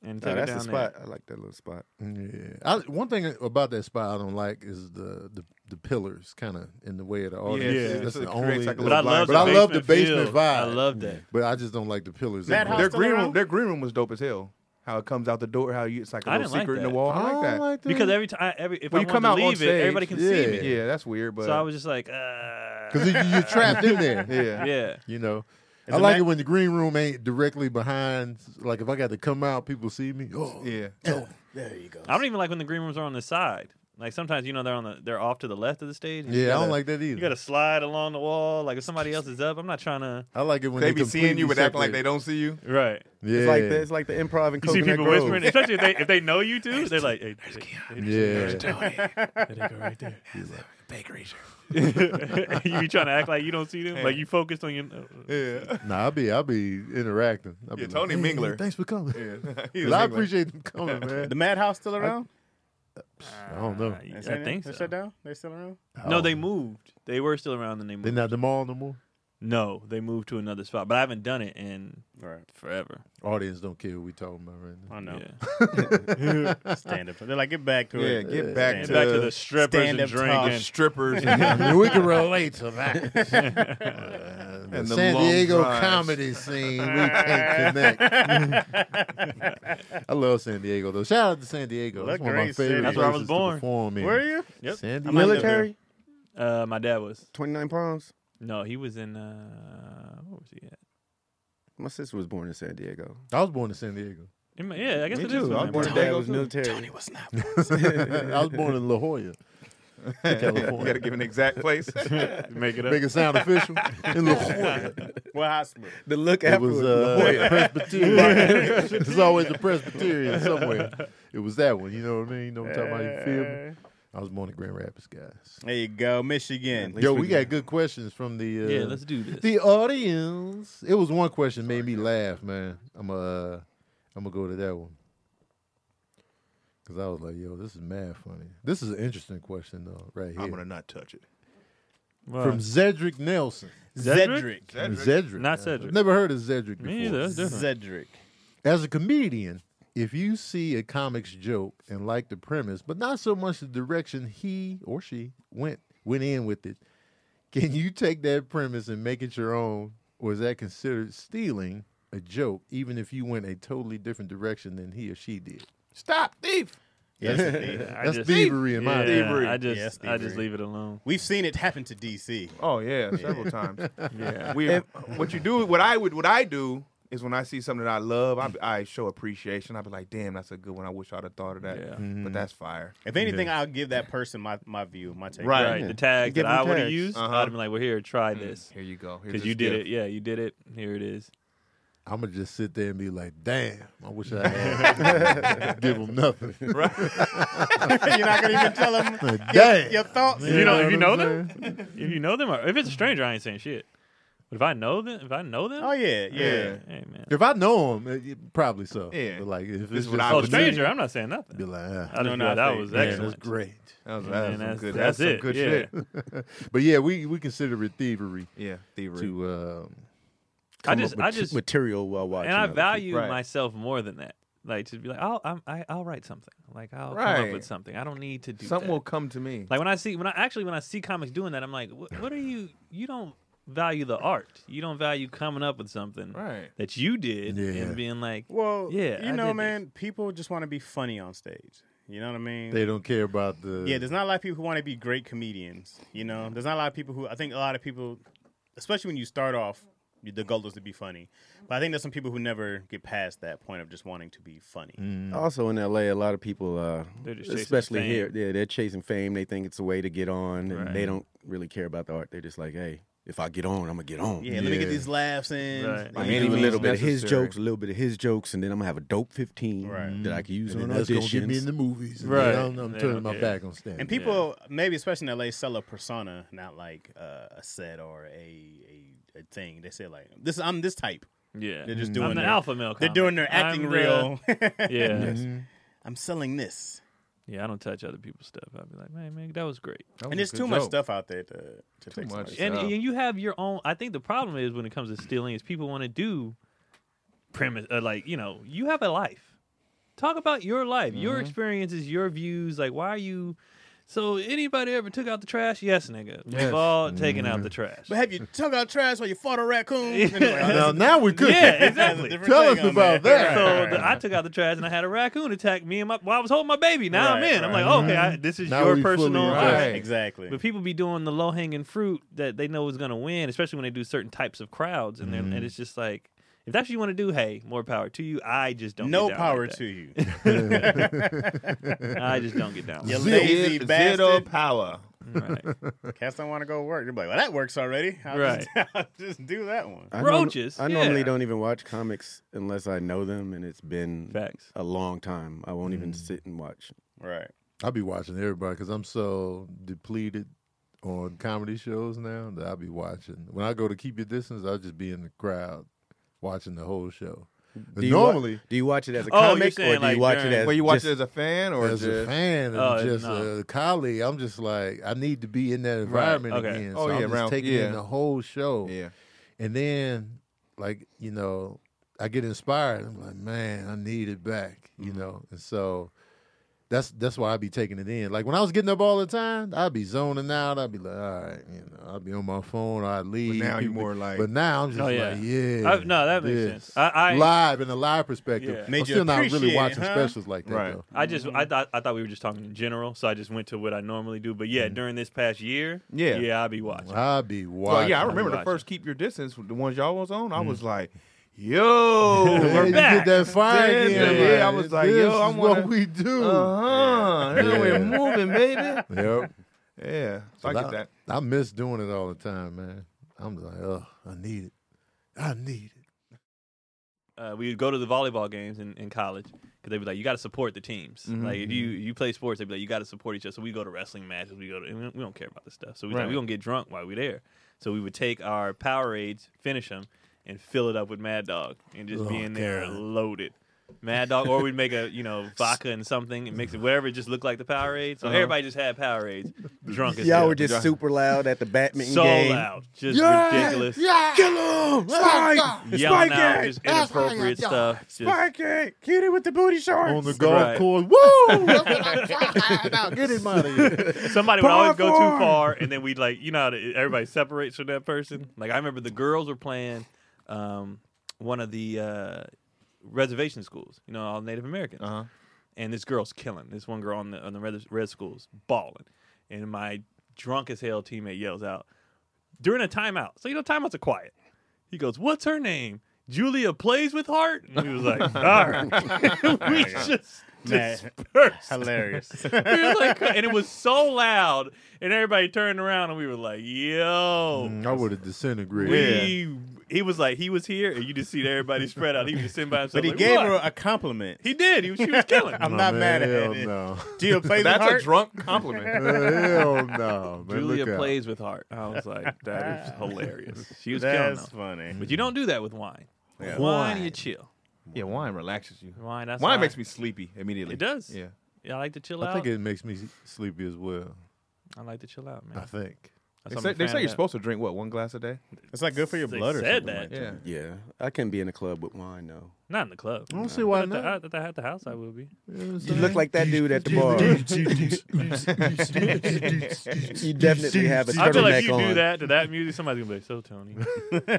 [SPEAKER 5] And took
[SPEAKER 4] Oh,
[SPEAKER 5] it
[SPEAKER 4] that's
[SPEAKER 5] down
[SPEAKER 4] the
[SPEAKER 5] there.
[SPEAKER 4] spot. I like that little spot.
[SPEAKER 1] Yeah. I, one thing about that spot I don't like is the the, the pillars kind of in the way of the audience.
[SPEAKER 5] it's-
[SPEAKER 1] That's
[SPEAKER 2] it's- it
[SPEAKER 1] the
[SPEAKER 2] creates
[SPEAKER 1] only.
[SPEAKER 2] like a
[SPEAKER 5] But I
[SPEAKER 2] little blind
[SPEAKER 5] love,
[SPEAKER 1] but I love the basement
[SPEAKER 5] feel.
[SPEAKER 1] vibe.
[SPEAKER 5] I love that.
[SPEAKER 1] but I just don't like the pillars. in
[SPEAKER 3] That
[SPEAKER 1] the
[SPEAKER 3] house
[SPEAKER 1] way.
[SPEAKER 2] Their
[SPEAKER 3] Still
[SPEAKER 2] green
[SPEAKER 3] around?
[SPEAKER 2] room, their green room was dope as hell. How it comes out the door, how you, it's like a
[SPEAKER 5] I
[SPEAKER 2] little
[SPEAKER 5] didn't like
[SPEAKER 2] secret in the
[SPEAKER 5] that.
[SPEAKER 2] wall.
[SPEAKER 1] I
[SPEAKER 2] I like
[SPEAKER 1] don't
[SPEAKER 2] that.
[SPEAKER 1] like that.
[SPEAKER 5] Because every time, every if
[SPEAKER 2] When
[SPEAKER 5] I
[SPEAKER 2] you
[SPEAKER 5] want
[SPEAKER 2] come
[SPEAKER 5] to
[SPEAKER 2] out on
[SPEAKER 5] leave it, everybody can
[SPEAKER 1] stage,
[SPEAKER 5] see me.
[SPEAKER 2] Yeah, that's weird. But
[SPEAKER 5] So I was just like,
[SPEAKER 1] Because
[SPEAKER 5] uh,
[SPEAKER 1] you, you're trapped in there.
[SPEAKER 2] yeah,
[SPEAKER 5] yeah.
[SPEAKER 1] You know,
[SPEAKER 3] Is
[SPEAKER 1] I
[SPEAKER 3] it
[SPEAKER 1] like
[SPEAKER 3] ma-
[SPEAKER 1] it when the green room ain't directly behind. Like if I got to come out, people see me. Oh,
[SPEAKER 2] yeah.
[SPEAKER 3] There you go.
[SPEAKER 5] I don't even like when the green rooms are on the side. Like sometimes you know they're on the they're off to the left of the stage. and you
[SPEAKER 1] yeah. I
[SPEAKER 5] gotta-
[SPEAKER 1] don't like that either.
[SPEAKER 5] You gotta slide along the wall. Like if somebody else is up, I'm not trying to.
[SPEAKER 1] I like it when
[SPEAKER 2] They be seeing you, but acting like
[SPEAKER 1] completely
[SPEAKER 2] they don't see you.
[SPEAKER 5] Right.
[SPEAKER 1] separate. Yeah,
[SPEAKER 4] It's like the, it's like the improv and
[SPEAKER 5] You see
[SPEAKER 4] Coconut
[SPEAKER 5] people
[SPEAKER 4] Grove.
[SPEAKER 5] whispering, especially if they if they know you too. They're like, hey,
[SPEAKER 1] Yeah,
[SPEAKER 5] you be trying to act like you don't see them, like you focused on your. oh,
[SPEAKER 2] Yeah,
[SPEAKER 1] nah, I'll be I'll be interacting. I'll
[SPEAKER 2] Yeah,
[SPEAKER 1] be
[SPEAKER 2] Tony
[SPEAKER 1] "Hey,
[SPEAKER 2] Mingler."
[SPEAKER 1] Thanks for coming.
[SPEAKER 2] yeah.
[SPEAKER 1] 'Cause I appreciate them coming, man.
[SPEAKER 3] The madhouse still around?
[SPEAKER 1] I don't know.
[SPEAKER 5] I,
[SPEAKER 3] They saying
[SPEAKER 5] think
[SPEAKER 3] they
[SPEAKER 5] so.
[SPEAKER 3] shut down. They still around?
[SPEAKER 5] No, they moved. They were still around, and they
[SPEAKER 1] They're
[SPEAKER 5] moved.
[SPEAKER 1] not at the mall no more.
[SPEAKER 5] no, they moved to another spot, but I haven't done it in
[SPEAKER 3] All right.
[SPEAKER 5] forever.
[SPEAKER 1] Audience don't care what we talking about right now.
[SPEAKER 3] I know.
[SPEAKER 5] Yeah.
[SPEAKER 3] Stand up. They're like, get back to
[SPEAKER 2] Yeah,
[SPEAKER 3] it.
[SPEAKER 2] get back
[SPEAKER 3] Stand
[SPEAKER 5] And
[SPEAKER 2] to-
[SPEAKER 5] back to the strippers
[SPEAKER 3] stand
[SPEAKER 5] and
[SPEAKER 3] up tall
[SPEAKER 5] drinking.
[SPEAKER 2] strippers
[SPEAKER 1] I
[SPEAKER 2] and
[SPEAKER 1] mean, we can relate to that. Uh, the
[SPEAKER 2] And the
[SPEAKER 1] San
[SPEAKER 2] long
[SPEAKER 1] Diego
[SPEAKER 2] drives.
[SPEAKER 1] comedy scene, we can't connect. I love San Diego though. Shout out to San Diego. That's
[SPEAKER 3] Look,
[SPEAKER 1] one of my
[SPEAKER 3] great city.
[SPEAKER 1] favorite
[SPEAKER 5] That's where I was
[SPEAKER 1] places
[SPEAKER 5] born.
[SPEAKER 1] to perform in.
[SPEAKER 3] Where are you?
[SPEAKER 5] Yep.
[SPEAKER 1] San
[SPEAKER 3] I
[SPEAKER 1] Diego.
[SPEAKER 3] might live
[SPEAKER 4] Military,
[SPEAKER 5] Uh, my dad was.
[SPEAKER 4] twenty nine palms.
[SPEAKER 5] No, he was in. Uh, what was he at?
[SPEAKER 4] My sister was born in San Diego.
[SPEAKER 1] I was born in San Diego.
[SPEAKER 5] In my- yeah, I guess
[SPEAKER 2] Me
[SPEAKER 5] it is.
[SPEAKER 2] too. I was born in
[SPEAKER 4] My
[SPEAKER 5] in Miami.
[SPEAKER 4] dad
[SPEAKER 2] Diego
[SPEAKER 4] was
[SPEAKER 2] too.
[SPEAKER 4] military.
[SPEAKER 1] I was born in La Jolla,
[SPEAKER 2] you got to
[SPEAKER 1] California.
[SPEAKER 2] give an exact place.
[SPEAKER 5] Make it up.
[SPEAKER 1] Make it sound official in La Jolla.
[SPEAKER 3] What hospital?
[SPEAKER 4] The look
[SPEAKER 1] It
[SPEAKER 4] after
[SPEAKER 1] was
[SPEAKER 4] La Jolla.
[SPEAKER 1] uh, Presbyterian. There's always a Presbyterian somewhere. It was that one. You know what I mean? You know what I'm talking about? You feel me? I was born in Grand Rapids, guys.
[SPEAKER 3] There you go, Michigan.
[SPEAKER 1] Yo, we got good questions from the uh,
[SPEAKER 5] Yeah, let's do this.
[SPEAKER 1] the audience. It was one question made me laugh, man. I'm uh, I'm gonna go to that one because I was like, "Yo, this is mad funny." This is an interesting question though, right here
[SPEAKER 2] I'm gonna not touch it.
[SPEAKER 5] Wow.
[SPEAKER 1] from Zedric Nelson.
[SPEAKER 5] Zedric?
[SPEAKER 3] Zedric.
[SPEAKER 1] Zedric,
[SPEAKER 5] Not
[SPEAKER 1] yeah.
[SPEAKER 5] Cedric.
[SPEAKER 1] Never heard of Zedric before.
[SPEAKER 5] Me either. That's different.
[SPEAKER 3] Zedric.
[SPEAKER 1] As a comedian, if you see a comic's joke and like the premise, but not so much the direction he or she went went in with it, can you take that premise and make it your own, or is that considered stealing a joke, even if you went a totally different direction than he or she did?
[SPEAKER 2] Stop thief.
[SPEAKER 3] Yes, indeed.
[SPEAKER 5] I
[SPEAKER 1] That's
[SPEAKER 5] just-
[SPEAKER 1] thievery in my
[SPEAKER 5] yeah,
[SPEAKER 1] opinion.
[SPEAKER 2] Thievery.
[SPEAKER 5] I just,
[SPEAKER 3] Yes,
[SPEAKER 5] I just
[SPEAKER 3] thievery.
[SPEAKER 5] leave it alone.
[SPEAKER 3] We've seen it happen to DC.
[SPEAKER 2] Oh yeah, several times. Yeah. We, what you do, what I would, what I do is when I see something that I love, I, I show appreciation. I be like, damn, that's a good one. I wish I'd have thought of that.
[SPEAKER 5] Yeah.
[SPEAKER 2] But that's fire.
[SPEAKER 3] If anything, I'll give that person my, my view, my take.
[SPEAKER 2] Right.
[SPEAKER 5] Right. The tags
[SPEAKER 4] Give
[SPEAKER 5] that
[SPEAKER 4] them
[SPEAKER 5] I would have
[SPEAKER 4] tags.
[SPEAKER 5] used,
[SPEAKER 2] Uh-huh.
[SPEAKER 5] I'd have been like, "Well, here, try this."
[SPEAKER 2] Here you go.
[SPEAKER 5] Because you did it, yeah, you did it. Here it is.
[SPEAKER 1] I'm gonna just sit there and be like, "Damn, I wish I had give him nothing."
[SPEAKER 3] You're not gonna even tell them
[SPEAKER 1] Like,
[SPEAKER 3] your,
[SPEAKER 1] Damn,
[SPEAKER 3] your thoughts.
[SPEAKER 5] You know, if you know
[SPEAKER 1] what I'm
[SPEAKER 5] them, if you know them, or if it's a stranger, I ain't saying shit. But if I know them, if I know them,
[SPEAKER 3] Oh yeah, yeah.
[SPEAKER 5] hey, hey, man.
[SPEAKER 1] If I know him, it, it- probably so.
[SPEAKER 2] Yeah.
[SPEAKER 1] But like if it's
[SPEAKER 2] This is
[SPEAKER 1] just
[SPEAKER 2] what I
[SPEAKER 5] Oh,
[SPEAKER 2] would do.
[SPEAKER 5] stranger, I'm not saying
[SPEAKER 1] be
[SPEAKER 5] nothing.
[SPEAKER 1] like, ah,
[SPEAKER 5] I just know
[SPEAKER 3] No, no, I
[SPEAKER 5] that
[SPEAKER 3] think-
[SPEAKER 5] was
[SPEAKER 3] Yeah,
[SPEAKER 1] man, that's
[SPEAKER 5] excellent.
[SPEAKER 1] great.
[SPEAKER 2] That was, that
[SPEAKER 5] Man,
[SPEAKER 2] was some
[SPEAKER 5] that's-
[SPEAKER 2] good. That's,
[SPEAKER 5] that's
[SPEAKER 2] some
[SPEAKER 5] it,
[SPEAKER 2] good
[SPEAKER 5] yeah.
[SPEAKER 2] shit.
[SPEAKER 1] But yeah, we we consider it thievery
[SPEAKER 2] Yeah, thievery.
[SPEAKER 1] to um,
[SPEAKER 5] I
[SPEAKER 4] Come up
[SPEAKER 5] just,
[SPEAKER 4] with
[SPEAKER 5] I just,
[SPEAKER 4] material while watching.
[SPEAKER 5] and I
[SPEAKER 4] other
[SPEAKER 5] value
[SPEAKER 2] Right.
[SPEAKER 5] myself more than that. Like to be like, I'll, I'm, I, I'll write something. Like I'll come
[SPEAKER 2] Right.
[SPEAKER 5] up with something. I don't need to do
[SPEAKER 2] Something
[SPEAKER 5] that.
[SPEAKER 2] will come to me.
[SPEAKER 5] Like when I see when I actually when I see comics doing that, I'm like, what, what are you? You don't value the art. You don't value coming up with something
[SPEAKER 2] Right.
[SPEAKER 5] that you did
[SPEAKER 1] Yeah.
[SPEAKER 5] and being like,
[SPEAKER 3] Well,
[SPEAKER 5] Yeah,
[SPEAKER 3] you
[SPEAKER 5] I
[SPEAKER 3] know,
[SPEAKER 5] did
[SPEAKER 3] man, people just want to be funny on stage. You know what I mean?
[SPEAKER 1] they don't care about the
[SPEAKER 3] yeah, there's not a lot of people who want to be great comedians. You know, there's not a lot of people who I think a lot of people, especially when you start off, the goal is to be funny. But I think there's some people who never get past that point of just wanting to be funny.
[SPEAKER 4] Mm, Also in LA, a lot of people, uh,
[SPEAKER 5] They're just chasing
[SPEAKER 4] especially
[SPEAKER 5] fame.
[SPEAKER 4] here, yeah, they're chasing fame. They think it's a way to get on, and
[SPEAKER 5] Right.
[SPEAKER 4] they don't really care about the art. They're just like, hey, if I get on, I'm gonna get on.
[SPEAKER 3] Yeah, let me get
[SPEAKER 1] Yeah.
[SPEAKER 3] these laughs in.
[SPEAKER 5] Right.
[SPEAKER 4] Like,
[SPEAKER 2] By any
[SPEAKER 4] do a
[SPEAKER 2] means
[SPEAKER 4] little bit of his
[SPEAKER 2] necessary.
[SPEAKER 4] jokes, a little bit of his jokes, and then I'm gonna have a dope 15
[SPEAKER 3] Right.
[SPEAKER 4] that I can use
[SPEAKER 1] And
[SPEAKER 4] on
[SPEAKER 1] then that's gonna get me
[SPEAKER 4] auditions.
[SPEAKER 1] in the movies. and
[SPEAKER 5] Right.
[SPEAKER 1] then I'm, I'm
[SPEAKER 5] They
[SPEAKER 1] turning
[SPEAKER 5] don't
[SPEAKER 1] my
[SPEAKER 5] care.
[SPEAKER 1] back on stand.
[SPEAKER 3] And people, maybe especially in LA, sell a persona, not like uh, a set or a, a a thing. They say like this. I'm this type.
[SPEAKER 5] Yeah,
[SPEAKER 3] They're just
[SPEAKER 5] I'm
[SPEAKER 3] doing
[SPEAKER 5] the
[SPEAKER 3] their-
[SPEAKER 5] alpha male.
[SPEAKER 3] They're
[SPEAKER 5] comic.
[SPEAKER 3] doing their acting
[SPEAKER 5] I'm the-
[SPEAKER 3] real.
[SPEAKER 5] yeah,
[SPEAKER 3] Mm-hmm. I'm selling this,
[SPEAKER 5] yeah. I don't touch other people's stuff. I'd be like, man, man, that was great.
[SPEAKER 1] That was
[SPEAKER 3] and
[SPEAKER 1] a
[SPEAKER 3] there's
[SPEAKER 1] good
[SPEAKER 3] too much
[SPEAKER 1] joke.
[SPEAKER 3] stuff out there to to take.
[SPEAKER 1] much.
[SPEAKER 3] somebody.
[SPEAKER 5] And,
[SPEAKER 1] So-
[SPEAKER 5] and you have your own. I think the problem is when it comes to stealing is people want to do premise uh, like you know you have a life. Talk about your life,
[SPEAKER 1] Mm-hmm.
[SPEAKER 5] your experiences, your views. Like why are you? So anybody ever took out the trash? Yes, nigga.
[SPEAKER 1] Yes. Mm-hmm.
[SPEAKER 5] We've all taken out the trash.
[SPEAKER 3] But have you took out trash while you fought a raccoon?
[SPEAKER 1] Now, now we could.
[SPEAKER 5] Yeah, exactly.
[SPEAKER 1] Tell us about that.
[SPEAKER 5] so the, I took out the trash and I had a raccoon attack me and my. Well, I was holding my baby. Now I'm
[SPEAKER 3] Right,
[SPEAKER 5] in. I'm
[SPEAKER 3] right.
[SPEAKER 5] like, oh, okay, I, this is
[SPEAKER 1] Mm-hmm. Now we
[SPEAKER 5] your
[SPEAKER 1] fully
[SPEAKER 5] personal.
[SPEAKER 1] right.
[SPEAKER 5] Right.
[SPEAKER 3] exactly.
[SPEAKER 5] But people be doing the low hanging fruit that they know is going to win, especially when they do certain types of crowds, and then and it's just like, if that's what you want to do, hey, more power to you. I just don't.
[SPEAKER 3] no
[SPEAKER 5] get down
[SPEAKER 3] power
[SPEAKER 5] like
[SPEAKER 3] to you.
[SPEAKER 5] that. I just don't get down.
[SPEAKER 3] You
[SPEAKER 1] Zero.
[SPEAKER 2] Zero-
[SPEAKER 3] lazy
[SPEAKER 2] Zero
[SPEAKER 3] bastard.
[SPEAKER 2] power.
[SPEAKER 5] like that. Right.
[SPEAKER 3] Cats don't want to go work. You're like, well, that works already. I'll just- I'll just do that one.
[SPEAKER 4] I norm-
[SPEAKER 5] Roaches,
[SPEAKER 4] I normally
[SPEAKER 5] yeah.
[SPEAKER 4] don't even watch comics unless I know them, and it's been
[SPEAKER 5] Facts.
[SPEAKER 4] a long time. I won't
[SPEAKER 1] Mm.
[SPEAKER 4] even sit and watch.
[SPEAKER 3] Right.
[SPEAKER 1] I'll be watching everybody because I'm so depleted on comedy shows now that I'll be watching. When I go to keep your distance, I'll just be in the crowd watching the whole show. But
[SPEAKER 4] Do you wa-
[SPEAKER 1] normally,
[SPEAKER 4] do you watch it as a
[SPEAKER 5] Oh, you're
[SPEAKER 4] comic,
[SPEAKER 5] saying,
[SPEAKER 4] or do
[SPEAKER 5] like,
[SPEAKER 4] you watch it
[SPEAKER 5] during-
[SPEAKER 4] as
[SPEAKER 2] Where you watch
[SPEAKER 4] just-
[SPEAKER 2] it as a fan or
[SPEAKER 1] as a
[SPEAKER 2] just
[SPEAKER 1] fan and
[SPEAKER 5] Oh,
[SPEAKER 1] just
[SPEAKER 5] no.
[SPEAKER 1] a colleague, I'm just like I need to be in that environment
[SPEAKER 5] okay.
[SPEAKER 1] again.
[SPEAKER 2] Oh,
[SPEAKER 1] so
[SPEAKER 2] yeah,
[SPEAKER 1] I'm just
[SPEAKER 2] round-
[SPEAKER 1] taking
[SPEAKER 2] yeah.
[SPEAKER 1] in the whole show.
[SPEAKER 2] yeah.
[SPEAKER 1] And then, like, you know, I get inspired. I'm like, man, I need it back, you
[SPEAKER 2] Mm-hmm.
[SPEAKER 1] know? And so that's that's why I be taking it in. Like, when I was getting up all the time, I'd be zoning out. I'd be like, all right, you know, I'd be on my phone or I'd leave.
[SPEAKER 2] now you
[SPEAKER 1] People-
[SPEAKER 2] more like-
[SPEAKER 1] But now I'm just
[SPEAKER 5] Oh, yeah.
[SPEAKER 1] like, yeah.
[SPEAKER 5] I- no, that makes
[SPEAKER 1] this.
[SPEAKER 5] sense. I- I-
[SPEAKER 1] live in a live perspective.
[SPEAKER 5] Yeah.
[SPEAKER 3] Made
[SPEAKER 1] I'm
[SPEAKER 3] you
[SPEAKER 1] still not
[SPEAKER 3] appreciate
[SPEAKER 1] really
[SPEAKER 3] it,
[SPEAKER 1] watching
[SPEAKER 3] huh?
[SPEAKER 1] specials like that,
[SPEAKER 2] Right.
[SPEAKER 1] though.
[SPEAKER 5] I just I thought I thought we were just talking in general, so I just went to what I normally do. But yeah, during this past year,
[SPEAKER 2] Yeah.
[SPEAKER 5] yeah, I'll be watching.
[SPEAKER 1] I'd be watching.
[SPEAKER 2] Well, yeah, I remember the
[SPEAKER 5] Watch
[SPEAKER 2] first Keep Your Distance, the ones y'all was on. I was like, yo,
[SPEAKER 1] Yeah,
[SPEAKER 5] We're
[SPEAKER 1] you
[SPEAKER 5] back.
[SPEAKER 1] get that fire
[SPEAKER 2] Yeah,
[SPEAKER 1] again.
[SPEAKER 2] yeah, I
[SPEAKER 1] like,
[SPEAKER 2] was like,
[SPEAKER 1] this
[SPEAKER 2] yo, I
[SPEAKER 1] is
[SPEAKER 2] wanna-
[SPEAKER 1] what we do.
[SPEAKER 2] Uh huh.
[SPEAKER 1] Yeah.
[SPEAKER 2] We're moving, baby.
[SPEAKER 1] Yep.
[SPEAKER 2] Yeah. So I
[SPEAKER 1] But
[SPEAKER 2] get that.
[SPEAKER 1] I miss doing it all the time, man. I'm like, oh, I need it. I need it.
[SPEAKER 5] uh, we would go to the volleyball games in, in college because they'd be like, you got to support the teams.
[SPEAKER 4] Mm-hmm,
[SPEAKER 5] Like if you you play sports, they'd be like, you got to support each other. So we go to wrestling matches. We go to and we don't- we don't care about this stuff. So we
[SPEAKER 2] Right.
[SPEAKER 5] like, we gonna get drunk while we there. So we would take our Powerades, finish them, and fill it up with Mad Dog, and just be
[SPEAKER 1] Oh,
[SPEAKER 5] in there
[SPEAKER 1] God.
[SPEAKER 5] loaded. Mad Dog, or we'd make a you know vodka and something and mix it whatever. It just looked like the Powerade. So everybody just had Powerades, drunk as
[SPEAKER 4] Uh-huh. Y'all
[SPEAKER 5] hell.
[SPEAKER 4] were just super loud at the badminton
[SPEAKER 5] so
[SPEAKER 4] game.
[SPEAKER 5] loud, just ridiculous,
[SPEAKER 1] Yeah.
[SPEAKER 4] Kill him! Spike!
[SPEAKER 5] yelling out
[SPEAKER 4] it!
[SPEAKER 5] just
[SPEAKER 1] That's how you
[SPEAKER 5] inappropriate
[SPEAKER 1] do it.
[SPEAKER 5] stuff. Just,
[SPEAKER 2] it. Cutie with the booty shorts.
[SPEAKER 1] On the golf
[SPEAKER 5] Right.
[SPEAKER 1] course. Woo! That's what I tried. Now get him out of here.
[SPEAKER 5] Somebody would
[SPEAKER 4] Par
[SPEAKER 5] always go
[SPEAKER 4] four.
[SPEAKER 5] too far, and then we'd like, you know, how the- everybody separates from that person. Like I remember the girls were playing um, one of the uh, reservation schools, you know, all Native Americans,
[SPEAKER 2] Uh-huh.
[SPEAKER 5] and this girl's killing. This one girl on the on the red, red schools balling, and my drunk as hell teammate yells out during a timeout. So you know, timeouts are quiet. He goes, "What's her name?" Julia plays with heart. And he was like, "All right, we just."
[SPEAKER 3] Man,
[SPEAKER 5] dispersed.
[SPEAKER 3] hilarious.
[SPEAKER 5] We were like, and it was so loud, and everybody turned around, and we were like, "Yo,
[SPEAKER 1] Mm, I would have disintegrated.
[SPEAKER 5] we." He was like, he was here, and you just see everybody spread out. He was just sitting by himself.
[SPEAKER 3] but he
[SPEAKER 5] like,
[SPEAKER 3] gave
[SPEAKER 5] "What?"
[SPEAKER 3] her a compliment.
[SPEAKER 5] He did. He was, she was killing.
[SPEAKER 3] I'm
[SPEAKER 1] Oh,
[SPEAKER 3] not mad at
[SPEAKER 1] hell
[SPEAKER 3] it.
[SPEAKER 1] No.
[SPEAKER 3] Julia plays with
[SPEAKER 2] That's a
[SPEAKER 3] heart.
[SPEAKER 2] drunk compliment.
[SPEAKER 1] hell no. Man, look
[SPEAKER 5] Julia
[SPEAKER 1] out.
[SPEAKER 5] plays with heart. I was like, that is hilarious. She was killing.
[SPEAKER 3] That's
[SPEAKER 5] Them.
[SPEAKER 3] funny.
[SPEAKER 5] But you don't do that with wine.
[SPEAKER 2] Yeah.
[SPEAKER 5] Wine,
[SPEAKER 2] Wine.
[SPEAKER 5] you chill.
[SPEAKER 2] yeah, wine relaxes you.
[SPEAKER 5] Wine, that's
[SPEAKER 2] Wine
[SPEAKER 5] why-
[SPEAKER 2] makes me sleepy immediately.
[SPEAKER 5] It does.
[SPEAKER 2] Yeah.
[SPEAKER 5] Yeah, I like to chill
[SPEAKER 1] I
[SPEAKER 5] out.
[SPEAKER 1] think it makes me sleepy as well.
[SPEAKER 5] I like to chill out, man.
[SPEAKER 1] I think.
[SPEAKER 5] That's
[SPEAKER 2] They
[SPEAKER 5] why I'm
[SPEAKER 2] say,
[SPEAKER 5] a
[SPEAKER 2] they
[SPEAKER 5] fan
[SPEAKER 2] say
[SPEAKER 5] of
[SPEAKER 2] you're
[SPEAKER 5] that.
[SPEAKER 2] supposed to drink what one glass a day.
[SPEAKER 3] It's like good for your
[SPEAKER 5] They
[SPEAKER 3] blood or
[SPEAKER 5] said
[SPEAKER 3] something
[SPEAKER 5] that.
[SPEAKER 3] like
[SPEAKER 2] Yeah.
[SPEAKER 4] Yeah, I can be in a club with wine though.
[SPEAKER 5] Not in the club.
[SPEAKER 1] I don't see why
[SPEAKER 5] At the,
[SPEAKER 1] not.
[SPEAKER 5] at the, at the house, I will be.
[SPEAKER 1] You know what I'm
[SPEAKER 4] You look
[SPEAKER 1] saying?
[SPEAKER 4] like that dude at the
[SPEAKER 1] Oh,
[SPEAKER 4] bar. you definitely have a
[SPEAKER 5] I feel
[SPEAKER 4] turtleneck
[SPEAKER 5] like if you
[SPEAKER 4] on.
[SPEAKER 5] do that to that music, somebody's gonna be like, "So Tony,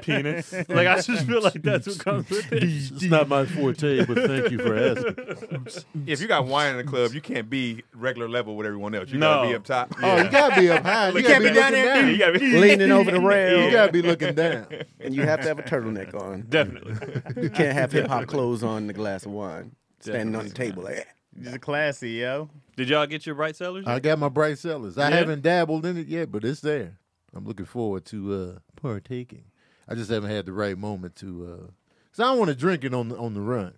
[SPEAKER 5] penis." Like I just feel like that's what comes with it.
[SPEAKER 6] It's not my forte, but thank you for asking.
[SPEAKER 2] If you got wine in the club, you can't be regular level with everyone else. You
[SPEAKER 5] No.
[SPEAKER 2] gotta be up top.
[SPEAKER 1] Oh, you gotta be up high. You
[SPEAKER 2] You
[SPEAKER 1] gotta
[SPEAKER 2] can't
[SPEAKER 1] be
[SPEAKER 2] be down
[SPEAKER 1] looking
[SPEAKER 2] there.
[SPEAKER 1] down.
[SPEAKER 2] You gotta be.
[SPEAKER 4] Leaning over the rail,
[SPEAKER 1] You gotta be looking down.
[SPEAKER 4] and you have to have a turtleneck on.
[SPEAKER 5] Definitely.
[SPEAKER 4] You can't have hip hop clothes on and a glass of wine, standing on the table. Like,
[SPEAKER 3] Just classy, yo.
[SPEAKER 5] Did y'all get your bright sellers?
[SPEAKER 1] I got my bright sellers. I
[SPEAKER 5] Yeah?
[SPEAKER 1] haven't dabbled in it yet, but it's there. I'm looking forward to uh, partaking. I just haven't had the right moment to. Uh, Cause I don't want to drink it on the on the run.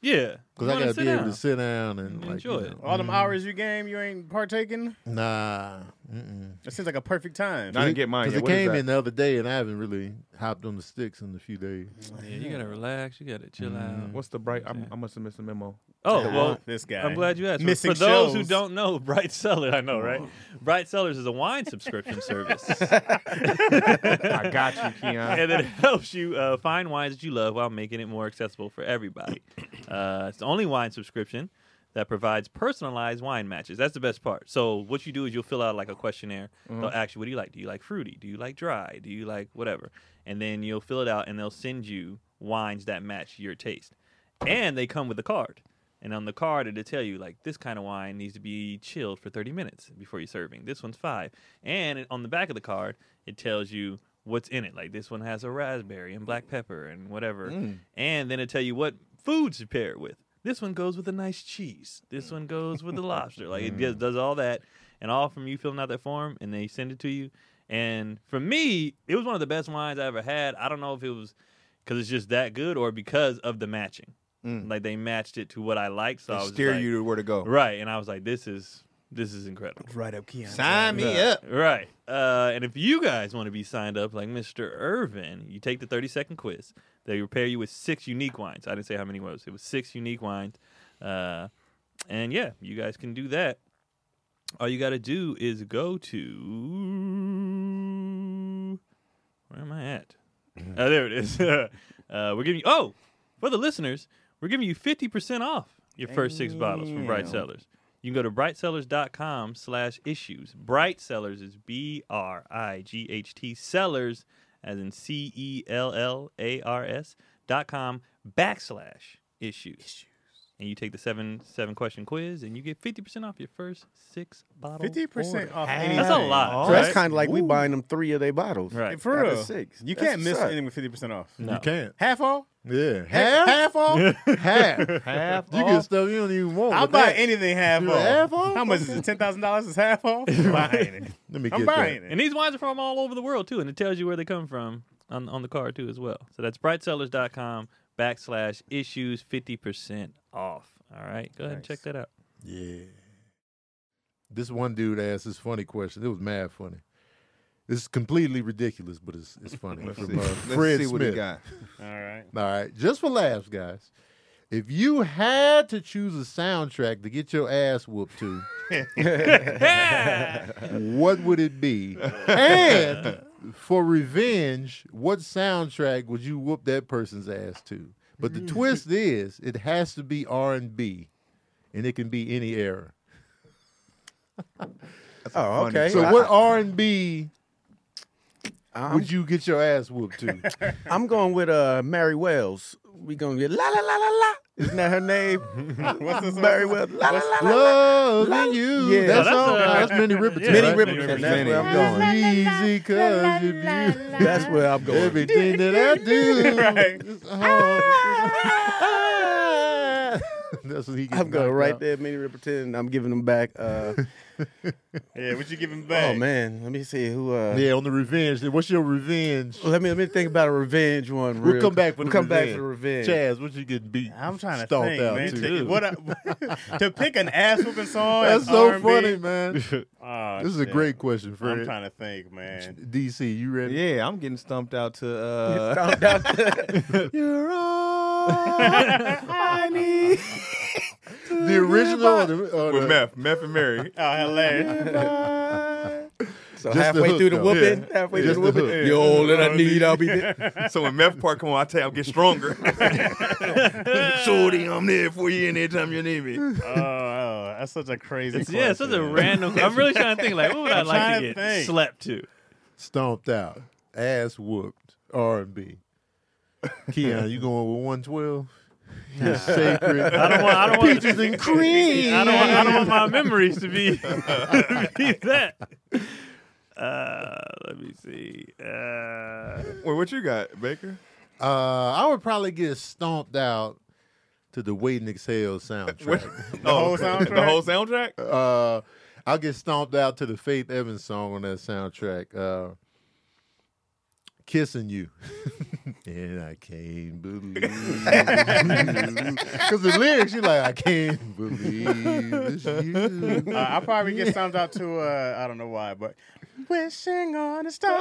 [SPEAKER 5] yeah.
[SPEAKER 1] Cause I gotta be able to sit down and like,
[SPEAKER 5] Enjoy
[SPEAKER 1] you
[SPEAKER 5] it.
[SPEAKER 1] know,
[SPEAKER 3] All them hours you game, you ain't partaking.
[SPEAKER 1] Nah, mm-mm.
[SPEAKER 3] That seems like a perfect time.
[SPEAKER 2] I didn't get mine
[SPEAKER 1] Cause
[SPEAKER 2] yet.
[SPEAKER 1] it
[SPEAKER 2] What is
[SPEAKER 1] came
[SPEAKER 2] that?
[SPEAKER 1] in the other day, and I haven't really hopped on the sticks in a few days.
[SPEAKER 5] Yeah, you gotta relax. You gotta chill
[SPEAKER 1] Mm-hmm.
[SPEAKER 5] out.
[SPEAKER 2] What's the bright? I'm, I must have missed a memo.
[SPEAKER 5] Oh well,
[SPEAKER 3] this guy.
[SPEAKER 5] I'm glad you asked.
[SPEAKER 3] Missing
[SPEAKER 5] For those who
[SPEAKER 3] shows.
[SPEAKER 5] don't know, Bright Cellar, I know, right? Bright Cellars is a wine subscription service,
[SPEAKER 2] I got you, Keon.
[SPEAKER 5] and it helps you uh, find wines that you love while making it more accessible for everybody. Uh, it's the only wine subscription that provides personalized wine matches. That's the best part. So what you do is you'll fill out like a questionnaire. They'll ask you, "What do you like? Do you like fruity? Do you like dry? Do you like whatever?" And then you'll fill it out, and they'll send you wines that match your taste. and they come with a card. And on the card, it'll tell you like this kind of wine needs to be chilled for 30 minutes before you're serving. This one's five. And it- on the back of the card, it tells you what's in it. Like this one has a raspberry and black pepper and whatever. And then it'll tell you what foods to pair it with. This one goes with a nice cheese. This one goes with the lobster. Like it just does all that, and all from you filling out that form, and they send it to you. And for me, it was one of the best wines I ever had. I don't know if it was because it's just that good or because of the matching. Like they matched it to what I liked, so I was just
[SPEAKER 2] Mm. Steer
[SPEAKER 5] like-
[SPEAKER 2] you to where to go.
[SPEAKER 5] right, and I was like, "This is this is incredible."
[SPEAKER 3] right up Keon.
[SPEAKER 2] Sign me up.
[SPEAKER 5] Right. Uh, and if you guys want to be signed up like Mr. Irvin, you take the 30 second quiz. They prepare you with six unique wines. I didn't say how many it was. It was six unique wines. Uh, and yeah, you guys can do that. All you got to do is go to. Where am I at? Oh, there it is. uh, we're giving you. Oh, for the listeners, we're giving you 50% off your first six bottles from Bright Sellers. You can go to brightsellers.com slash issues. Bright Sellers is B R I G H T Sellers, as in C E L L A R S dot com backslash issues. issues. And you take the seven seven question quiz and you get 50% off your first six bottles.
[SPEAKER 3] Fifty percent off. anything.
[SPEAKER 5] That's a lot.
[SPEAKER 4] so that's
[SPEAKER 5] right?
[SPEAKER 4] kind of like we buying them three of their bottles.
[SPEAKER 5] Right.
[SPEAKER 3] For
[SPEAKER 4] Out of
[SPEAKER 3] real,
[SPEAKER 4] six.
[SPEAKER 3] you
[SPEAKER 4] That's
[SPEAKER 3] can't miss
[SPEAKER 4] what's up.
[SPEAKER 3] anything with fifty percent off.
[SPEAKER 1] You can't.
[SPEAKER 3] Half off,
[SPEAKER 1] Yeah,
[SPEAKER 3] half, half off.
[SPEAKER 1] half.
[SPEAKER 2] Half
[SPEAKER 1] You get stuff you don't even want.
[SPEAKER 3] I'll
[SPEAKER 1] with
[SPEAKER 3] buy
[SPEAKER 1] Oh, that.
[SPEAKER 3] anything half
[SPEAKER 1] You
[SPEAKER 3] off.
[SPEAKER 1] half off?
[SPEAKER 3] How much is it? Ten thousand dollars is half off. I'm buying it.
[SPEAKER 1] Let me get
[SPEAKER 3] I'm
[SPEAKER 1] that.
[SPEAKER 3] buying it.
[SPEAKER 5] And these wines are from all over the world too, and it tells you where they come from on, on the card too as well. So that's brightsellers.com backslash issues fifty percent off. All right. Go ahead and check that out.
[SPEAKER 1] Yeah. This one dude asked this funny question. It was mad funny. It's completely ridiculous, but it's it's funny.
[SPEAKER 2] Let's see.
[SPEAKER 1] From, uh,
[SPEAKER 2] Let's
[SPEAKER 1] Fred
[SPEAKER 2] see what he
[SPEAKER 1] Smith.
[SPEAKER 2] got.
[SPEAKER 3] All right.
[SPEAKER 1] All right, just for laughs, guys. If you had to choose a soundtrack to get your ass whooped to, what would it be? And for revenge, what soundtrack would you whoop that person's ass to? But the twist is, it has to be R and B, and it can be any era.
[SPEAKER 4] Oh, okay.
[SPEAKER 1] So
[SPEAKER 4] I-
[SPEAKER 1] what R and B
[SPEAKER 4] I'm,
[SPEAKER 1] would you get your ass whooped to?
[SPEAKER 4] I'm going with uh, Mary Wells. We gonna get la la la la la. Isn't that her name?
[SPEAKER 3] What's this?
[SPEAKER 4] Mary Wells. La la la la.
[SPEAKER 1] Loving you.
[SPEAKER 4] Yeah.
[SPEAKER 1] That's,
[SPEAKER 5] No, that's,
[SPEAKER 1] all.
[SPEAKER 5] uh,
[SPEAKER 1] that's Minnie Riperton.
[SPEAKER 5] yeah,
[SPEAKER 4] Minnie
[SPEAKER 1] right?
[SPEAKER 4] Riperton. That's where I'm going.
[SPEAKER 1] Easy, cause you're beautiful.
[SPEAKER 4] That's where I'm going.
[SPEAKER 1] Everything that I do. is
[SPEAKER 3] Right.
[SPEAKER 1] hard. Oh. That's what he gets
[SPEAKER 4] I'm going
[SPEAKER 1] knocked
[SPEAKER 4] right
[SPEAKER 1] out.
[SPEAKER 4] there, Minnie Riperton. I'm giving them back. Uh,
[SPEAKER 3] Yeah, what you giving back?
[SPEAKER 4] oh man, let me see who. Uh,
[SPEAKER 1] Yeah, on the revenge. What's your revenge?
[SPEAKER 4] Let me let me think about a revenge one.
[SPEAKER 1] We'll
[SPEAKER 4] real-
[SPEAKER 1] come back for
[SPEAKER 4] we'll
[SPEAKER 1] the
[SPEAKER 4] come back
[SPEAKER 1] revenge.
[SPEAKER 4] for the revenge.
[SPEAKER 1] Chaz, what you getting beat?
[SPEAKER 3] I'm trying to
[SPEAKER 1] stomped
[SPEAKER 3] think,
[SPEAKER 1] out
[SPEAKER 3] man.
[SPEAKER 1] too.
[SPEAKER 3] To, what I- to pick an ass whooping song.
[SPEAKER 1] That's
[SPEAKER 3] in
[SPEAKER 1] so
[SPEAKER 3] R&B?
[SPEAKER 1] funny, man. this
[SPEAKER 3] Oh,
[SPEAKER 1] is a
[SPEAKER 3] shit.
[SPEAKER 1] great question, Fred.
[SPEAKER 3] I'm trying to think, man.
[SPEAKER 1] DC, you ready?
[SPEAKER 2] Yeah, I'm getting stumped out to. uh
[SPEAKER 4] Down- down-
[SPEAKER 1] You're all I need. the original or the, or
[SPEAKER 2] With
[SPEAKER 1] the
[SPEAKER 2] Meth, Meth and Mary.
[SPEAKER 3] Oh, hilarious.
[SPEAKER 4] So
[SPEAKER 1] Just the
[SPEAKER 4] halfway
[SPEAKER 1] hook,
[SPEAKER 4] through the
[SPEAKER 1] though.
[SPEAKER 4] whooping,
[SPEAKER 1] Yeah.
[SPEAKER 4] halfway
[SPEAKER 1] Just
[SPEAKER 4] through the
[SPEAKER 1] the
[SPEAKER 4] whooping,
[SPEAKER 1] hook.
[SPEAKER 4] you all that I need, I'll be there.
[SPEAKER 2] So when Meth Park come on, I tell you, I'll get stronger. Shorty, I'm there for you anytime you need me.
[SPEAKER 3] Oh, oh, that's such a crazy.
[SPEAKER 5] It's, yeah, it's such
[SPEAKER 3] question,
[SPEAKER 5] a
[SPEAKER 3] man.
[SPEAKER 5] random. I'm really trying to think. Like, what would I
[SPEAKER 3] I'm
[SPEAKER 5] like
[SPEAKER 3] trying
[SPEAKER 5] to
[SPEAKER 3] to
[SPEAKER 5] get
[SPEAKER 3] think.
[SPEAKER 5] slept to?
[SPEAKER 1] Stomped out, ass whooped, R and B. Keon, you going with one twelve? Your sacred
[SPEAKER 5] I don't want. I don't want.
[SPEAKER 1] peaches and cream.
[SPEAKER 5] I don't want. I don't want my memories to be, to be that. Uh, let me see. Uh,
[SPEAKER 2] Well, what you got, Baker?
[SPEAKER 1] Uh, I would probably get stomped out to the Wait and Exhale soundtrack.
[SPEAKER 2] The
[SPEAKER 3] whole soundtrack?
[SPEAKER 2] Oh, The whole soundtrack?
[SPEAKER 1] uh, I'll get stomped out to the Faith Evans song on that soundtrack. Uh, Kissing you, and I can't believe because the lyrics you're like I can't believe it's you.
[SPEAKER 3] Uh, I'll probably get summed out to uh, I don't know why, but wishing on a star,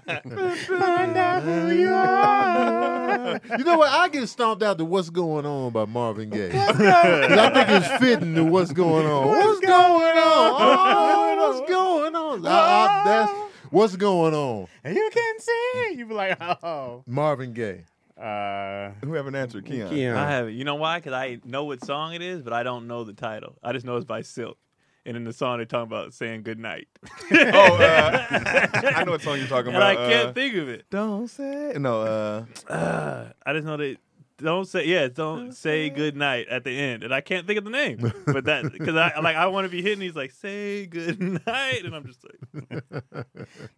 [SPEAKER 3] find out who you are.
[SPEAKER 1] You know what? I get stomped out to "What's Going On" by Marvin Gaye. 'Cause I think it's fitting to "What's Going On." What's going on? Oh, what's going on? I- I- that's what's going on.
[SPEAKER 3] And you can see. You be like, oh,
[SPEAKER 1] Marvin Gaye.
[SPEAKER 3] uh,
[SPEAKER 2] Who haven't answered? Keon.
[SPEAKER 5] I
[SPEAKER 4] Keon,
[SPEAKER 5] haven't. You know why? Because I know what song it is, but I don't know the title. I just know it's by Silk. And in the song, they're talking about saying goodnight.
[SPEAKER 2] Oh, uh, I know what song you're talking
[SPEAKER 5] and
[SPEAKER 2] about.
[SPEAKER 5] I can't
[SPEAKER 2] uh,
[SPEAKER 5] think of it.
[SPEAKER 2] Don't say no. Uh,
[SPEAKER 5] Uh, I just know that. Don't say yeah. Don't say goodnight at the end, and I can't think of the name. But that because I like I want to be hitting. He's like say goodnight, and I'm just like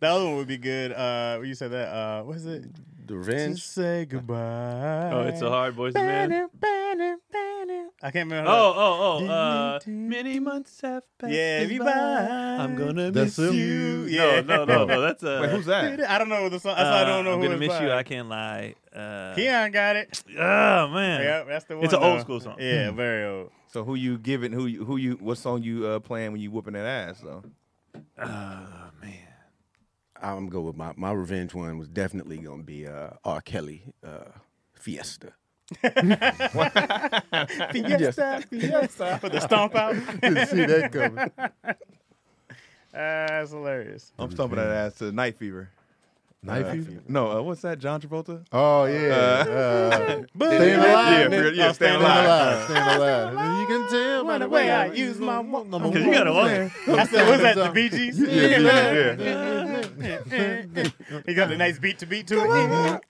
[SPEAKER 3] the other one would be good. Uh, you said that. Uh, what is it? Uh,
[SPEAKER 4] the revenge.
[SPEAKER 3] Just say goodbye.
[SPEAKER 5] oh, it's a hard voice to man.
[SPEAKER 3] Banner, banner, banner. I can't remember.
[SPEAKER 5] Oh oh oh. Uh, many months have passed.
[SPEAKER 3] Yeah, if you
[SPEAKER 5] by.
[SPEAKER 3] buy-
[SPEAKER 5] I'm gonna
[SPEAKER 1] That's
[SPEAKER 5] miss
[SPEAKER 1] him?
[SPEAKER 5] you.
[SPEAKER 3] Yeah.
[SPEAKER 5] No no no no. That's uh,
[SPEAKER 2] wait, who's that?
[SPEAKER 3] I don't know the song. That's why I
[SPEAKER 5] uh,
[SPEAKER 3] don't know
[SPEAKER 5] I'm
[SPEAKER 3] who
[SPEAKER 5] gonna
[SPEAKER 3] it's
[SPEAKER 5] miss
[SPEAKER 3] by.
[SPEAKER 5] you. I can't lie. Uh,
[SPEAKER 3] Keon got it.
[SPEAKER 5] Oh man.
[SPEAKER 3] Yeah, that's the one.
[SPEAKER 5] It's an old
[SPEAKER 3] though.
[SPEAKER 5] school song. Hmm.
[SPEAKER 3] Yeah, very old.
[SPEAKER 2] So who you giving? Who you, who you? What song you uh, playing when you whooping that ass though?
[SPEAKER 5] Oh man.
[SPEAKER 4] I'm go with my my revenge one was definitely gonna be uh, R. Kelly uh, Fiesta.
[SPEAKER 3] Fiesta, fiesta. With the stomp out.
[SPEAKER 1] Didn't see that coming.
[SPEAKER 3] Ah, that's hilarious.
[SPEAKER 2] I'm stomping that ass to Night Fever.
[SPEAKER 1] Knife you?
[SPEAKER 2] No, uh, what's that? John Travolta?
[SPEAKER 1] Oh yeah.
[SPEAKER 2] Uh,
[SPEAKER 1] Uh,
[SPEAKER 3] Believe
[SPEAKER 1] staying
[SPEAKER 3] it.
[SPEAKER 1] alive.
[SPEAKER 2] Yeah,
[SPEAKER 1] nigga.
[SPEAKER 2] yeah,
[SPEAKER 3] Oh,
[SPEAKER 2] staying
[SPEAKER 1] Staying alive. Staying alive. You can tell by the way I use my one.
[SPEAKER 5] Because you gotta walk.
[SPEAKER 3] I said, what's that? The Bee Gees?
[SPEAKER 1] Yeah, yeah, yeah.
[SPEAKER 3] He got a nice beat to beat to it.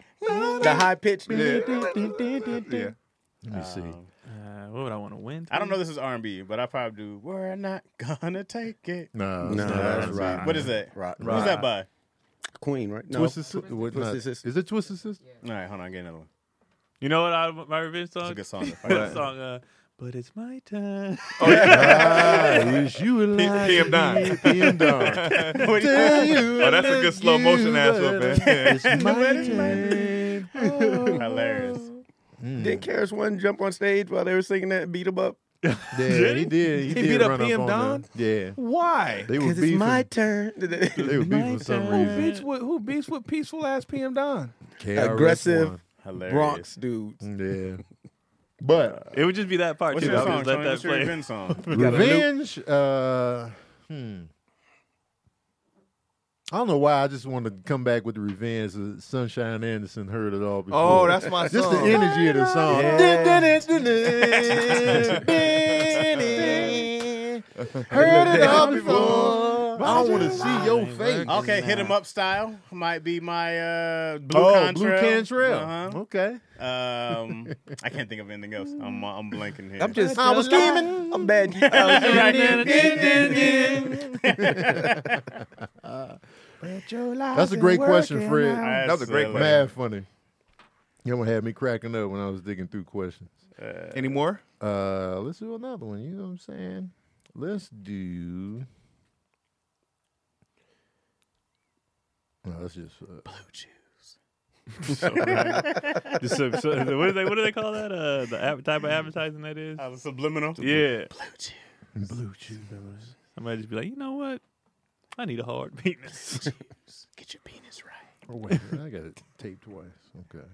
[SPEAKER 4] The high pitch.
[SPEAKER 2] Yeah.
[SPEAKER 1] Let me see.
[SPEAKER 5] Uh, what would I want to win?
[SPEAKER 3] I don't know. This is R and B, but I probably do. We're not gonna take it.
[SPEAKER 1] No,
[SPEAKER 4] No, that's
[SPEAKER 1] right.
[SPEAKER 3] What is that?
[SPEAKER 4] Rock,
[SPEAKER 3] Who's that by?
[SPEAKER 4] Queen, right? No.
[SPEAKER 1] Twisted Sister.
[SPEAKER 4] Twisted Sister.
[SPEAKER 1] Is it Twisted Sister?
[SPEAKER 3] All right, hold on, get another one.
[SPEAKER 5] You know what? I, my revenge
[SPEAKER 3] It's
[SPEAKER 5] song.
[SPEAKER 3] a good song. though.
[SPEAKER 5] That song. Uh, but it's my time.
[SPEAKER 1] Ah, is you alive?
[SPEAKER 2] PM Don.
[SPEAKER 1] PM Don.
[SPEAKER 3] What do you-
[SPEAKER 1] Tell you
[SPEAKER 2] Oh, that's a
[SPEAKER 1] I
[SPEAKER 2] good
[SPEAKER 1] love
[SPEAKER 2] slow motion
[SPEAKER 1] you,
[SPEAKER 2] ass whooping.
[SPEAKER 1] but It's my
[SPEAKER 3] But it's my
[SPEAKER 1] time.
[SPEAKER 3] Hilarious.
[SPEAKER 4] Did Karis one jump on stage while they were singing that beat 'em up?
[SPEAKER 1] Yeah, he did. He, did
[SPEAKER 2] beat up
[SPEAKER 1] run
[SPEAKER 2] PM
[SPEAKER 1] on
[SPEAKER 2] Don?
[SPEAKER 1] them. Yeah,
[SPEAKER 2] Why?
[SPEAKER 1] they were
[SPEAKER 4] Because it's
[SPEAKER 1] beefing.
[SPEAKER 4] my turn.
[SPEAKER 1] They were beefing for some reason.
[SPEAKER 2] Beats with, who beats with peaceful ass PM Don?
[SPEAKER 1] KRS-One.
[SPEAKER 4] Aggressive
[SPEAKER 3] Hilarious.
[SPEAKER 4] Bronx dudes.
[SPEAKER 1] Yeah. But
[SPEAKER 5] It would just be that part
[SPEAKER 3] What's
[SPEAKER 5] too.
[SPEAKER 3] your
[SPEAKER 5] I would
[SPEAKER 3] song?
[SPEAKER 5] just let
[SPEAKER 3] Tony? What's
[SPEAKER 5] that
[SPEAKER 3] your
[SPEAKER 5] play.
[SPEAKER 3] revenge song?
[SPEAKER 1] revenge. Uh, hmm. I don't know why I just wanted to come back with the revenge. Of Sunshine Anderson heard it all before.
[SPEAKER 2] Oh, that's my
[SPEAKER 1] just
[SPEAKER 2] song.
[SPEAKER 1] the energy of the song. Heard it all before. I want to see your face.
[SPEAKER 3] Okay, hit 'em up style might be my uh, blue
[SPEAKER 1] Oh,
[SPEAKER 3] Contrail.
[SPEAKER 1] Blue Cantrell.
[SPEAKER 3] Uh-huh.
[SPEAKER 1] Okay.
[SPEAKER 3] Um, I can't think of anything else. I'm uh, I'm blanking here.
[SPEAKER 4] I'm just.
[SPEAKER 1] I was
[SPEAKER 4] alive.
[SPEAKER 1] scheming.
[SPEAKER 4] I'm bad.
[SPEAKER 3] Right now.
[SPEAKER 1] That's a great question, Fred.
[SPEAKER 3] That's
[SPEAKER 2] That was a great
[SPEAKER 3] hilarious.
[SPEAKER 1] Mad funny. That one had me cracking up when I was digging through questions.
[SPEAKER 2] Any more?
[SPEAKER 1] Uh, let's do another one. You know what I'm saying? Let's do. No, that's just uh,
[SPEAKER 5] Just some- so- what, do they, what do they call that? Uh, the ad- type of advertising that is.
[SPEAKER 3] Uh, the subliminal.
[SPEAKER 5] Yeah.
[SPEAKER 1] blue chew.
[SPEAKER 5] Somebody just be like, you know what? I need a hard penis.
[SPEAKER 3] Get your penis right.
[SPEAKER 1] Oh wait, I got it taped twice. Okay.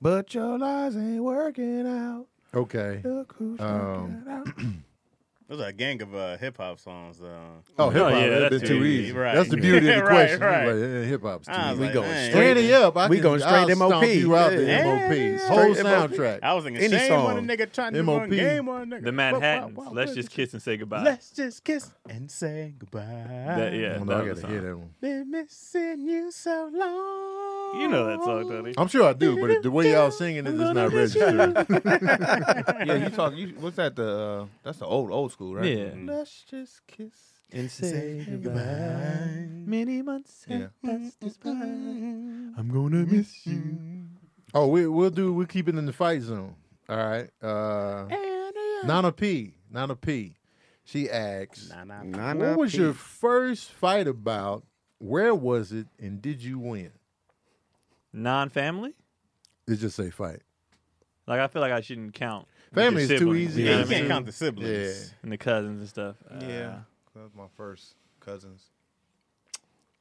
[SPEAKER 2] But your lies ain't working out.
[SPEAKER 1] Okay.
[SPEAKER 2] Look who's
[SPEAKER 1] Um,
[SPEAKER 2] working out.
[SPEAKER 3] Those are a gang of uh, hip hop songs. Uh,
[SPEAKER 1] Oh, hip hop.
[SPEAKER 6] yeah,
[SPEAKER 1] that's,
[SPEAKER 6] that's
[SPEAKER 1] too
[SPEAKER 6] too
[SPEAKER 1] easy.
[SPEAKER 3] easy, right.
[SPEAKER 1] That's the beauty of the
[SPEAKER 3] Right,
[SPEAKER 1] question.
[SPEAKER 3] right.
[SPEAKER 1] hip hop's too
[SPEAKER 3] I was
[SPEAKER 1] easy.
[SPEAKER 3] like,
[SPEAKER 4] going
[SPEAKER 3] man.
[SPEAKER 1] Straight it up. I
[SPEAKER 4] We
[SPEAKER 1] can-
[SPEAKER 4] going straight
[SPEAKER 1] I'll
[SPEAKER 4] MOP.
[SPEAKER 1] stomp You out there,
[SPEAKER 3] Yeah.
[SPEAKER 1] MOP.
[SPEAKER 3] Yeah.
[SPEAKER 1] Whole
[SPEAKER 4] Straight MOP.
[SPEAKER 1] soundtrack.
[SPEAKER 3] I was thinking
[SPEAKER 4] Any
[SPEAKER 3] shame on a
[SPEAKER 4] song.
[SPEAKER 3] nigga trying to run
[SPEAKER 1] M.O.P..
[SPEAKER 3] game on a nigga.
[SPEAKER 5] The Manhattan. Let's just kiss and say goodbye.
[SPEAKER 3] Let's just kiss and say goodbye.
[SPEAKER 5] That-
[SPEAKER 1] I
[SPEAKER 5] yeah,
[SPEAKER 1] don't know,
[SPEAKER 5] that
[SPEAKER 1] I
[SPEAKER 5] was
[SPEAKER 1] gotta
[SPEAKER 5] the
[SPEAKER 1] hear
[SPEAKER 5] song.
[SPEAKER 1] that one.
[SPEAKER 3] Been missing you so long.
[SPEAKER 5] You know that song, Tony.
[SPEAKER 1] I'm sure I do, but the way y'all singing it is not registered.
[SPEAKER 2] yeah, you talking? You, what's that? The uh, that's the old old school, right?
[SPEAKER 5] Yeah.
[SPEAKER 2] Let's just kiss.
[SPEAKER 5] And
[SPEAKER 2] say goodbye.
[SPEAKER 5] Many months
[SPEAKER 2] Yeah.
[SPEAKER 5] I'm gonna miss you.
[SPEAKER 1] oh, we, we'll do. We'll keep it in the fight zone. All right. Uh, Nana P. Nana P. She asks,
[SPEAKER 3] Nah, nah.
[SPEAKER 4] Nana
[SPEAKER 1] "What was
[SPEAKER 4] P.
[SPEAKER 1] your first fight about? Where was it, and did you win?"
[SPEAKER 5] Non-family?
[SPEAKER 1] It just say fight.
[SPEAKER 5] Like I feel like I shouldn't count. with
[SPEAKER 1] Family
[SPEAKER 5] your
[SPEAKER 1] is too
[SPEAKER 5] siblings,
[SPEAKER 1] easy.
[SPEAKER 5] You
[SPEAKER 3] Yeah,
[SPEAKER 5] know
[SPEAKER 3] you
[SPEAKER 5] what I
[SPEAKER 3] can't
[SPEAKER 5] mean?
[SPEAKER 3] count the siblings.
[SPEAKER 5] And the cousins and stuff.
[SPEAKER 2] Yeah.
[SPEAKER 5] Uh,
[SPEAKER 2] That was my first cousins.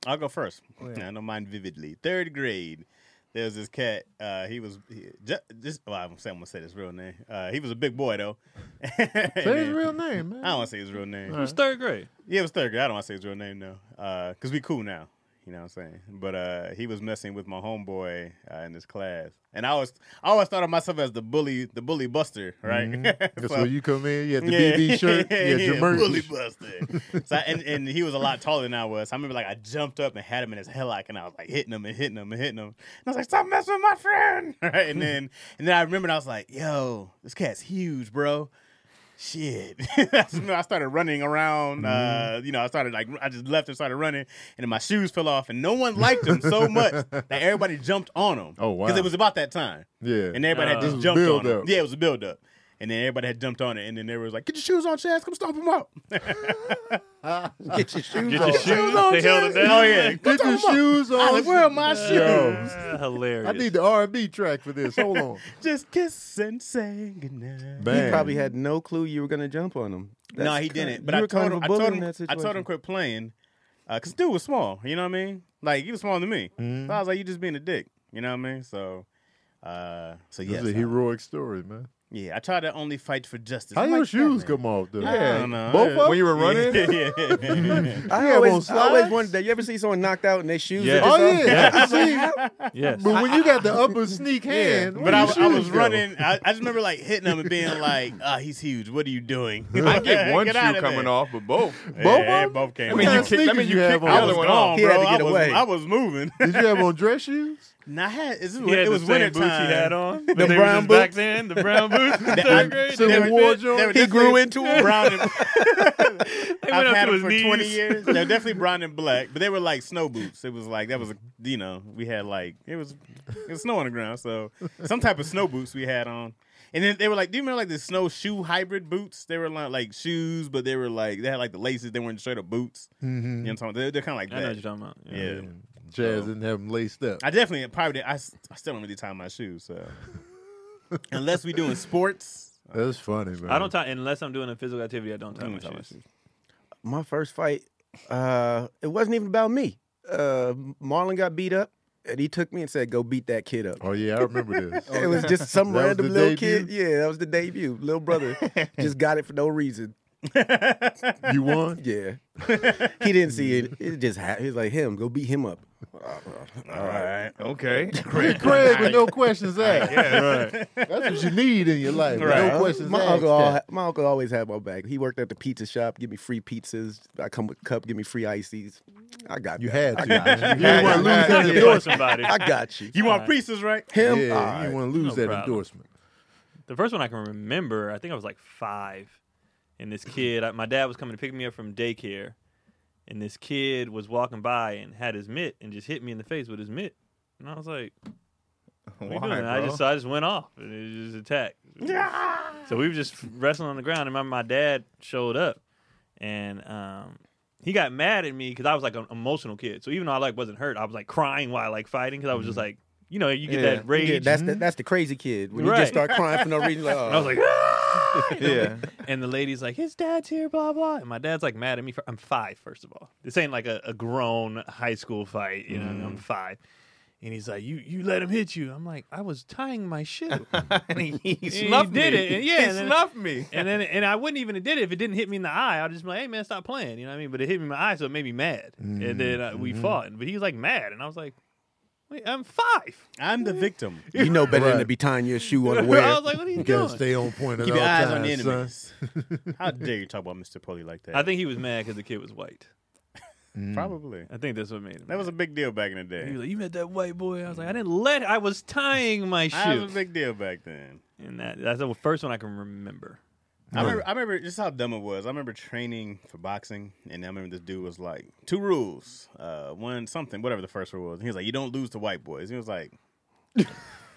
[SPEAKER 3] I'll go first.
[SPEAKER 2] Oh, yeah.
[SPEAKER 3] I know mine vividly. Third grade, there was this cat. Uh, he was he, just, just. Well, I'm saying I'm gonna say his real name. Uh, he was a big boy though.
[SPEAKER 1] Say his real name, man.
[SPEAKER 3] I don't want to say his real name.
[SPEAKER 5] It was third grade.
[SPEAKER 3] Yeah, it was third grade. I don't want to say his real name though, because we cool now. You know what I'm saying? But uh, he was messing with my homeboy uh, in this class, and I always, I always thought of myself as the bully, the bully buster, right?
[SPEAKER 1] Mm-hmm. That's
[SPEAKER 3] So-
[SPEAKER 1] where you come in. You had the BB shirt. You had your merch.
[SPEAKER 3] bully buster. so I, and, and he was a lot taller than I was. I remember like I jumped up and had him in his headlock, and I was like hitting him and hitting him and hitting him. And I was like, "Stop messing with my friend!" Right? And then and then I remembered I was like, "Yo, this cat's huge, bro." Shit! That's when I started running around. Uh,
[SPEAKER 1] Mm-hmm.
[SPEAKER 3] you know, I started like I just left and started running, and then my shoes fell off, and no one liked him so much that everybody jumped on him.
[SPEAKER 1] Oh, wow.
[SPEAKER 3] Because it was about that time.
[SPEAKER 1] Yeah.
[SPEAKER 3] And everybody had
[SPEAKER 5] Uh,
[SPEAKER 3] just
[SPEAKER 1] It was
[SPEAKER 3] jumped on
[SPEAKER 1] build
[SPEAKER 3] him.
[SPEAKER 1] up.
[SPEAKER 3] Yeah, it was a build up. And then everybody had jumped on it. And then everybody was like, get your shoes on, Chaz. Come stomp him out.
[SPEAKER 4] Get your shoes
[SPEAKER 5] Get
[SPEAKER 4] on.
[SPEAKER 5] your shoes. They held it down.
[SPEAKER 3] Oh, yeah. Oh.
[SPEAKER 1] Get your shoes on.
[SPEAKER 3] I was like, where are my
[SPEAKER 1] Yo.
[SPEAKER 3] shoes?
[SPEAKER 5] Uh, hilarious.
[SPEAKER 1] I need the R and B track for this. Hold on.
[SPEAKER 3] Just kiss and say goodnight.
[SPEAKER 1] Man.
[SPEAKER 4] He probably had no clue you were gonna jump on him.
[SPEAKER 3] no, he didn't. But I told, him, I told him, I told him quit playing. Because dude was small. You know what I mean? Like, he was smaller than me.
[SPEAKER 1] Mm-hmm.
[SPEAKER 3] So I was like, you just being a dick. You know what I mean? So, uh, so
[SPEAKER 1] This
[SPEAKER 3] yes.
[SPEAKER 1] is a
[SPEAKER 3] I-
[SPEAKER 1] heroic story, man.
[SPEAKER 3] yeah, I try to only fight for justice.
[SPEAKER 1] How
[SPEAKER 3] I'm
[SPEAKER 1] your
[SPEAKER 3] like,
[SPEAKER 1] shoes
[SPEAKER 3] "Damn it."
[SPEAKER 1] come off though?
[SPEAKER 3] I don't know.
[SPEAKER 1] Both of
[SPEAKER 2] When you were running,
[SPEAKER 3] yeah, yeah, yeah.
[SPEAKER 4] I
[SPEAKER 1] Yeah, on
[SPEAKER 4] always, I always
[SPEAKER 1] slides?
[SPEAKER 4] wondered that. You ever see someone knocked out and their shoes?
[SPEAKER 5] Yeah.
[SPEAKER 4] are
[SPEAKER 1] Oh
[SPEAKER 4] just off?
[SPEAKER 1] yeah, I can see.
[SPEAKER 5] yes.
[SPEAKER 1] But when you got the upper sneak hand,
[SPEAKER 3] But I, I was running. I, I just remember like hitting him and being like, "Ah, he's huge. What are you doing?"
[SPEAKER 2] I get one
[SPEAKER 3] Get
[SPEAKER 2] shoe
[SPEAKER 3] outta
[SPEAKER 2] coming
[SPEAKER 3] there.
[SPEAKER 2] off, but both.
[SPEAKER 1] Both of
[SPEAKER 3] yeah,
[SPEAKER 1] 'em?
[SPEAKER 3] both
[SPEAKER 1] I
[SPEAKER 3] came.
[SPEAKER 2] I
[SPEAKER 3] off.
[SPEAKER 2] mean, you
[SPEAKER 1] kind of
[SPEAKER 2] kick, I
[SPEAKER 1] sneakers
[SPEAKER 2] mean, you
[SPEAKER 1] you
[SPEAKER 2] kick
[SPEAKER 1] have
[SPEAKER 2] the
[SPEAKER 1] on?
[SPEAKER 2] other
[SPEAKER 3] I was
[SPEAKER 2] one off.
[SPEAKER 3] gone,
[SPEAKER 4] He had
[SPEAKER 3] bro.
[SPEAKER 4] to get
[SPEAKER 3] I was,
[SPEAKER 4] away.
[SPEAKER 3] I was moving.
[SPEAKER 1] Did you have on dress shoes?
[SPEAKER 3] and I had. This is
[SPEAKER 5] He
[SPEAKER 3] when,
[SPEAKER 5] had
[SPEAKER 3] it was
[SPEAKER 5] the same
[SPEAKER 3] winter
[SPEAKER 5] boots he
[SPEAKER 3] time.
[SPEAKER 5] had on. The
[SPEAKER 4] brown
[SPEAKER 5] back then. The brown boots. in third grade.
[SPEAKER 1] So
[SPEAKER 5] They
[SPEAKER 1] the
[SPEAKER 5] were-
[SPEAKER 1] war
[SPEAKER 5] they were
[SPEAKER 1] joint?
[SPEAKER 4] He grew
[SPEAKER 3] Definitely
[SPEAKER 4] into him.
[SPEAKER 3] Brown
[SPEAKER 5] They
[SPEAKER 3] and I've
[SPEAKER 5] went up
[SPEAKER 3] had
[SPEAKER 5] to
[SPEAKER 3] them
[SPEAKER 5] his
[SPEAKER 3] for
[SPEAKER 5] knees.
[SPEAKER 3] twenty years. They're definitely brown and black, but they were like snow boots. It was like that was you know we had like it was it was snow on the ground, so some type of snow boots we had on. And then they were like, do you remember like the snow shoe hybrid boots? They were like, like shoes, but they were like they had like the laces. They weren't straight up boots.
[SPEAKER 5] Mm-hmm.
[SPEAKER 3] You know what I'm talking about? They're, kind of like
[SPEAKER 5] I know what
[SPEAKER 3] that.
[SPEAKER 5] you're talking about.
[SPEAKER 3] yeah.
[SPEAKER 1] Jazz didn't have them laced up.
[SPEAKER 3] I definitely probably did- I, s- I still don't really tie my shoes. So unless we doing sports,
[SPEAKER 1] That's funny, man.
[SPEAKER 5] I don't tie unless I'm doing a physical activity. I don't tie
[SPEAKER 3] I
[SPEAKER 5] my
[SPEAKER 3] don't tie my
[SPEAKER 5] shoes.
[SPEAKER 3] shoes.
[SPEAKER 4] My first fight, uh, it wasn't even about me. Uh, Marlon got beat up, and he took me and said, "Go beat that kid up."
[SPEAKER 1] Oh yeah, I remember this.
[SPEAKER 3] Oh,
[SPEAKER 4] It was just some
[SPEAKER 1] That was
[SPEAKER 4] random
[SPEAKER 1] the
[SPEAKER 4] little
[SPEAKER 1] debut?
[SPEAKER 4] kid. Yeah, that was the debut. Little brother just got it for no reason.
[SPEAKER 1] You won.
[SPEAKER 4] Yeah, he didn't see it. It just happened. He was like, "Him, go beat him up."
[SPEAKER 2] All right, okay.
[SPEAKER 1] Big Craig with no questions asked. That's what you need in your life. with
[SPEAKER 3] Right.
[SPEAKER 1] No questions
[SPEAKER 4] my
[SPEAKER 1] asked.
[SPEAKER 4] uncle,
[SPEAKER 1] cat.
[SPEAKER 4] all, my uncle always had my back. He worked at the pizza shop, give me free pizzas. I come with a cup, give me free ices. I got
[SPEAKER 1] You had
[SPEAKER 4] that. I
[SPEAKER 1] to.
[SPEAKER 4] got you.
[SPEAKER 1] You didn't want to lose that
[SPEAKER 5] You play
[SPEAKER 1] endorsement.
[SPEAKER 5] somebody.
[SPEAKER 4] I got you.
[SPEAKER 3] You want pieces, right?
[SPEAKER 4] Him, all
[SPEAKER 1] Yeah,
[SPEAKER 4] right.
[SPEAKER 1] you want to lose
[SPEAKER 5] No
[SPEAKER 1] that
[SPEAKER 5] problem.
[SPEAKER 1] endorsement.
[SPEAKER 5] The first one I can remember, I think I was like five, and this kid, I, my dad was coming to pick me up from daycare, and this kid was walking by and had his mitt and just hit me in the face with his mitt, and I was like, "What are you doing?" And I just, so I just went off and it was just attacked. So we were just wrestling on the ground, and my, my dad showed up, and um, he got mad at me because I was like an emotional kid. So even though I like wasn't hurt, I was like crying while like fighting because I was just like, you know, Mm-hmm. you get
[SPEAKER 2] Yeah.
[SPEAKER 5] that rage.
[SPEAKER 4] Yeah, that's the, that's the crazy kid when you
[SPEAKER 5] Right.
[SPEAKER 4] just start crying for no reason. Like,
[SPEAKER 5] and I was
[SPEAKER 4] oh.
[SPEAKER 5] like, "Ah!"
[SPEAKER 2] yeah.
[SPEAKER 5] And the lady's like, his dad's here, blah, blah. And my dad's like mad at me for,
[SPEAKER 2] Mm.
[SPEAKER 5] I'm five, first of all. This ain't like a, a grown high school fight, you know, I'm five. And he's like, "You you let him hit you." I'm like, "I was tying my shoe."
[SPEAKER 2] and he, he
[SPEAKER 5] he
[SPEAKER 2] snuffed
[SPEAKER 5] did
[SPEAKER 2] me.
[SPEAKER 5] it, and yeah,
[SPEAKER 2] he
[SPEAKER 5] and then-
[SPEAKER 2] snuffed me.
[SPEAKER 5] and then and I wouldn't even have did it if it didn't hit me in the eye. I'd just be like, hey man, stop playing. You know what I mean? But it hit me in the eye, so it made me mad. And then uh,
[SPEAKER 2] Mm-hmm.
[SPEAKER 5] we fought. But he was like mad, and I was like, wait, I'm five.
[SPEAKER 3] I'm the victim.
[SPEAKER 4] You know better than
[SPEAKER 1] Right.
[SPEAKER 4] to be tying your shoe on the
[SPEAKER 5] I
[SPEAKER 4] wear.
[SPEAKER 5] was like, what are you
[SPEAKER 1] You gotta
[SPEAKER 5] doing?
[SPEAKER 1] stay on point at
[SPEAKER 3] Keep
[SPEAKER 1] all
[SPEAKER 3] your eyes on the
[SPEAKER 1] times, son.
[SPEAKER 3] enemies. How dare you talk about Mr. Pulley like that?
[SPEAKER 5] I think he was mad because the kid was white.
[SPEAKER 3] probably
[SPEAKER 5] I think that's what made him.
[SPEAKER 3] that was a
[SPEAKER 5] mad.
[SPEAKER 3] big deal back in the
[SPEAKER 5] He was
[SPEAKER 3] day.
[SPEAKER 5] like, you met that white boy. I was like, I didn't let. I was tying my shoe.
[SPEAKER 3] That was a big deal back then.
[SPEAKER 5] and that that's the first one I can remember.
[SPEAKER 3] I remember, I remember just how dumb it was. I remember training for boxing, and I remember this dude was like, two rules, uh, one something, whatever the first rule was. he was like, you don't lose to white boys. He was like,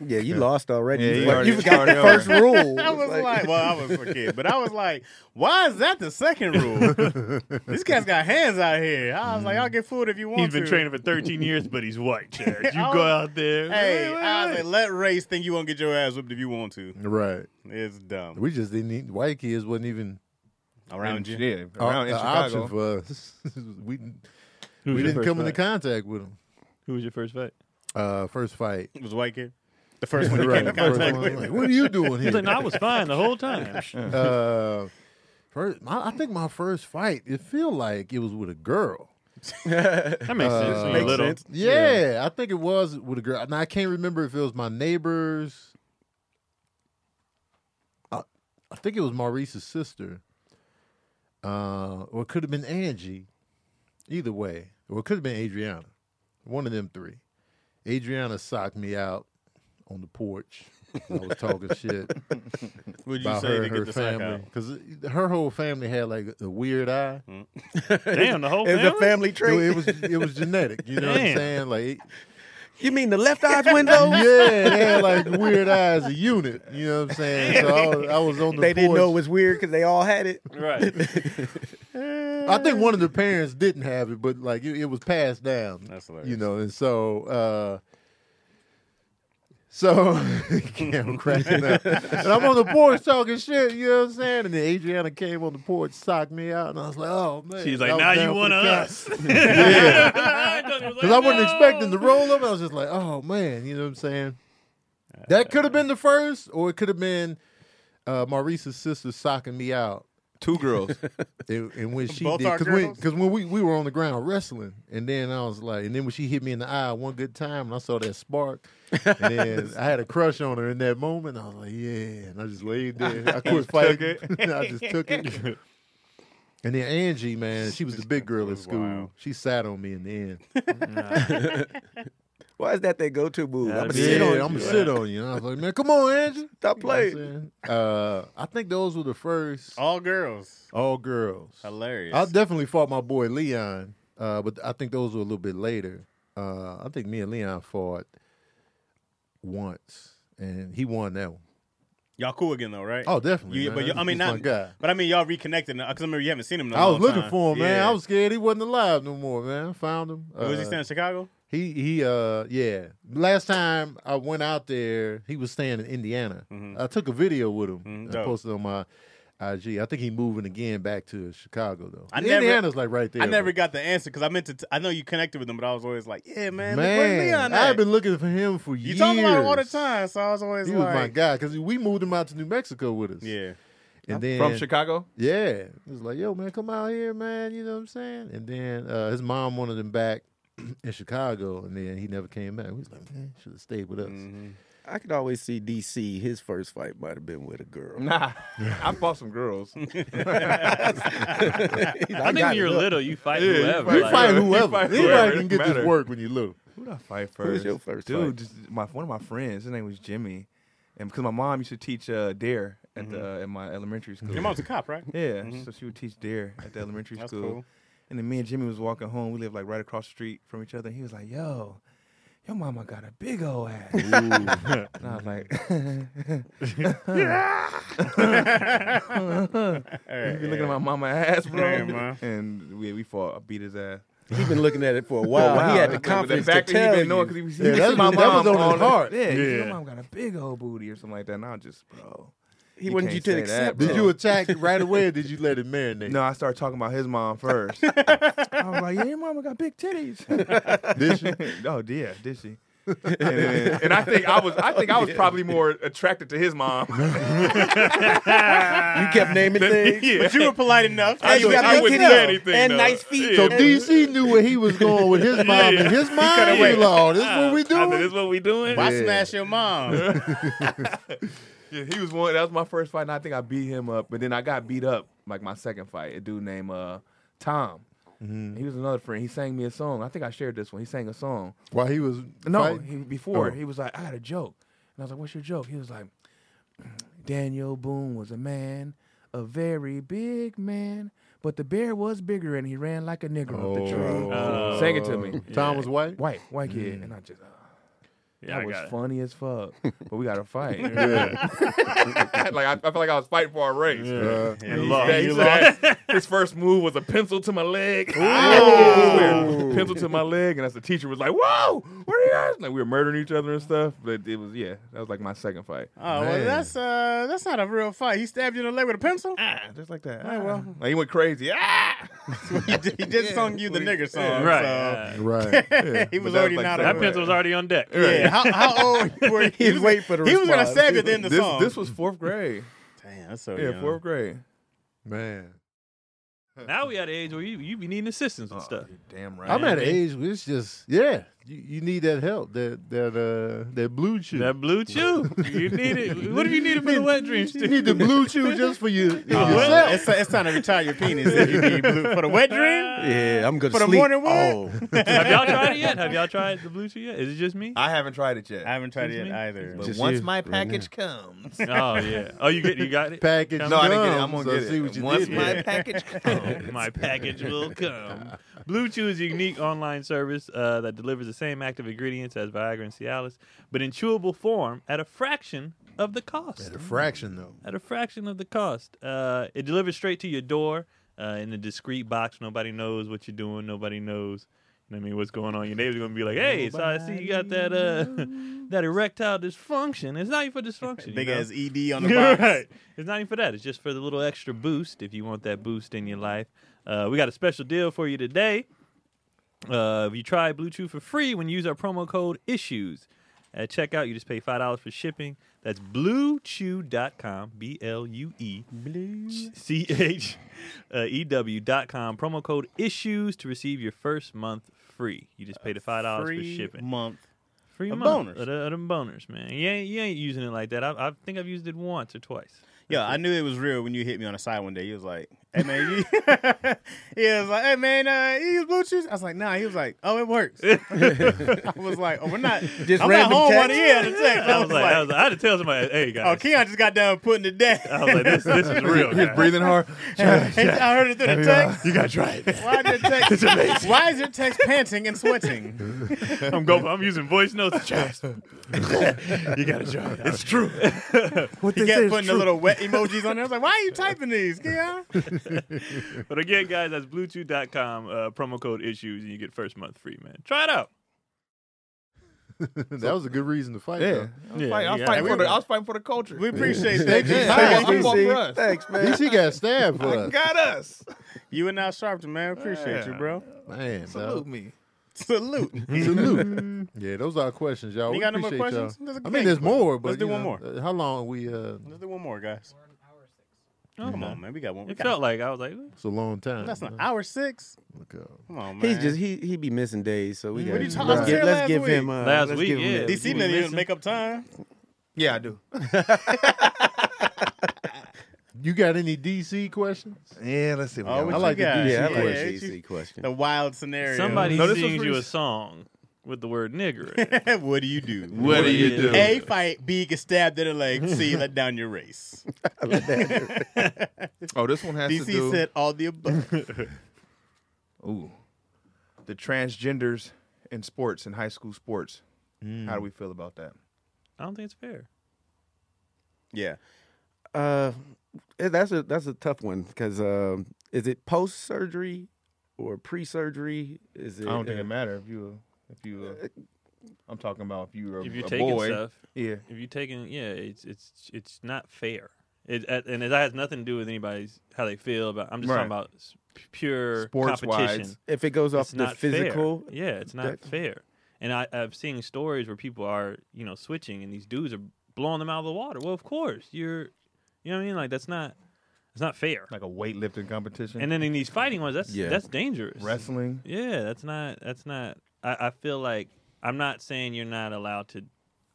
[SPEAKER 4] Yeah, you lost already.
[SPEAKER 2] Yeah,
[SPEAKER 4] you
[SPEAKER 2] you
[SPEAKER 4] fuck-
[SPEAKER 2] already
[SPEAKER 4] you forgot the
[SPEAKER 2] started
[SPEAKER 4] first rule.
[SPEAKER 3] I was like, well, I was a kid, but I was like, why is that the second rule? These guys got hands out here. I was like, I'll get fooled if you want
[SPEAKER 5] He's been
[SPEAKER 3] to.
[SPEAKER 5] training for 13 years, but he's white. Chad. You
[SPEAKER 3] I
[SPEAKER 5] go
[SPEAKER 3] was-
[SPEAKER 5] out there.
[SPEAKER 3] Hey,
[SPEAKER 5] wait, wait,
[SPEAKER 3] I was
[SPEAKER 5] wait.
[SPEAKER 3] like, let race think you won't get your ass whooped if you want to.
[SPEAKER 1] Right.
[SPEAKER 3] It's dumb.
[SPEAKER 1] We just didn't need white kids wasn't even
[SPEAKER 3] Around you.
[SPEAKER 2] Yeah, around
[SPEAKER 1] a-
[SPEAKER 2] in
[SPEAKER 1] a Oh, option
[SPEAKER 2] Chicago.
[SPEAKER 1] for us. we
[SPEAKER 5] Who was
[SPEAKER 1] we
[SPEAKER 5] your
[SPEAKER 1] didn't
[SPEAKER 5] first
[SPEAKER 1] come
[SPEAKER 5] fight?
[SPEAKER 1] into contact with them.
[SPEAKER 5] Who was your first fight?
[SPEAKER 1] Uh, first fight.
[SPEAKER 3] It was a white kid. The first one you
[SPEAKER 1] Right,
[SPEAKER 3] came in
[SPEAKER 1] first
[SPEAKER 3] contact
[SPEAKER 1] one,
[SPEAKER 3] with.
[SPEAKER 1] like, what are you doing
[SPEAKER 5] He's like, no, I
[SPEAKER 1] here?
[SPEAKER 5] was fine the whole time.
[SPEAKER 1] uh, first, my, I think my first fight, it feel like it was with a girl.
[SPEAKER 5] That makes sense. When you're
[SPEAKER 1] Makes
[SPEAKER 5] little.
[SPEAKER 4] sense.
[SPEAKER 1] Yeah, I think it was with a girl. Now I can't remember if it was my neighbors. I, I think it was Maurice's sister. Uh, or it could have been Angie. Either way, or it could have been Adriana. One of them three. Adriana socked me out on the porch. I was talking shit
[SPEAKER 3] Would you
[SPEAKER 1] about
[SPEAKER 3] say
[SPEAKER 1] her, her
[SPEAKER 3] to get the sack
[SPEAKER 1] family
[SPEAKER 3] out? Mm.
[SPEAKER 1] because her whole family had like a weird eye.
[SPEAKER 5] Damn, the whole
[SPEAKER 4] It was a
[SPEAKER 5] family?
[SPEAKER 4] family
[SPEAKER 1] It,
[SPEAKER 4] trait.
[SPEAKER 1] was it was genetic. You know what I'm
[SPEAKER 5] Damn.
[SPEAKER 1] saying? Like it-
[SPEAKER 4] You mean the left eye's window?
[SPEAKER 1] Yeah, they had like weird eyes a unit. You know what I'm saying? So I was, I was on the
[SPEAKER 4] They didn't
[SPEAKER 1] porch.
[SPEAKER 4] know it was weird because they all had it.
[SPEAKER 5] Right.
[SPEAKER 1] I think one of the parents didn't have it, but like it, it was passed down.
[SPEAKER 3] That's hilarious.
[SPEAKER 1] You know, and so uh so yeah, I'm cracking up. And I'm on the porch talking shit, you know what I'm saying? And then Adriana came on the porch, socked me out, and I was like, oh man.
[SPEAKER 5] She's
[SPEAKER 1] I
[SPEAKER 5] like,
[SPEAKER 1] was
[SPEAKER 5] now
[SPEAKER 1] down
[SPEAKER 5] you
[SPEAKER 1] for
[SPEAKER 5] one
[SPEAKER 1] the
[SPEAKER 5] of
[SPEAKER 1] count.
[SPEAKER 5] us. Yeah.
[SPEAKER 1] Because I wasn't expecting the roll up. I was just like, oh man, you know what I'm saying? That could have been the first, or it could have been uh, Maurice's sister socking me out.
[SPEAKER 2] Two girls.
[SPEAKER 1] And, and when she
[SPEAKER 3] Both
[SPEAKER 1] did,
[SPEAKER 3] our
[SPEAKER 1] because when,
[SPEAKER 3] girls?
[SPEAKER 1] 'cause when we, we were on the ground wrestling, and then I was like, and then when she hit me in the eye one good time, and I saw that spark, and then I had a crush on her in that moment. I was like, yeah, and I just laid there. I quit fighting. I just took it. And then Angie, man, she was the big girl at school.
[SPEAKER 3] Wow.
[SPEAKER 1] She sat on me in the end.
[SPEAKER 4] Why is that their go-to move? I'm
[SPEAKER 5] That'd
[SPEAKER 4] gonna
[SPEAKER 5] be
[SPEAKER 4] sit
[SPEAKER 1] yeah,
[SPEAKER 4] on
[SPEAKER 1] I'm
[SPEAKER 4] you.
[SPEAKER 1] gonna sit on you. And I was like, man, come on, Angie. You
[SPEAKER 4] Stop
[SPEAKER 1] know what I'm
[SPEAKER 4] playing.
[SPEAKER 1] saying? Uh, I think those were the first all,
[SPEAKER 3] All girls.
[SPEAKER 1] girls.
[SPEAKER 3] Hilarious.
[SPEAKER 1] I definitely fought my boy Leon, uh, but I think those were a little bit later. Uh, I think me and Leon fought once, and he won that one.
[SPEAKER 3] y'all cool again though, right?
[SPEAKER 1] Oh, definitely.
[SPEAKER 3] You,
[SPEAKER 1] man.
[SPEAKER 3] but you, I
[SPEAKER 1] He's
[SPEAKER 3] mean,
[SPEAKER 1] my
[SPEAKER 3] not.
[SPEAKER 1] guy.
[SPEAKER 3] But I mean, y'all reconnected because I remember you haven't seen him. In a
[SPEAKER 1] I was
[SPEAKER 3] long
[SPEAKER 1] looking
[SPEAKER 3] time.
[SPEAKER 1] for him, man.
[SPEAKER 3] Yeah.
[SPEAKER 1] I was scared he wasn't alive no more, man. I found him.
[SPEAKER 3] Where was he
[SPEAKER 1] Uh,
[SPEAKER 3] staying in Chicago?
[SPEAKER 1] He he uh yeah. Last time I went out there, he was staying in Indiana. I took a video with him.
[SPEAKER 3] Mhm,
[SPEAKER 1] and I
[SPEAKER 3] Mm-hmm. dope.
[SPEAKER 1] posted on my IG. I think he moving again back to Chicago though.
[SPEAKER 3] I never-
[SPEAKER 1] Indiana's like right there.
[SPEAKER 3] I never
[SPEAKER 1] bro.
[SPEAKER 3] got the answer because I meant to. T- I know you connected with him, but I was always like, "Yeah, man, look, where's
[SPEAKER 1] man.
[SPEAKER 3] Leon
[SPEAKER 1] I've
[SPEAKER 3] at?
[SPEAKER 1] been looking for him for
[SPEAKER 3] you
[SPEAKER 1] years.
[SPEAKER 3] talk about him all the time, so I was always
[SPEAKER 1] He was
[SPEAKER 3] like,
[SPEAKER 1] my guy because we moved him out to New Mexico with us.
[SPEAKER 3] "Yeah,
[SPEAKER 1] and then
[SPEAKER 2] From Chicago?
[SPEAKER 1] Yeah, it was like, yo, man, come out here, man. You know what I'm saying? And then uh, his mom wanted him back in Chicago, and then he never came back. We was like, man, should have stayed with us.
[SPEAKER 3] Mm-hmm.
[SPEAKER 4] I could always see DC. His first fight might have been with a girl.
[SPEAKER 2] Nah. I fought some girls.
[SPEAKER 5] I think when you're little, you fight
[SPEAKER 2] Yeah, you
[SPEAKER 5] whoever.
[SPEAKER 1] You
[SPEAKER 2] Like,
[SPEAKER 1] fight
[SPEAKER 2] you
[SPEAKER 1] whoever.
[SPEAKER 2] fight
[SPEAKER 1] Anybody
[SPEAKER 2] whoever,
[SPEAKER 1] can
[SPEAKER 2] it
[SPEAKER 1] get this
[SPEAKER 2] matter.
[SPEAKER 1] work when you little.
[SPEAKER 2] Who did I fight first?
[SPEAKER 4] was your first
[SPEAKER 2] Dude,
[SPEAKER 4] fight?
[SPEAKER 2] just my one of my friends. His name was Jimmy, and because my mom used to teach uh, dare at the, uh, in my elementary school.
[SPEAKER 3] your mom's a cop, right?
[SPEAKER 2] yeah, so she would teach dare at the elementary
[SPEAKER 3] That's
[SPEAKER 2] school.
[SPEAKER 3] cool.
[SPEAKER 2] And then me and Jimmy was walking home. We lived like right across the street from each other. And he was like, "Yo, your mama got a big old ass." and I was like, "You be looking at my mama ass, bro."
[SPEAKER 3] Damn, man.
[SPEAKER 2] And we we fought. I beat his ass.
[SPEAKER 4] He's been looking at it for a while.
[SPEAKER 2] Wow.
[SPEAKER 4] He had the
[SPEAKER 2] But
[SPEAKER 4] confidence
[SPEAKER 2] fact
[SPEAKER 4] to
[SPEAKER 2] that he
[SPEAKER 4] tell
[SPEAKER 2] been
[SPEAKER 4] you.
[SPEAKER 2] knowing 'cause he was- he
[SPEAKER 1] Yeah,
[SPEAKER 2] was
[SPEAKER 1] that's-
[SPEAKER 2] my
[SPEAKER 1] that was
[SPEAKER 2] mom
[SPEAKER 1] on his
[SPEAKER 2] all the-
[SPEAKER 1] heart.
[SPEAKER 2] Yeah, he said,
[SPEAKER 1] Yeah.
[SPEAKER 2] your mom got a big old booty or something like that. And I was just, bro.
[SPEAKER 4] He wanted
[SPEAKER 2] can't
[SPEAKER 4] you to
[SPEAKER 2] say
[SPEAKER 4] accept
[SPEAKER 2] that,
[SPEAKER 1] Did you attack it right away or did you let it marinate?
[SPEAKER 2] No, I started talking about his mom first. I was like, yeah, your mama got big titties.
[SPEAKER 1] Did you?
[SPEAKER 2] oh, yeah, did she? and, then- and I think I was I think I was probably more attracted to his mom.
[SPEAKER 4] You kept naming things.
[SPEAKER 3] But you were polite enough.
[SPEAKER 2] I
[SPEAKER 3] I,
[SPEAKER 2] wouldn't-
[SPEAKER 3] would,
[SPEAKER 2] got
[SPEAKER 3] I
[SPEAKER 2] big
[SPEAKER 3] wouldn't
[SPEAKER 2] titties.
[SPEAKER 3] say anything.
[SPEAKER 4] And
[SPEAKER 3] though.
[SPEAKER 4] nice feet.
[SPEAKER 1] So DC knew where he was going with his mom, and his mom was
[SPEAKER 3] wait.
[SPEAKER 1] like, "This is
[SPEAKER 2] Ah,
[SPEAKER 1] what we
[SPEAKER 5] I said,
[SPEAKER 1] doing."
[SPEAKER 5] this what we doing?
[SPEAKER 1] Wow.
[SPEAKER 3] Why
[SPEAKER 1] Yeah.
[SPEAKER 3] smash your mom? Oh,
[SPEAKER 2] Yeah, he was one. That was my first fight, and I think I beat him up. But then I got beat up like my second fight. A dude named uh, Tom. He was another friend. He sang me a song. I think I shared this one. He sang a song.
[SPEAKER 1] While he was
[SPEAKER 2] No,
[SPEAKER 1] fighting?
[SPEAKER 2] he, before
[SPEAKER 1] Oh.
[SPEAKER 2] he was like, I had a joke, and I was like, "What's your joke?" He was like, "Mm, "Daniel Boone was a man, a very big man, but the bear was bigger, and he ran like a nigger up the tree."
[SPEAKER 5] Oh.
[SPEAKER 2] Sang it to me,
[SPEAKER 1] Tom was white.
[SPEAKER 2] white, white kid, and I just. uh,
[SPEAKER 5] Yeah,
[SPEAKER 2] that
[SPEAKER 5] I
[SPEAKER 2] was
[SPEAKER 5] got it.
[SPEAKER 2] funny as fuck, but we got to fight. like I, I felt like I was fighting for a race.
[SPEAKER 1] Uh,
[SPEAKER 3] You
[SPEAKER 2] He
[SPEAKER 3] lost.
[SPEAKER 2] said-
[SPEAKER 3] You
[SPEAKER 2] he
[SPEAKER 3] lost.
[SPEAKER 2] said his first move was a pencil to my leg. I swear, pencil to my leg, and as the teacher was like, "Whoa, where are you guys?" Like we were murdering each other and stuff. But it was yeah, that was like my second fight.
[SPEAKER 3] Oh,
[SPEAKER 1] Man.
[SPEAKER 3] well, that's uh, that's not a real fight. He stabbed you in the leg with a pencil.
[SPEAKER 2] Ah, just like that.
[SPEAKER 3] Hey, well.
[SPEAKER 2] like, he went crazy. Ah,
[SPEAKER 3] he did, he did sung you the nigger song,
[SPEAKER 5] Right.
[SPEAKER 3] So.
[SPEAKER 5] Uh,
[SPEAKER 1] Right.
[SPEAKER 3] he was
[SPEAKER 2] that
[SPEAKER 3] already
[SPEAKER 2] was like
[SPEAKER 3] not.
[SPEAKER 5] that
[SPEAKER 3] a-
[SPEAKER 2] Right.
[SPEAKER 5] pencil was already on deck.
[SPEAKER 3] Yeah. How, how old were you?
[SPEAKER 4] He's waiting for the
[SPEAKER 3] He was gonna
[SPEAKER 4] response.
[SPEAKER 3] stab you at the end of the
[SPEAKER 2] this,
[SPEAKER 3] song.
[SPEAKER 2] this was fourth grade.
[SPEAKER 3] damn. That's so
[SPEAKER 2] Oh, Yeah,
[SPEAKER 3] young.
[SPEAKER 2] fourth grade.
[SPEAKER 1] Man,
[SPEAKER 5] Now we at an age where you, you be needing assistance
[SPEAKER 1] Oh,
[SPEAKER 5] and stuff.
[SPEAKER 2] you're damn right.
[SPEAKER 1] I'm at an age where it's just yeah, you, you need that help, that that uh that blue chew.
[SPEAKER 5] That blue chew. you need it. What if you need it for the wet dreams?
[SPEAKER 1] you need the blue chew just for you
[SPEAKER 2] Uh-huh.
[SPEAKER 3] Uh,
[SPEAKER 1] yourself.
[SPEAKER 3] it's, it's time to retire your penis if you need blue for the wet dream.
[SPEAKER 4] Yeah, I'm gonna
[SPEAKER 3] For the
[SPEAKER 4] sleep Oh.
[SPEAKER 3] morning wood?
[SPEAKER 4] all
[SPEAKER 5] Have y'all tried it yet? Have y'all tried the blue chew yet? Is it just me?
[SPEAKER 2] I haven't tried it yet.
[SPEAKER 3] I haven't tried it
[SPEAKER 5] Excuse
[SPEAKER 3] yet
[SPEAKER 5] me?
[SPEAKER 3] either.
[SPEAKER 2] but
[SPEAKER 4] Just
[SPEAKER 2] once
[SPEAKER 4] you,
[SPEAKER 2] my
[SPEAKER 4] right
[SPEAKER 2] package comes,
[SPEAKER 5] Oh yeah. Oh, you get you got it.
[SPEAKER 1] Package.
[SPEAKER 5] No,
[SPEAKER 2] no, I didn't get it. I'm
[SPEAKER 1] gums.
[SPEAKER 2] gonna
[SPEAKER 1] I
[SPEAKER 2] get it.
[SPEAKER 1] see what you
[SPEAKER 2] once
[SPEAKER 1] did
[SPEAKER 2] my
[SPEAKER 1] there.
[SPEAKER 2] package comes,
[SPEAKER 5] My package will come. Blue Chew is a unique online service uh, that delivers the same active ingredients as Viagra and Cialis, but in chewable form at a fraction of the cost.
[SPEAKER 1] At a fraction though.
[SPEAKER 5] At a fraction of the cost. Uh, it delivers straight to your door uh, in a discreet box. Nobody knows what you're doing. Nobody knows. you know what I mean, what's going on? Your neighbor's gonna be like, "Hey, so I see you got that uh, that erectile dysfunction. It's not even for dysfunction. you
[SPEAKER 3] Big
[SPEAKER 5] know?
[SPEAKER 3] ass ED on the
[SPEAKER 5] You're
[SPEAKER 3] box.
[SPEAKER 5] right. It's not even for that. It's just for the little extra boost if you want that boost in your life. Uh, we got a special deal for you today. Uh, if you try Blue Chew for free when you use our promo code ISSUES at checkout, you just pay $5 for shipping. That's bluechew.com, B L U E C H E W dot com. Promo code ISSUES to receive your first month free. You just pay the $5 for
[SPEAKER 3] Free
[SPEAKER 5] shipping.
[SPEAKER 3] month.
[SPEAKER 5] Free
[SPEAKER 3] A
[SPEAKER 5] month
[SPEAKER 3] bonus.
[SPEAKER 5] Of, the- of them boners, man. You ain't, you ain't using it like that. I, I think I've used it once or twice.
[SPEAKER 3] Yeah, I knew it was real when you hit me on the side one day. He was like, "Hey man," you... he was like, "Hey man, uh, you use blue chews?" I was like, "Nah." He was like, "Oh, it works." I was like, "Oh, we're not."
[SPEAKER 4] Just
[SPEAKER 3] I'm
[SPEAKER 4] random
[SPEAKER 3] not home
[SPEAKER 4] text?
[SPEAKER 3] one yeah, the text.
[SPEAKER 5] I was like, I, was like I had to tell somebody, hey
[SPEAKER 3] "Oh,
[SPEAKER 5] guys.
[SPEAKER 3] Keon just got down putting it down."
[SPEAKER 5] I was like, this, this is real.
[SPEAKER 2] he's
[SPEAKER 5] guys.
[SPEAKER 2] breathing hard.
[SPEAKER 3] I heard it through the text.
[SPEAKER 1] You gotta try it.
[SPEAKER 3] Why did text? Why is your text panting and sweating?
[SPEAKER 5] I'm going. I'm using voice notes. Just- you gotta try. it. It's true.
[SPEAKER 2] What
[SPEAKER 3] He kept putting the little wet emojis on there. I was like, "Why are you typing these, Keon?"
[SPEAKER 5] But again, guys, that's Bluetooth.com. Uh, promo code issues, and you get first month free. Man, try it out.
[SPEAKER 1] that was a good reason to fight.
[SPEAKER 2] Yeah,
[SPEAKER 1] though.
[SPEAKER 2] I was fighting- I was
[SPEAKER 5] yeah.
[SPEAKER 2] fighting
[SPEAKER 3] We
[SPEAKER 2] for the-
[SPEAKER 3] were-
[SPEAKER 2] I was fighting for the culture.
[SPEAKER 3] We appreciate
[SPEAKER 1] Thank
[SPEAKER 3] that.
[SPEAKER 1] you.
[SPEAKER 3] Keon.
[SPEAKER 1] Thank
[SPEAKER 2] I fought for us.
[SPEAKER 4] Thanks,
[SPEAKER 1] At
[SPEAKER 4] man.
[SPEAKER 1] least he got stabbed for us.
[SPEAKER 2] Got us.
[SPEAKER 3] You and I, Sharpton, man. Appreciate you, bro.
[SPEAKER 1] Man,
[SPEAKER 2] Salute
[SPEAKER 1] dog.
[SPEAKER 2] me.
[SPEAKER 3] Salute.
[SPEAKER 1] Salute. yeah, those are our questions, y'all.
[SPEAKER 3] You
[SPEAKER 1] we
[SPEAKER 3] got no more
[SPEAKER 1] appreciate y'all.
[SPEAKER 3] questions? There's a
[SPEAKER 1] I mean,
[SPEAKER 3] big
[SPEAKER 1] there's
[SPEAKER 3] one.
[SPEAKER 1] more, but
[SPEAKER 3] Let's do
[SPEAKER 1] you
[SPEAKER 3] one
[SPEAKER 1] know,
[SPEAKER 3] more.
[SPEAKER 1] uh, How long we? uh
[SPEAKER 3] Let's do one more, guys. Oh, Come on, man. We got one. We
[SPEAKER 5] It
[SPEAKER 3] got
[SPEAKER 5] felt like I was like,
[SPEAKER 1] It's a long time.
[SPEAKER 3] That's not
[SPEAKER 1] man.
[SPEAKER 3] hour six.
[SPEAKER 1] Look uh, out.
[SPEAKER 3] Come on, man.
[SPEAKER 4] He's just he he be missing days, so we got
[SPEAKER 3] What you
[SPEAKER 4] let's,
[SPEAKER 3] talking- I was
[SPEAKER 4] give,
[SPEAKER 3] here
[SPEAKER 4] let's
[SPEAKER 3] last
[SPEAKER 4] give him
[SPEAKER 3] week.
[SPEAKER 4] uh,
[SPEAKER 5] Last
[SPEAKER 4] let's
[SPEAKER 5] week,
[SPEAKER 4] give him
[SPEAKER 5] yeah.
[SPEAKER 4] that.
[SPEAKER 3] DC
[SPEAKER 5] You
[SPEAKER 3] didn't even
[SPEAKER 5] missing?
[SPEAKER 3] make up time.
[SPEAKER 2] Yeah, I do.
[SPEAKER 1] You got any DC questions?
[SPEAKER 2] Yeah, let's see.
[SPEAKER 3] Oh, what
[SPEAKER 1] I
[SPEAKER 3] you
[SPEAKER 1] like the
[SPEAKER 3] got?
[SPEAKER 1] DC
[SPEAKER 4] Yeah, I
[SPEAKER 3] Yeah,
[SPEAKER 4] like
[SPEAKER 3] it's
[SPEAKER 4] the
[SPEAKER 3] you-
[SPEAKER 4] DC question.
[SPEAKER 3] The wild scenario.
[SPEAKER 5] somebody
[SPEAKER 2] No, this was
[SPEAKER 5] sings you
[SPEAKER 2] pretty-
[SPEAKER 5] a song with the word nigger. In it.
[SPEAKER 3] what do you do?
[SPEAKER 5] What do you do?
[SPEAKER 3] A fight. B get stabbed in the leg. C let down your race.
[SPEAKER 2] oh, this one has to
[SPEAKER 3] DC
[SPEAKER 2] do.
[SPEAKER 3] said all the above.
[SPEAKER 2] Ooh, the transgenders in sports in high school sports. How do we feel about that?
[SPEAKER 5] I don't think it's fair.
[SPEAKER 3] Yeah.
[SPEAKER 4] Uh, that's a that's a tough one because um, is it post surgery or pre surgery? Is it?
[SPEAKER 2] I don't think
[SPEAKER 4] uh,
[SPEAKER 2] it matters if you if you. Uh, I'm talking about if you're a,
[SPEAKER 5] If you're
[SPEAKER 2] a
[SPEAKER 5] taking
[SPEAKER 2] boy.
[SPEAKER 5] stuff,
[SPEAKER 2] Yeah,
[SPEAKER 5] if you're taking, yeah, it's it's it's not fair. It at- and it has nothing to do with anybody's how they feel about. I'm just
[SPEAKER 2] Right.
[SPEAKER 5] talking about s- pure
[SPEAKER 2] Sports-wise.
[SPEAKER 5] competition.
[SPEAKER 4] If it goes off
[SPEAKER 5] It's
[SPEAKER 4] the
[SPEAKER 5] not fair.
[SPEAKER 4] physical,
[SPEAKER 5] Yeah, it's not
[SPEAKER 4] that-
[SPEAKER 5] fair. And I, I've seen stories where people are, you know, switching, and these dudes are blowing them out of the water. Well, of course, you're, you know, what I mean, like that's not, it's not fair.
[SPEAKER 2] like a weightlifting competition
[SPEAKER 5] And then in these fighting ones, that's
[SPEAKER 4] Yeah.
[SPEAKER 5] that's dangerous.
[SPEAKER 2] wrestling.
[SPEAKER 5] Yeah, that's not that's not. I, I feel like I'm not saying you're not allowed to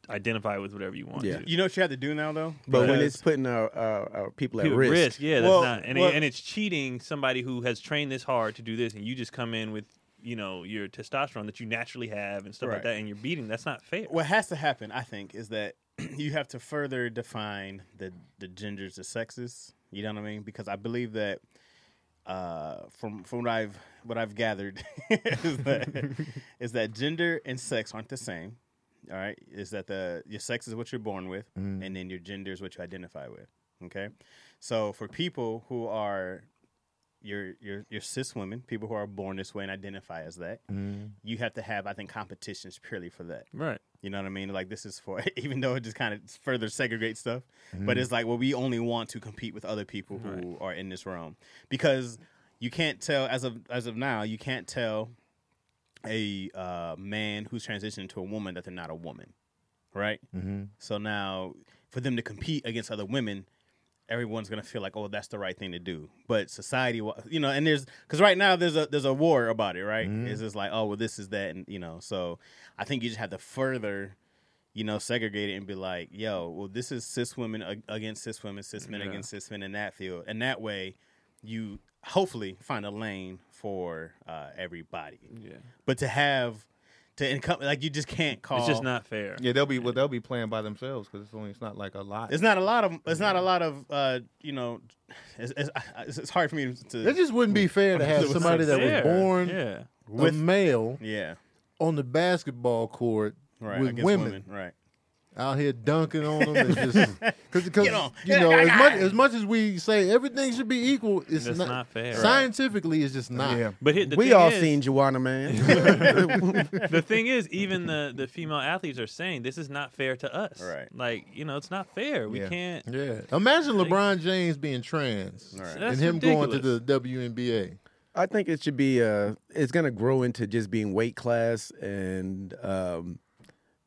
[SPEAKER 5] identify with whatever you want
[SPEAKER 4] Yeah.
[SPEAKER 5] to.
[SPEAKER 4] You
[SPEAKER 5] You
[SPEAKER 3] You know what you have to do now, though.
[SPEAKER 4] But when
[SPEAKER 3] Because-
[SPEAKER 4] it's putting our, our, our people at
[SPEAKER 5] risk.
[SPEAKER 4] risk,
[SPEAKER 5] yeah, that's
[SPEAKER 3] Well,
[SPEAKER 5] not, and, it-
[SPEAKER 3] well-
[SPEAKER 5] and it's cheating somebody who has trained this hard to do this, and you just come in with you know your testosterone that you naturally have and stuff like
[SPEAKER 3] Right.
[SPEAKER 5] that, and you're beating. That's not fair.
[SPEAKER 3] what has to happen, I think, is that you have to further define the the genders, the sexes. You know what I mean? Because I believe that uh, from from what I've what I've gathered is that is that gender and sex aren't the same. All right, is that the your sex is what you're born with, and then your gender is what you identify with. Okay, so for people who are your your your cis women, people who are born this way and identify as that, you have to have I think competitions purely for that.
[SPEAKER 5] Right.
[SPEAKER 3] You know what I mean? Like this is for even though it just kind of further segregates stuff, but it's like well we only want to compete with other people who are in this realm because you can't tell as of as of now you can't tell a uh, man who's transitioning to a woman that they're not a woman, right? Mm-hmm. So now for them to compete against other women. Everyone's gonna feel like, oh, that's the right thing to do, but society, wa- you know, and there's because right now there's a there's a war about it, right?
[SPEAKER 5] Mm-hmm.
[SPEAKER 3] It's just like, oh, well, this is that, and you know, so I think you just have to further, you know, segregate it and be like, yo, well, this is cis women ag- against cis women, cis men against cis men in that field. And that way, you hopefully find a lane for uh, everybody.
[SPEAKER 5] Yeah.
[SPEAKER 3] But to have, to income, like, you just can't call.
[SPEAKER 5] It's just not fair.
[SPEAKER 2] Yeah, they'll be well, they'll be playing by themselves because it's only it's not like a lot.
[SPEAKER 3] It's not a lot of. It's not a lot of. Uh, you know, it's, it's, it's it's hard for me to.
[SPEAKER 1] It just wouldn't be fair to have
[SPEAKER 3] Mm-hmm. It was
[SPEAKER 1] somebody that
[SPEAKER 5] Fair.
[SPEAKER 1] was born
[SPEAKER 5] Yeah.
[SPEAKER 1] with male
[SPEAKER 3] yeah.
[SPEAKER 1] on the basketball court
[SPEAKER 3] Right.
[SPEAKER 1] with
[SPEAKER 3] against
[SPEAKER 1] women,
[SPEAKER 3] Right.
[SPEAKER 1] out here dunking on them. It's just because
[SPEAKER 3] Get on.
[SPEAKER 1] you know as much as much as we say everything should be equal, it's
[SPEAKER 5] That's not fair.
[SPEAKER 1] Scientifically, it's just not.
[SPEAKER 2] Yeah.
[SPEAKER 5] But here, the
[SPEAKER 4] we
[SPEAKER 5] thing
[SPEAKER 4] all
[SPEAKER 5] is,
[SPEAKER 4] seen Joanna Man.
[SPEAKER 5] the thing is, even the the female athletes are saying this is not fair to us.
[SPEAKER 3] Right.
[SPEAKER 5] Like you know, it's not fair. We
[SPEAKER 2] Yeah.
[SPEAKER 5] can't.
[SPEAKER 1] Yeah. Imagine LeBron James being trans
[SPEAKER 3] Right.
[SPEAKER 1] and
[SPEAKER 5] That's
[SPEAKER 1] him going to
[SPEAKER 5] ridiculous.
[SPEAKER 1] the WNBA.
[SPEAKER 4] I think it should be. Uh, it's gonna grow into just being weight class, and um,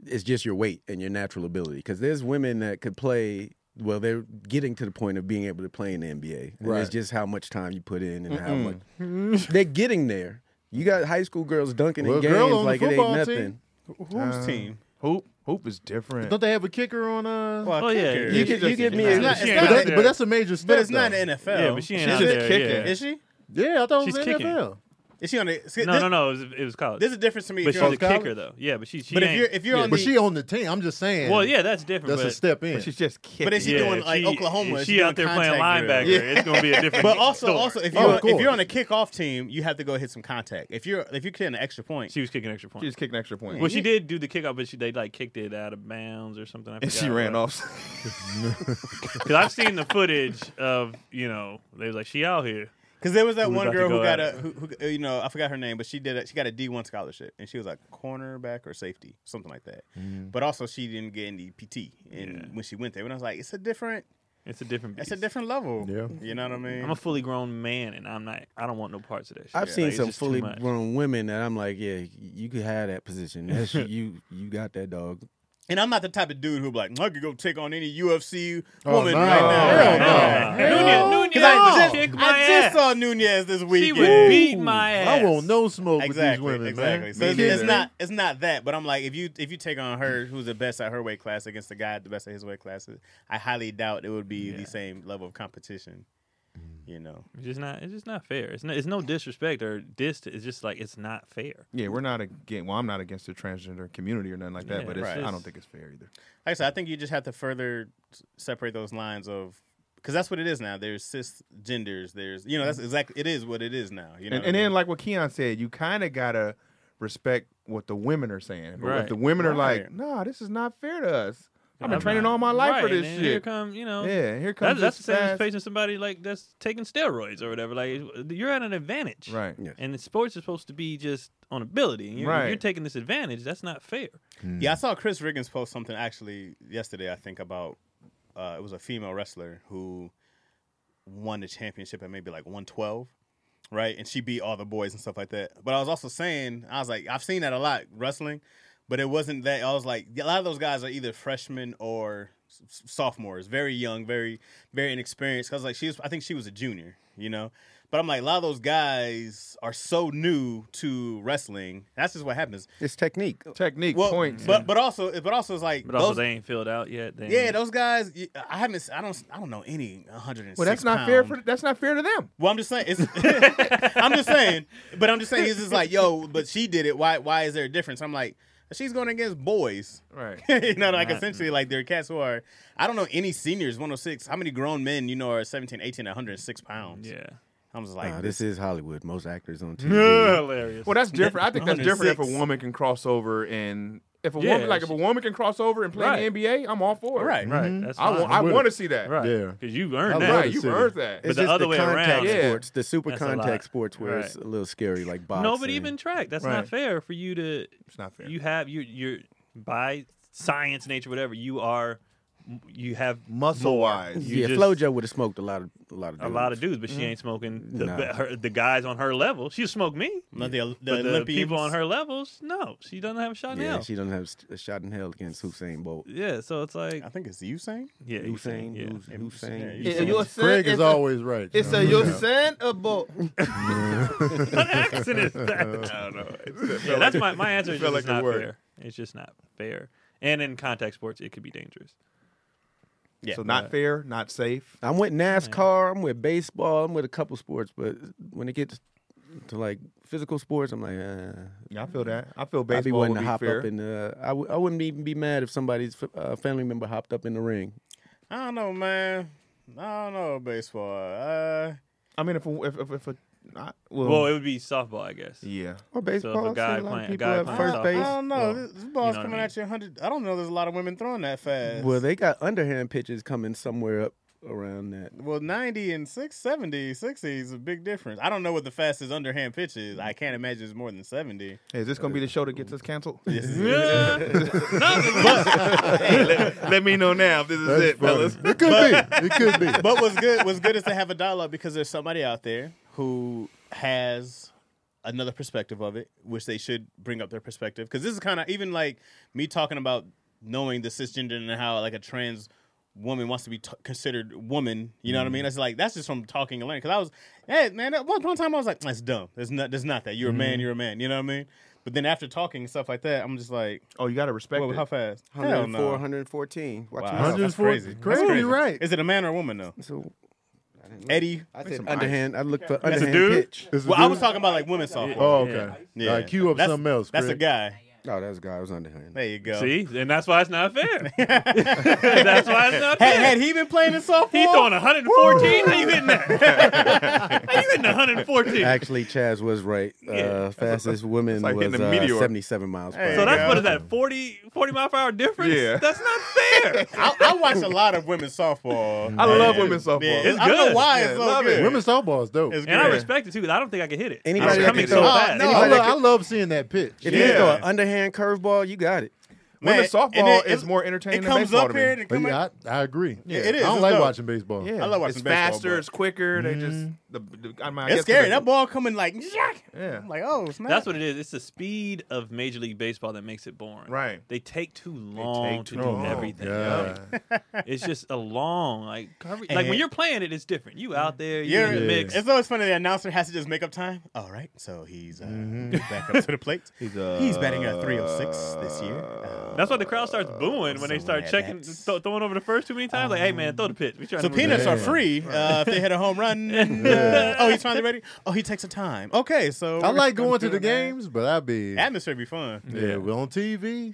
[SPEAKER 4] it's just your weight and your natural ability. Because there's women that could play. Well, they're getting to the point of being able to play in the NBA. And
[SPEAKER 1] Right.
[SPEAKER 4] It's just how much time you put in and how much they're getting there. You got high school girls dunking
[SPEAKER 1] Well,
[SPEAKER 4] in
[SPEAKER 1] girl on
[SPEAKER 4] games
[SPEAKER 1] the
[SPEAKER 4] like it ain't
[SPEAKER 1] football
[SPEAKER 4] nothing.
[SPEAKER 1] team.
[SPEAKER 3] Wh- Whose
[SPEAKER 1] Uh,
[SPEAKER 3] team?
[SPEAKER 2] Hoop hoop is different.
[SPEAKER 1] Don't they have a kicker on? Uh,
[SPEAKER 3] Well,
[SPEAKER 5] oh, yeah,
[SPEAKER 3] kicker.
[SPEAKER 5] yeah,
[SPEAKER 4] You, get, you give me
[SPEAKER 3] It's
[SPEAKER 4] a,
[SPEAKER 3] not- it's
[SPEAKER 5] Yeah,
[SPEAKER 3] not
[SPEAKER 1] but,
[SPEAKER 5] out
[SPEAKER 1] that-
[SPEAKER 3] the-
[SPEAKER 1] but that's a major step.
[SPEAKER 3] But it's not
[SPEAKER 1] though.
[SPEAKER 3] the NFL.
[SPEAKER 5] Yeah, but she ain't
[SPEAKER 2] She's
[SPEAKER 5] out
[SPEAKER 2] just
[SPEAKER 5] there.
[SPEAKER 2] kicking.
[SPEAKER 5] Yeah.
[SPEAKER 3] Is she?
[SPEAKER 1] Yeah, I thought
[SPEAKER 5] She's
[SPEAKER 1] it was
[SPEAKER 5] kicking.
[SPEAKER 1] NFL.
[SPEAKER 3] Is she on the? see,
[SPEAKER 5] No,
[SPEAKER 3] this,
[SPEAKER 5] no, no. It was, it was college.
[SPEAKER 3] There's a difference to me.
[SPEAKER 5] but
[SPEAKER 3] if
[SPEAKER 5] she's
[SPEAKER 3] you're on
[SPEAKER 5] a
[SPEAKER 3] college-
[SPEAKER 5] kicker though. Yeah, but she. she
[SPEAKER 3] But if
[SPEAKER 5] ain't-
[SPEAKER 3] you're if you're on
[SPEAKER 1] But
[SPEAKER 3] the
[SPEAKER 1] she on the team. I'm just saying.
[SPEAKER 5] Well, yeah, that's different.
[SPEAKER 1] that's
[SPEAKER 5] but,
[SPEAKER 1] a step in.
[SPEAKER 2] She's just kicking.
[SPEAKER 3] But is she
[SPEAKER 5] yeah,
[SPEAKER 3] doing like
[SPEAKER 5] she-
[SPEAKER 3] Oklahoma?
[SPEAKER 5] if
[SPEAKER 3] is
[SPEAKER 5] She,
[SPEAKER 3] doing
[SPEAKER 5] out there playing
[SPEAKER 3] contact
[SPEAKER 5] linebacker.
[SPEAKER 3] drill?
[SPEAKER 5] It's gonna be a different.
[SPEAKER 3] But also,
[SPEAKER 5] story.
[SPEAKER 3] also if
[SPEAKER 1] Oh,
[SPEAKER 3] you're
[SPEAKER 1] of
[SPEAKER 3] if
[SPEAKER 1] course.
[SPEAKER 3] you're on a kickoff team, you have to go hit some contact. If you're if you're kicking an extra point,
[SPEAKER 5] she was kicking extra
[SPEAKER 2] She
[SPEAKER 5] points.
[SPEAKER 2] was kicking extra points.
[SPEAKER 5] Well, she did do the kickoff, but she they like kicked it out of bounds or something. I
[SPEAKER 2] and she ran off.
[SPEAKER 5] because I've seen the footage of you know they was like she out here.
[SPEAKER 3] because there was that
[SPEAKER 5] Who was
[SPEAKER 3] one
[SPEAKER 5] about to
[SPEAKER 3] girl
[SPEAKER 5] go
[SPEAKER 3] who got
[SPEAKER 5] at
[SPEAKER 3] a who, who you know I forgot her name, but she did a, she got a D one scholarship and she was like cornerback or safety something like that. But also she didn't get any PT and
[SPEAKER 5] Yeah.
[SPEAKER 3] when she went there, and I was like, it's a different
[SPEAKER 5] It's a different.
[SPEAKER 3] it's
[SPEAKER 5] Beast.
[SPEAKER 3] a different level.
[SPEAKER 1] Yeah.
[SPEAKER 3] you know what I mean.
[SPEAKER 5] I'm a fully grown man, and I'm not. I don't want no parts of that. Shit.
[SPEAKER 4] I've
[SPEAKER 5] Like,
[SPEAKER 4] seen
[SPEAKER 5] it's
[SPEAKER 4] some
[SPEAKER 5] just too
[SPEAKER 4] fully
[SPEAKER 5] much.
[SPEAKER 4] grown women that I'm like, yeah, you could have that position. That's you, you, you got that dog.
[SPEAKER 3] and I'm not the type of dude who be like I could go take on any UFC
[SPEAKER 1] Oh,
[SPEAKER 3] woman
[SPEAKER 1] no.
[SPEAKER 3] right now.
[SPEAKER 1] Hell
[SPEAKER 3] Right
[SPEAKER 1] no.
[SPEAKER 3] now.
[SPEAKER 1] Hell
[SPEAKER 5] Nunez,
[SPEAKER 3] Because I
[SPEAKER 5] Nunez,
[SPEAKER 3] just,
[SPEAKER 5] kick my
[SPEAKER 3] I just
[SPEAKER 5] ass.
[SPEAKER 3] saw Nunez this
[SPEAKER 5] She
[SPEAKER 3] weekend.
[SPEAKER 5] would beat my ass.
[SPEAKER 1] I want no smoke
[SPEAKER 3] Exactly,
[SPEAKER 1] with these women,
[SPEAKER 3] exactly.
[SPEAKER 1] man.
[SPEAKER 3] So it's,
[SPEAKER 1] Me
[SPEAKER 3] it's
[SPEAKER 1] neither.
[SPEAKER 3] not it's not that, but I'm like if you if you take on her who's the best at her weight class against the guy at the best at his weight class, I highly doubt it would be
[SPEAKER 5] Yeah.
[SPEAKER 3] the same level of competition. You know.
[SPEAKER 5] It's just not. It's just not fair. It's no, it's no disrespect or dis. It's just like it's not fair.
[SPEAKER 2] yeah, we're not against. Well, I'm not against the transgender community or nothing like that.
[SPEAKER 5] Yeah,
[SPEAKER 2] but it's,
[SPEAKER 3] right.
[SPEAKER 2] I don't think it's fair either.
[SPEAKER 3] Like I said, I think you just have to further s- separate those lines of because that's what it is now. There's cisgenders. There's you know that's exactly it is what it is now. You know.
[SPEAKER 2] and,
[SPEAKER 3] what
[SPEAKER 2] and
[SPEAKER 3] I
[SPEAKER 2] then
[SPEAKER 3] mean?
[SPEAKER 2] like what Keon said, you kind of gotta respect what the women are saying. But
[SPEAKER 5] Right.
[SPEAKER 2] if the women are like,
[SPEAKER 3] Right.
[SPEAKER 2] "Nah, this is not fair to us. I've been
[SPEAKER 5] I'm
[SPEAKER 2] training
[SPEAKER 5] not-
[SPEAKER 2] all my life for
[SPEAKER 5] Right,
[SPEAKER 2] this
[SPEAKER 5] and
[SPEAKER 2] shit."
[SPEAKER 5] Here come you know.
[SPEAKER 2] yeah, here
[SPEAKER 5] That,
[SPEAKER 2] comes
[SPEAKER 5] that's the
[SPEAKER 2] this
[SPEAKER 5] same as
[SPEAKER 2] fast-
[SPEAKER 5] facing somebody like that's taking steroids or whatever. Like you're at an advantage,
[SPEAKER 2] Right.
[SPEAKER 4] Yeah.
[SPEAKER 5] And the sports is supposed to be just on ability, and you're,
[SPEAKER 2] Right.
[SPEAKER 5] you're taking this advantage. That's not fair.
[SPEAKER 3] Yeah, I saw Chris Riggins post something actually yesterday. I think about uh, it was a female wrestler who won the championship at maybe like one twelve, right? And she beat all the boys and stuff like that. But I was also saying I was like I've seen that a lot wrestling. But it wasn't that. I was like, a lot of those guys are either freshmen or s- s- sophomores, very young, very, very inexperienced. Cause like she was, I think she was a junior, you know. But I'm like, a lot of those guys are so new to wrestling. That's just what happens.
[SPEAKER 4] It's technique.
[SPEAKER 2] Technique
[SPEAKER 3] Well,
[SPEAKER 2] points.
[SPEAKER 3] but but also, but also it's like,
[SPEAKER 5] But also
[SPEAKER 3] those-
[SPEAKER 5] they ain't filled out yet. They
[SPEAKER 3] yeah,
[SPEAKER 5] ain't-
[SPEAKER 3] those guys. y- I haven't. s- I don't. s- I don't know any 106.
[SPEAKER 2] well, that's not
[SPEAKER 3] pound-
[SPEAKER 2] fair for that's not fair to them.
[SPEAKER 3] Well, I'm just saying. It's, I'm just saying. But I'm just saying. It's just like, yo, but she did it. Why? Why is there a difference? I'm like, she's going against boys.
[SPEAKER 2] Right.
[SPEAKER 3] you know, like
[SPEAKER 5] Right.
[SPEAKER 3] essentially, like there are cats who are. I don't know any seniors 106. How many grown men you know are 17, 18, 106 pounds?
[SPEAKER 5] yeah,
[SPEAKER 3] I'm just like,
[SPEAKER 4] Nah,
[SPEAKER 3] this,
[SPEAKER 4] this is Hollywood. Most actors on TV.
[SPEAKER 5] hilarious.
[SPEAKER 2] Well, that's different. I think that's different if a
[SPEAKER 3] 106.
[SPEAKER 2] woman can cross over and if a
[SPEAKER 5] Yeah,
[SPEAKER 2] woman like if a woman can cross over and play
[SPEAKER 5] Right.
[SPEAKER 2] in the NBA, I'm all for it.
[SPEAKER 3] right,
[SPEAKER 5] right. That's
[SPEAKER 2] I want
[SPEAKER 5] fine.
[SPEAKER 2] I
[SPEAKER 1] With
[SPEAKER 2] want to
[SPEAKER 1] it.
[SPEAKER 2] see that.
[SPEAKER 5] right.
[SPEAKER 1] Yeah.
[SPEAKER 5] because you earned
[SPEAKER 4] I
[SPEAKER 5] that.
[SPEAKER 4] love
[SPEAKER 2] Right, you
[SPEAKER 4] City.
[SPEAKER 2] earned that.
[SPEAKER 5] But
[SPEAKER 4] It's
[SPEAKER 5] the
[SPEAKER 4] just
[SPEAKER 5] other
[SPEAKER 4] the
[SPEAKER 5] way around.
[SPEAKER 4] contact
[SPEAKER 2] Yeah.
[SPEAKER 4] sports, the super
[SPEAKER 5] That's a lot.
[SPEAKER 4] contact sports where it's
[SPEAKER 5] Right.
[SPEAKER 4] a little scary, like boxing.
[SPEAKER 5] No, but even track, that's
[SPEAKER 2] Right.
[SPEAKER 5] not fair for you to.
[SPEAKER 2] It's not fair.
[SPEAKER 5] You have you you're by science, nature, whatever. You are you have
[SPEAKER 2] Muscle
[SPEAKER 5] more.
[SPEAKER 2] wise.
[SPEAKER 5] You
[SPEAKER 4] yeah,
[SPEAKER 5] just-
[SPEAKER 4] FloJo would have smoked a lot of a lot of
[SPEAKER 5] a
[SPEAKER 4] dudes.
[SPEAKER 5] lot of dudes, but she ain't smoking the
[SPEAKER 4] Nah.
[SPEAKER 5] her, the guys on her level. She smoked me,
[SPEAKER 3] Not the, the
[SPEAKER 5] but the
[SPEAKER 3] Olympians.
[SPEAKER 5] people on her levels, no, she doesn't have a shot
[SPEAKER 4] Yeah,
[SPEAKER 5] now.
[SPEAKER 4] she doesn't have st- a shot in hell against Hussein Bolt.
[SPEAKER 5] yeah, so it's like
[SPEAKER 3] I think it's Usain.
[SPEAKER 5] yeah, you
[SPEAKER 4] Hussein,
[SPEAKER 5] saying yeah.
[SPEAKER 4] Hus- Hussein.
[SPEAKER 3] Yeah,
[SPEAKER 4] Hussein.
[SPEAKER 3] you-
[SPEAKER 1] Craig is always right. you know?
[SPEAKER 2] son about.
[SPEAKER 5] what accent is that? I don't know. Yeah, that's my my answer. Is just
[SPEAKER 2] felt
[SPEAKER 5] it's
[SPEAKER 2] like a
[SPEAKER 5] not
[SPEAKER 2] word.
[SPEAKER 5] fair. It's just not fair. And in contact sports, it could be dangerous.
[SPEAKER 3] Yeah.
[SPEAKER 2] So not fair, not safe.
[SPEAKER 4] I'm with NASCAR. I'm with baseball. I'm with a couple sports, but when it gets to like physical sports, I'm like, uh,
[SPEAKER 2] Yeah, I feel that. I feel
[SPEAKER 4] I'd be
[SPEAKER 2] baseball
[SPEAKER 4] wanting
[SPEAKER 2] would
[SPEAKER 4] to
[SPEAKER 2] be
[SPEAKER 4] hop
[SPEAKER 2] fair.
[SPEAKER 4] up in. Uh, I w- I wouldn't even be mad if somebody's f- uh, family member hopped up in the ring.
[SPEAKER 3] I don't know, man. I don't know baseball. Uh,
[SPEAKER 2] I mean, if a, if if, if a, not, well,
[SPEAKER 5] Well, it would be softball, I guess.
[SPEAKER 2] yeah,
[SPEAKER 4] Or baseball. I've seen
[SPEAKER 5] guy
[SPEAKER 4] a lot of
[SPEAKER 5] playing- a
[SPEAKER 4] people
[SPEAKER 5] guy
[SPEAKER 4] at
[SPEAKER 5] playing
[SPEAKER 4] first
[SPEAKER 5] softball.
[SPEAKER 3] I
[SPEAKER 4] base.
[SPEAKER 3] don't know.
[SPEAKER 5] Well,
[SPEAKER 3] this, this
[SPEAKER 5] you
[SPEAKER 3] ball's
[SPEAKER 5] know what I
[SPEAKER 3] coming
[SPEAKER 5] mean.
[SPEAKER 3] at you 100. I don't know. There's a lot of women throwing that fast.
[SPEAKER 4] Well, they got underhand pitches coming somewhere up around that.
[SPEAKER 3] Well, 90 and 670, 60 is a big difference. I don't know what the fastest underhand pitch is. I can't imagine it's more than 70.
[SPEAKER 2] Hey, is this gonna be the show that gets us canceled?
[SPEAKER 5] Yeah.
[SPEAKER 2] let, let me know now if this is
[SPEAKER 1] That's
[SPEAKER 2] it,
[SPEAKER 1] funny.
[SPEAKER 2] fellas.
[SPEAKER 1] It could be. It could be.
[SPEAKER 3] But what's good what's good is to have a dialogue because there's somebody out there who has another perspective of it, which they should bring up their perspective. Because this is kind of even like me talking about knowing the cisgender and how like a trans woman wants to be t- considered woman. You know what I mean? That's like that's just from talking and learning. Because I was, hey man, at one, one time I was like, that's dumb. There's not, there's not that. You're a man. You're a man. You know what I mean? But then after talking and stuff like that, I'm just like,
[SPEAKER 2] Oh, you gotta respect
[SPEAKER 3] Wait,
[SPEAKER 2] it.
[SPEAKER 3] how fast? Hell
[SPEAKER 4] 104,
[SPEAKER 3] no.
[SPEAKER 4] 114. Watch
[SPEAKER 3] Wow.
[SPEAKER 4] your mouth.
[SPEAKER 3] That's
[SPEAKER 1] 104
[SPEAKER 3] crazy. That's
[SPEAKER 1] Craig,
[SPEAKER 3] crazy.
[SPEAKER 1] you're right.
[SPEAKER 3] Is it a man or a woman though?
[SPEAKER 4] So
[SPEAKER 3] Eddie.
[SPEAKER 4] I
[SPEAKER 2] Make some
[SPEAKER 4] said underhand. I looked for underhand
[SPEAKER 5] dude?
[SPEAKER 4] pitch.
[SPEAKER 1] It's a
[SPEAKER 3] Well, I
[SPEAKER 1] dude?
[SPEAKER 3] was talking about like women's softball.
[SPEAKER 1] Oh, okay.
[SPEAKER 3] Yeah.
[SPEAKER 1] All right, cue up
[SPEAKER 3] That's-
[SPEAKER 1] something else.
[SPEAKER 3] That's a
[SPEAKER 1] Craig.
[SPEAKER 3] guy.
[SPEAKER 4] No, that was a guy. I was underhand.
[SPEAKER 3] There you go.
[SPEAKER 5] See, and that's why it's not fair. that's why it's not
[SPEAKER 3] Had,
[SPEAKER 5] fair.
[SPEAKER 3] had he been playing in softball?
[SPEAKER 5] He throwing 114. How you hitting that? How you hitting 114?
[SPEAKER 4] Actually, Chaz was right. Uh, fastest woman
[SPEAKER 2] like hitting
[SPEAKER 4] was
[SPEAKER 2] a
[SPEAKER 4] uh,
[SPEAKER 2] meteor.
[SPEAKER 4] 77 miles per
[SPEAKER 3] Hey.
[SPEAKER 4] hour.
[SPEAKER 5] so that's
[SPEAKER 3] Yeah.
[SPEAKER 5] what is that 40 40 mile per hour difference?
[SPEAKER 2] Yeah.
[SPEAKER 5] That's not fair.
[SPEAKER 3] I, I watch a lot of women's softball.
[SPEAKER 2] I
[SPEAKER 3] Man.
[SPEAKER 2] love women's softball.
[SPEAKER 3] Yeah,
[SPEAKER 5] It's
[SPEAKER 3] I don't know
[SPEAKER 5] good.
[SPEAKER 3] why
[SPEAKER 2] Yeah,
[SPEAKER 3] it's so
[SPEAKER 2] love it.
[SPEAKER 3] good.
[SPEAKER 1] Women's softball is dope.
[SPEAKER 3] It's
[SPEAKER 5] And I
[SPEAKER 3] good.
[SPEAKER 5] respect it too because I don't think I could hit it.
[SPEAKER 4] Anybody
[SPEAKER 5] it's
[SPEAKER 4] that
[SPEAKER 5] coming
[SPEAKER 4] can
[SPEAKER 5] so
[SPEAKER 4] throw-
[SPEAKER 5] fast.
[SPEAKER 4] no.
[SPEAKER 1] I,
[SPEAKER 4] Anybody
[SPEAKER 1] love,
[SPEAKER 4] that
[SPEAKER 1] I love seeing that pitch.
[SPEAKER 4] if you
[SPEAKER 3] Yeah.
[SPEAKER 4] throw an underhand curveball, you got it.
[SPEAKER 3] Man,
[SPEAKER 2] Women's softball
[SPEAKER 3] and
[SPEAKER 2] is more entertaining
[SPEAKER 3] It
[SPEAKER 2] than
[SPEAKER 3] comes
[SPEAKER 2] baseball
[SPEAKER 3] up
[SPEAKER 2] to me.
[SPEAKER 3] here and it
[SPEAKER 1] But
[SPEAKER 3] come
[SPEAKER 1] yeah,
[SPEAKER 3] up-
[SPEAKER 1] I, I agree.
[SPEAKER 3] Yeah, it is.
[SPEAKER 1] I don't
[SPEAKER 3] It's
[SPEAKER 1] like
[SPEAKER 3] dope.
[SPEAKER 1] watching baseball.
[SPEAKER 2] Yeah.
[SPEAKER 3] I love watching
[SPEAKER 2] It's
[SPEAKER 3] baseball,
[SPEAKER 2] faster.
[SPEAKER 3] bro.
[SPEAKER 2] It's quicker. They just the, the I mean, I guess
[SPEAKER 3] It's scary.
[SPEAKER 2] they-
[SPEAKER 3] That ball coming like, yuck.
[SPEAKER 2] Yeah.
[SPEAKER 3] I'm like, oh, snap.
[SPEAKER 5] That's what it is. It's the speed of Major League Baseball that makes it boring.
[SPEAKER 2] Right.
[SPEAKER 5] They take too long
[SPEAKER 2] too
[SPEAKER 5] to
[SPEAKER 2] long.
[SPEAKER 5] do everything.
[SPEAKER 1] Yeah.
[SPEAKER 5] It's just a long like cover- like
[SPEAKER 3] And-
[SPEAKER 5] when you're playing it, it's different. You out there, you're
[SPEAKER 3] You're,
[SPEAKER 5] in the
[SPEAKER 1] Yeah.
[SPEAKER 5] mix.
[SPEAKER 3] It's always funny the announcer has to just make up time. All right, so he's uh,
[SPEAKER 2] Mm-hmm.
[SPEAKER 3] back up to the plate. he's, batting at 306 this year. Uh,
[SPEAKER 5] That's why the crowd starts booing when they
[SPEAKER 3] so
[SPEAKER 5] start
[SPEAKER 3] mad
[SPEAKER 5] checking,
[SPEAKER 3] that's-
[SPEAKER 5] th- throwing over the first too many times. Like, hey man, throw the pitch. We trying
[SPEAKER 3] So
[SPEAKER 5] to move
[SPEAKER 3] peanuts
[SPEAKER 5] the-
[SPEAKER 3] are free uh, if they hit a home run. And, uh, oh, he's finally ready. Oh, he takes a time. Okay, so
[SPEAKER 1] I like going to the games, but I'd be yeah,
[SPEAKER 3] Atmosphere be fun.
[SPEAKER 1] we're on TV.
[SPEAKER 2] I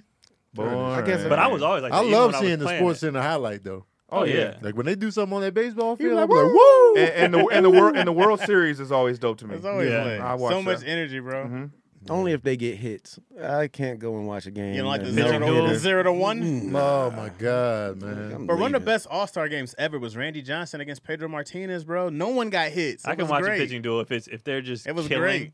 [SPEAKER 1] Boring.
[SPEAKER 2] guess-
[SPEAKER 5] But I was always like,
[SPEAKER 1] I
[SPEAKER 5] that, even
[SPEAKER 1] love
[SPEAKER 5] when was
[SPEAKER 1] seeing the
[SPEAKER 5] playing
[SPEAKER 1] Sports
[SPEAKER 5] it.
[SPEAKER 1] Center highlight though.
[SPEAKER 5] Oh yeah.
[SPEAKER 1] Like when they do something on that baseball field,
[SPEAKER 4] like,
[SPEAKER 1] I'm like, woo!
[SPEAKER 2] and, and the and the world and the World Series is always dope to me.
[SPEAKER 3] It's always
[SPEAKER 5] Yeah.
[SPEAKER 3] lit.
[SPEAKER 2] I watch
[SPEAKER 3] So much
[SPEAKER 2] that.
[SPEAKER 3] energy, bro.
[SPEAKER 4] Only if they get hits. I can't go and watch a game.
[SPEAKER 3] You know, like the
[SPEAKER 4] and
[SPEAKER 3] zero
[SPEAKER 4] no
[SPEAKER 3] to,
[SPEAKER 4] hitter.
[SPEAKER 3] zero to one.
[SPEAKER 1] Oh my god, man!
[SPEAKER 4] I'm
[SPEAKER 3] But one
[SPEAKER 4] leaving.
[SPEAKER 3] of the best All Star games ever was Randy Johnson against Pedro Martinez, bro. No one got hits. It
[SPEAKER 5] I can
[SPEAKER 3] was
[SPEAKER 5] watch
[SPEAKER 3] great.
[SPEAKER 5] a pitching duel if it's if they're just
[SPEAKER 3] It was
[SPEAKER 5] killing.
[SPEAKER 3] great.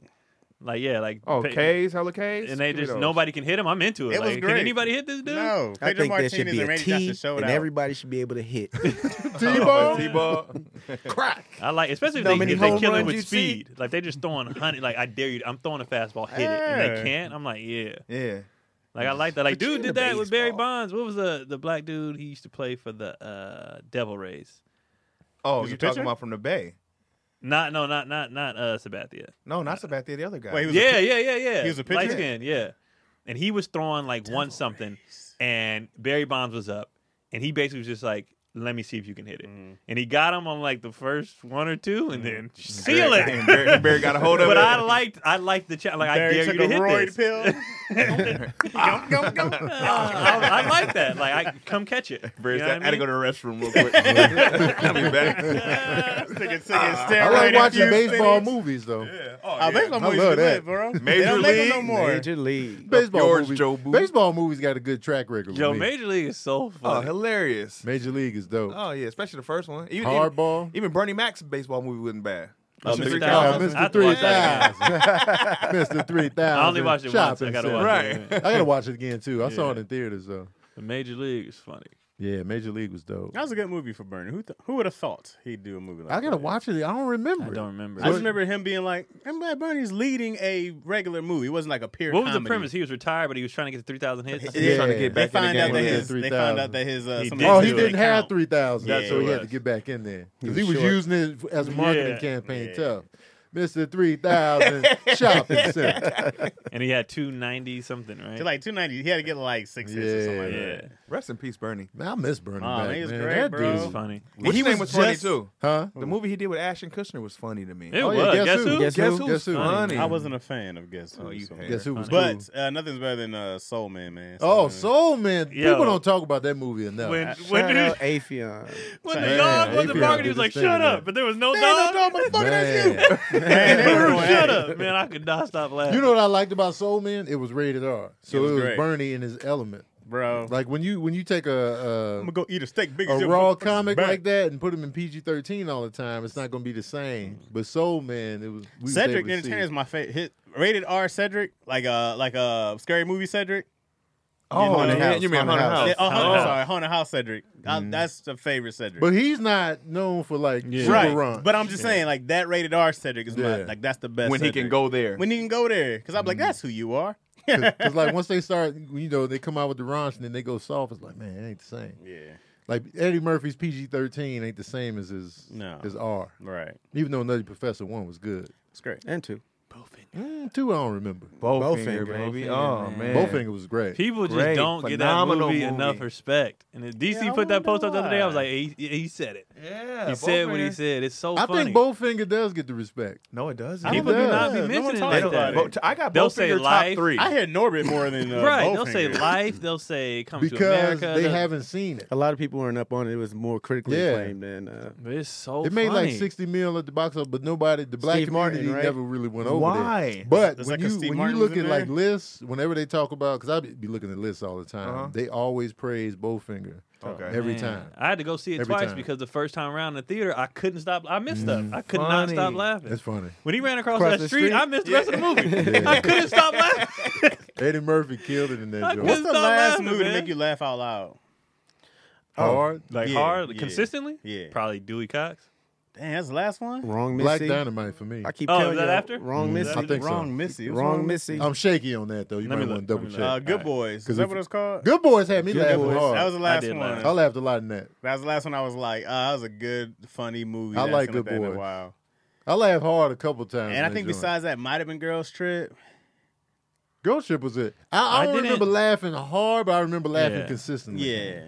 [SPEAKER 5] Like yeah, like
[SPEAKER 2] Oh,
[SPEAKER 5] pe-
[SPEAKER 2] K's, hella K's,
[SPEAKER 5] and they
[SPEAKER 2] Give me
[SPEAKER 5] just
[SPEAKER 2] those.
[SPEAKER 5] nobody can hit him. I'm into it.
[SPEAKER 3] It was
[SPEAKER 5] like, Can
[SPEAKER 3] great.
[SPEAKER 5] anybody hit this dude?
[SPEAKER 3] No,
[SPEAKER 4] I
[SPEAKER 3] Pedro
[SPEAKER 4] think there should
[SPEAKER 3] Martinez
[SPEAKER 4] be
[SPEAKER 3] and
[SPEAKER 4] a
[SPEAKER 3] Randy
[SPEAKER 4] T,
[SPEAKER 3] Johnson showed
[SPEAKER 4] and
[SPEAKER 3] out.
[SPEAKER 4] everybody should be able to hit.
[SPEAKER 1] T-ball,
[SPEAKER 2] Oh, T-ball.
[SPEAKER 1] crack.
[SPEAKER 5] I like, especially if
[SPEAKER 4] Know how
[SPEAKER 5] they,
[SPEAKER 4] many
[SPEAKER 5] if they
[SPEAKER 4] home
[SPEAKER 5] kill it
[SPEAKER 4] runs
[SPEAKER 5] with
[SPEAKER 4] you'd see?
[SPEAKER 5] speed. Like they just throwing honey. Like I dare you. I'm throwing a fastball, hit it, and
[SPEAKER 3] Yeah.
[SPEAKER 5] they can't. I'm like, yeah,
[SPEAKER 2] Yeah.
[SPEAKER 5] Like I like that. Like
[SPEAKER 4] But you
[SPEAKER 5] dude
[SPEAKER 4] into
[SPEAKER 5] did that with Barry
[SPEAKER 4] baseball.
[SPEAKER 5] Bonds. What was the the black dude he used to play for the uh Devil Rays?
[SPEAKER 2] Oh,
[SPEAKER 3] He's a
[SPEAKER 2] you're talking
[SPEAKER 3] pitcher?
[SPEAKER 2] about from the Bay?
[SPEAKER 5] Not no not not not uh Sabathia.
[SPEAKER 2] No, not Sabathia, the other guy.
[SPEAKER 3] Wait, he was a
[SPEAKER 5] Yeah,
[SPEAKER 3] pitcher?
[SPEAKER 5] yeah, yeah, yeah.
[SPEAKER 3] He was a pitcher?
[SPEAKER 5] Light skin, yeah. And he was throwing like one something, and Barry Bonds was up, and he basically was just like, "Let me see if you can hit it."
[SPEAKER 3] Mm-hmm.
[SPEAKER 5] And he got him on like the first one or two, and then seal
[SPEAKER 2] Barry-
[SPEAKER 5] it.
[SPEAKER 2] Barry, Barry got a hold of
[SPEAKER 5] But
[SPEAKER 2] it.
[SPEAKER 5] I liked, I liked the challenge. Like
[SPEAKER 3] Barry
[SPEAKER 5] I dare
[SPEAKER 3] took
[SPEAKER 5] you to
[SPEAKER 3] a
[SPEAKER 5] hit
[SPEAKER 3] roid
[SPEAKER 5] this.
[SPEAKER 3] pill.
[SPEAKER 5] Uh, I, I like that. Like I come catch it. You
[SPEAKER 2] Barry's
[SPEAKER 5] know
[SPEAKER 2] got-
[SPEAKER 5] what
[SPEAKER 2] I
[SPEAKER 5] I
[SPEAKER 2] had to
[SPEAKER 5] mean?
[SPEAKER 2] go to the restroom real quick. I'll be back.
[SPEAKER 3] Taking- taking
[SPEAKER 1] I like
[SPEAKER 3] steroid
[SPEAKER 1] watching
[SPEAKER 3] infused
[SPEAKER 1] baseball
[SPEAKER 3] things.
[SPEAKER 1] movies though.
[SPEAKER 2] Oh,
[SPEAKER 3] Oh,
[SPEAKER 2] yeah.
[SPEAKER 3] baseball
[SPEAKER 1] I
[SPEAKER 3] movies
[SPEAKER 1] love
[SPEAKER 3] is
[SPEAKER 1] that.
[SPEAKER 3] lit, bro. they
[SPEAKER 2] Major
[SPEAKER 3] don't make them
[SPEAKER 2] League.
[SPEAKER 3] no more.
[SPEAKER 4] Major League.
[SPEAKER 1] Baseball
[SPEAKER 2] yours,
[SPEAKER 1] movies.
[SPEAKER 2] Joe Boo.
[SPEAKER 1] Baseball movies got a good track record.
[SPEAKER 5] Yo,
[SPEAKER 1] with me.
[SPEAKER 5] Major League is so
[SPEAKER 2] Oh,
[SPEAKER 5] fun.
[SPEAKER 2] hilarious.
[SPEAKER 1] Major League is dope.
[SPEAKER 2] Oh, yeah, especially the first one. Even, even,
[SPEAKER 1] Hardball.
[SPEAKER 2] even Bernie Mac's baseball movie wasn't bad.
[SPEAKER 5] Oh,
[SPEAKER 2] Mr.
[SPEAKER 5] Mr.
[SPEAKER 2] 3000.
[SPEAKER 1] Oh,
[SPEAKER 5] Thousand. I
[SPEAKER 1] Mr.
[SPEAKER 5] have to watch that
[SPEAKER 1] 3000. Mr. 3000.
[SPEAKER 5] I only watched it once. I
[SPEAKER 1] Shopping
[SPEAKER 5] gotta
[SPEAKER 1] center.
[SPEAKER 5] watch
[SPEAKER 2] Right.
[SPEAKER 5] it.
[SPEAKER 1] I
[SPEAKER 5] again.
[SPEAKER 1] got to watch it again, too. I saw it
[SPEAKER 5] Yeah.
[SPEAKER 1] in theaters, though.
[SPEAKER 5] The Major League is funny.
[SPEAKER 1] Yeah, Major League was dope.
[SPEAKER 3] That was a good movie for Bernie. Who th- who would have thought he'd do a movie like
[SPEAKER 1] I got to
[SPEAKER 3] that?
[SPEAKER 1] watch it. I don't remember.
[SPEAKER 5] I
[SPEAKER 1] it.
[SPEAKER 5] don't remember.
[SPEAKER 3] I just remember him being like, "I'm glad Bernie's leading a regular movie. It wasn't like a peer."
[SPEAKER 5] What was the
[SPEAKER 3] comedy.
[SPEAKER 5] premise? He was retired, but he was trying to get to three thousand hits.
[SPEAKER 2] He was trying to
[SPEAKER 1] Yeah.
[SPEAKER 2] get
[SPEAKER 3] They
[SPEAKER 2] back in
[SPEAKER 3] find
[SPEAKER 2] the
[SPEAKER 3] out
[SPEAKER 2] game.
[SPEAKER 3] that
[SPEAKER 1] yeah.
[SPEAKER 3] his. They found
[SPEAKER 5] 3,000.
[SPEAKER 3] out that his. Uh,
[SPEAKER 5] He
[SPEAKER 3] somebody
[SPEAKER 5] did.
[SPEAKER 1] Oh,
[SPEAKER 3] was
[SPEAKER 1] he
[SPEAKER 3] doing
[SPEAKER 1] didn't
[SPEAKER 3] an
[SPEAKER 1] have
[SPEAKER 3] account.
[SPEAKER 1] 3,000,
[SPEAKER 5] That's
[SPEAKER 1] so
[SPEAKER 5] what
[SPEAKER 1] he
[SPEAKER 5] it
[SPEAKER 1] had to
[SPEAKER 5] was.
[SPEAKER 1] get back in there. Because
[SPEAKER 4] He
[SPEAKER 1] he
[SPEAKER 4] was
[SPEAKER 1] was
[SPEAKER 4] short.
[SPEAKER 1] using it as a marketing
[SPEAKER 5] Yeah.
[SPEAKER 1] campaign,
[SPEAKER 3] Yeah.
[SPEAKER 1] tough. Mr. 3000 Shopping Center.
[SPEAKER 5] and he had two ninety something, right?
[SPEAKER 3] To like uh, two ninety, he had to get like six hits or something like
[SPEAKER 5] yeah,
[SPEAKER 3] that.
[SPEAKER 2] Rest in peace, Bernie.
[SPEAKER 1] Man, I miss Bernie
[SPEAKER 3] Aw,
[SPEAKER 1] back,
[SPEAKER 3] he was
[SPEAKER 1] man.
[SPEAKER 3] great,
[SPEAKER 1] that
[SPEAKER 3] bro.
[SPEAKER 5] it
[SPEAKER 1] dude
[SPEAKER 5] was
[SPEAKER 1] was- Oh.
[SPEAKER 5] funny.
[SPEAKER 2] Which
[SPEAKER 3] he
[SPEAKER 2] name was
[SPEAKER 3] was
[SPEAKER 2] funny,
[SPEAKER 3] just-
[SPEAKER 2] too.
[SPEAKER 1] Huh?
[SPEAKER 2] The movie he did with Ash and Kushner was funny to me.
[SPEAKER 5] It
[SPEAKER 1] Oh, yeah,
[SPEAKER 5] was.
[SPEAKER 1] guess
[SPEAKER 5] Guess,
[SPEAKER 1] who?
[SPEAKER 5] who?
[SPEAKER 4] Guess
[SPEAKER 2] Guess
[SPEAKER 4] who?
[SPEAKER 2] who's
[SPEAKER 1] Guess who?
[SPEAKER 2] funny?
[SPEAKER 3] I wasn't a fan of Guess Who.
[SPEAKER 2] Oh, you
[SPEAKER 3] so-
[SPEAKER 2] hater.
[SPEAKER 1] Guess who was
[SPEAKER 3] But
[SPEAKER 1] cool?
[SPEAKER 3] uh, nothing's better than uh, Soul Man, man.
[SPEAKER 1] Oh,
[SPEAKER 3] Man.
[SPEAKER 1] Soul Man.
[SPEAKER 5] Yo.
[SPEAKER 1] People don't talk about that movie enough.
[SPEAKER 5] When
[SPEAKER 4] Shout
[SPEAKER 5] when the,
[SPEAKER 4] out Afion.
[SPEAKER 5] when the
[SPEAKER 1] Man, he
[SPEAKER 5] dog wasn't
[SPEAKER 1] figured
[SPEAKER 5] barking,
[SPEAKER 1] out
[SPEAKER 5] he
[SPEAKER 1] this
[SPEAKER 5] was like,
[SPEAKER 1] thing,
[SPEAKER 5] "Shut
[SPEAKER 1] man.
[SPEAKER 5] up!" But there was no dog.
[SPEAKER 1] Man.
[SPEAKER 3] Man, they were going at
[SPEAKER 5] Shut
[SPEAKER 3] it.
[SPEAKER 5] up, man! I could not stop laughing.
[SPEAKER 1] You know what I liked about Soul Man? It was rated R, so
[SPEAKER 3] It
[SPEAKER 1] it
[SPEAKER 3] was
[SPEAKER 1] was,
[SPEAKER 3] great.
[SPEAKER 1] Bernie in his element.
[SPEAKER 3] bro.
[SPEAKER 1] Like when you when you take
[SPEAKER 3] I'm
[SPEAKER 1] a
[SPEAKER 3] gonna go eat a steak big
[SPEAKER 1] a,
[SPEAKER 3] as
[SPEAKER 1] a
[SPEAKER 3] your
[SPEAKER 1] raw
[SPEAKER 3] motherfucking
[SPEAKER 1] comic
[SPEAKER 3] back.
[SPEAKER 1] like that and put him in PG thirteen all the time, it's not going to be the same. But Soul Man, it was we was
[SPEAKER 3] Cedric
[SPEAKER 1] able to
[SPEAKER 3] the Entertainer
[SPEAKER 1] see.
[SPEAKER 3] is my favorite. Hit rated R Cedric, like uh like uh, scary movie Cedric.
[SPEAKER 2] Oh,
[SPEAKER 3] Haunted
[SPEAKER 2] yeah, uh-huh.
[SPEAKER 1] House,
[SPEAKER 2] you mean
[SPEAKER 1] Haunted
[SPEAKER 2] Haunted
[SPEAKER 1] House.
[SPEAKER 2] House.
[SPEAKER 3] Yeah, oh, Haunted,
[SPEAKER 5] House.
[SPEAKER 3] sorry, Haunted House Cedric. I- that's a favorite Cedric.
[SPEAKER 1] Mm. But he's not known for like super
[SPEAKER 3] right,
[SPEAKER 1] runs.
[SPEAKER 3] but I'm just saying like that rated R Cedric is my
[SPEAKER 1] Yeah. Mm.
[SPEAKER 3] like that's the best.
[SPEAKER 2] When he can
[SPEAKER 3] Cedric.
[SPEAKER 2] go there.
[SPEAKER 3] when he can go there, because I'm like that's who you are.
[SPEAKER 1] because like once they start, you know, they come out with the raunch and then they go soft. It's like man, it ain't the same.
[SPEAKER 3] Yeah,
[SPEAKER 1] Like Eddie Murphy's PG thirteen ain't the same as his
[SPEAKER 3] No.
[SPEAKER 1] his R.
[SPEAKER 3] right.
[SPEAKER 1] Even though Nutty Professor one was good,
[SPEAKER 3] It's great.
[SPEAKER 4] And two.
[SPEAKER 1] mm, two I don't remember.
[SPEAKER 2] Bowfinger,
[SPEAKER 4] Bowfinger,
[SPEAKER 2] baby. Oh, man.
[SPEAKER 1] Bowfinger was great.
[SPEAKER 5] People just
[SPEAKER 2] Great,
[SPEAKER 5] don't get that movie,
[SPEAKER 2] phenomenal movie.
[SPEAKER 5] enough respect. And if DC
[SPEAKER 3] Yeah, I
[SPEAKER 5] put that
[SPEAKER 3] wonder
[SPEAKER 5] post up the other day, I was
[SPEAKER 3] why.
[SPEAKER 5] like, he, he said it.
[SPEAKER 2] Yeah.
[SPEAKER 5] he said what he
[SPEAKER 2] Bowfinger.
[SPEAKER 5] said. It's so
[SPEAKER 1] I
[SPEAKER 5] funny.
[SPEAKER 1] think Bowfinger does get the respect.
[SPEAKER 2] No, it doesn't.
[SPEAKER 1] I
[SPEAKER 5] People do
[SPEAKER 1] does.
[SPEAKER 5] not be
[SPEAKER 3] Yeah, no one
[SPEAKER 5] mentioning
[SPEAKER 3] talks
[SPEAKER 5] like
[SPEAKER 2] They don't-
[SPEAKER 5] that.
[SPEAKER 3] about it.
[SPEAKER 2] Bo- I got
[SPEAKER 5] They'll say
[SPEAKER 2] Bowfinger top
[SPEAKER 5] life.
[SPEAKER 2] three.
[SPEAKER 3] I hear Norbit more than uh,
[SPEAKER 5] right.
[SPEAKER 3] Bowfinger.
[SPEAKER 5] They'll say life. They'll say come to
[SPEAKER 1] because
[SPEAKER 5] America.
[SPEAKER 1] they
[SPEAKER 5] they'll-
[SPEAKER 1] haven't seen it.
[SPEAKER 4] A lot of people weren't up on it. It was more critically
[SPEAKER 1] Yeah.
[SPEAKER 4] acclaimed than uh,
[SPEAKER 5] But it's so
[SPEAKER 1] It made
[SPEAKER 5] funny.
[SPEAKER 1] like sixty mil at the box office, but nobody, the black
[SPEAKER 4] Steve Martin,
[SPEAKER 1] community,
[SPEAKER 4] right?
[SPEAKER 1] never really went over
[SPEAKER 2] Why?
[SPEAKER 1] there. But
[SPEAKER 3] That's
[SPEAKER 1] when
[SPEAKER 3] like 'cause
[SPEAKER 1] you
[SPEAKER 3] Steve
[SPEAKER 1] when
[SPEAKER 3] Martin
[SPEAKER 1] you
[SPEAKER 3] was
[SPEAKER 1] look
[SPEAKER 3] in
[SPEAKER 1] at like
[SPEAKER 3] there?
[SPEAKER 1] lists, whenever they talk about, because I be be looking at lists all the time,
[SPEAKER 2] Uh-huh.
[SPEAKER 1] they always praise Bowfinger
[SPEAKER 2] Okay.
[SPEAKER 1] every
[SPEAKER 5] Man,
[SPEAKER 1] time.
[SPEAKER 5] I had to go see it
[SPEAKER 1] Every
[SPEAKER 5] twice
[SPEAKER 1] time.
[SPEAKER 5] because the first time around in the theater, I couldn't stop. I missed stuff. I could not
[SPEAKER 2] Funny.
[SPEAKER 5] stop laughing.
[SPEAKER 1] That's funny.
[SPEAKER 5] When he ran Mm. across,
[SPEAKER 4] Across
[SPEAKER 5] that
[SPEAKER 4] the
[SPEAKER 5] street,
[SPEAKER 4] street?
[SPEAKER 5] I missed the rest of the movie.
[SPEAKER 1] Yeah.
[SPEAKER 5] I couldn't stop laughing.
[SPEAKER 1] Eddie Murphy killed it in
[SPEAKER 5] I
[SPEAKER 1] that
[SPEAKER 5] couldn't
[SPEAKER 1] joint.
[SPEAKER 3] What's the
[SPEAKER 5] Stop
[SPEAKER 3] last
[SPEAKER 5] laughing,
[SPEAKER 3] movie to
[SPEAKER 5] man.
[SPEAKER 3] make you laugh out loud?
[SPEAKER 1] Hard,
[SPEAKER 5] Like
[SPEAKER 3] Yeah,
[SPEAKER 5] hard,
[SPEAKER 3] yeah,
[SPEAKER 5] consistently.
[SPEAKER 3] yeah.
[SPEAKER 5] Probably Dewey Cox.
[SPEAKER 3] Damn, that's the last one.
[SPEAKER 4] wrong Missy.
[SPEAKER 1] Black Dynamite for me.
[SPEAKER 4] I keep
[SPEAKER 5] Oh,
[SPEAKER 4] telling
[SPEAKER 5] is that
[SPEAKER 4] y'all,
[SPEAKER 5] after?
[SPEAKER 4] Wrong Missy.
[SPEAKER 1] I think so.
[SPEAKER 3] Wrong Missy. It was
[SPEAKER 4] Wrong Missy.
[SPEAKER 1] I'm shaky on that though. You
[SPEAKER 5] Let me
[SPEAKER 1] might want to
[SPEAKER 5] look.
[SPEAKER 1] double
[SPEAKER 5] Let me
[SPEAKER 1] check.
[SPEAKER 5] look.
[SPEAKER 3] Uh, Good
[SPEAKER 5] Alright.
[SPEAKER 3] Boys. Is
[SPEAKER 1] 'Cause
[SPEAKER 3] that
[SPEAKER 1] if-
[SPEAKER 3] what it's called?
[SPEAKER 1] Good Boys had me
[SPEAKER 4] Good
[SPEAKER 1] laughing
[SPEAKER 4] Boys.
[SPEAKER 1] hard.
[SPEAKER 3] That was the last
[SPEAKER 5] did
[SPEAKER 3] one.
[SPEAKER 5] laugh.
[SPEAKER 1] I laughed a lot in that.
[SPEAKER 3] That was the last one I was like, uh, that was a good, funny movie.
[SPEAKER 1] I
[SPEAKER 3] that's
[SPEAKER 1] like
[SPEAKER 3] been
[SPEAKER 1] Good
[SPEAKER 3] up there in a
[SPEAKER 1] Boys.
[SPEAKER 3] while.
[SPEAKER 1] I laughed hard a couple times.
[SPEAKER 3] And I
[SPEAKER 1] in
[SPEAKER 3] think
[SPEAKER 1] that joint.
[SPEAKER 3] besides that, might have been Girls Trip.
[SPEAKER 1] Girl Trip was it. I,
[SPEAKER 5] I
[SPEAKER 1] I don't remember
[SPEAKER 5] didn't-
[SPEAKER 1] laughing hard, but I remember laughing
[SPEAKER 5] Yeah.
[SPEAKER 1] consistently.
[SPEAKER 3] Yeah.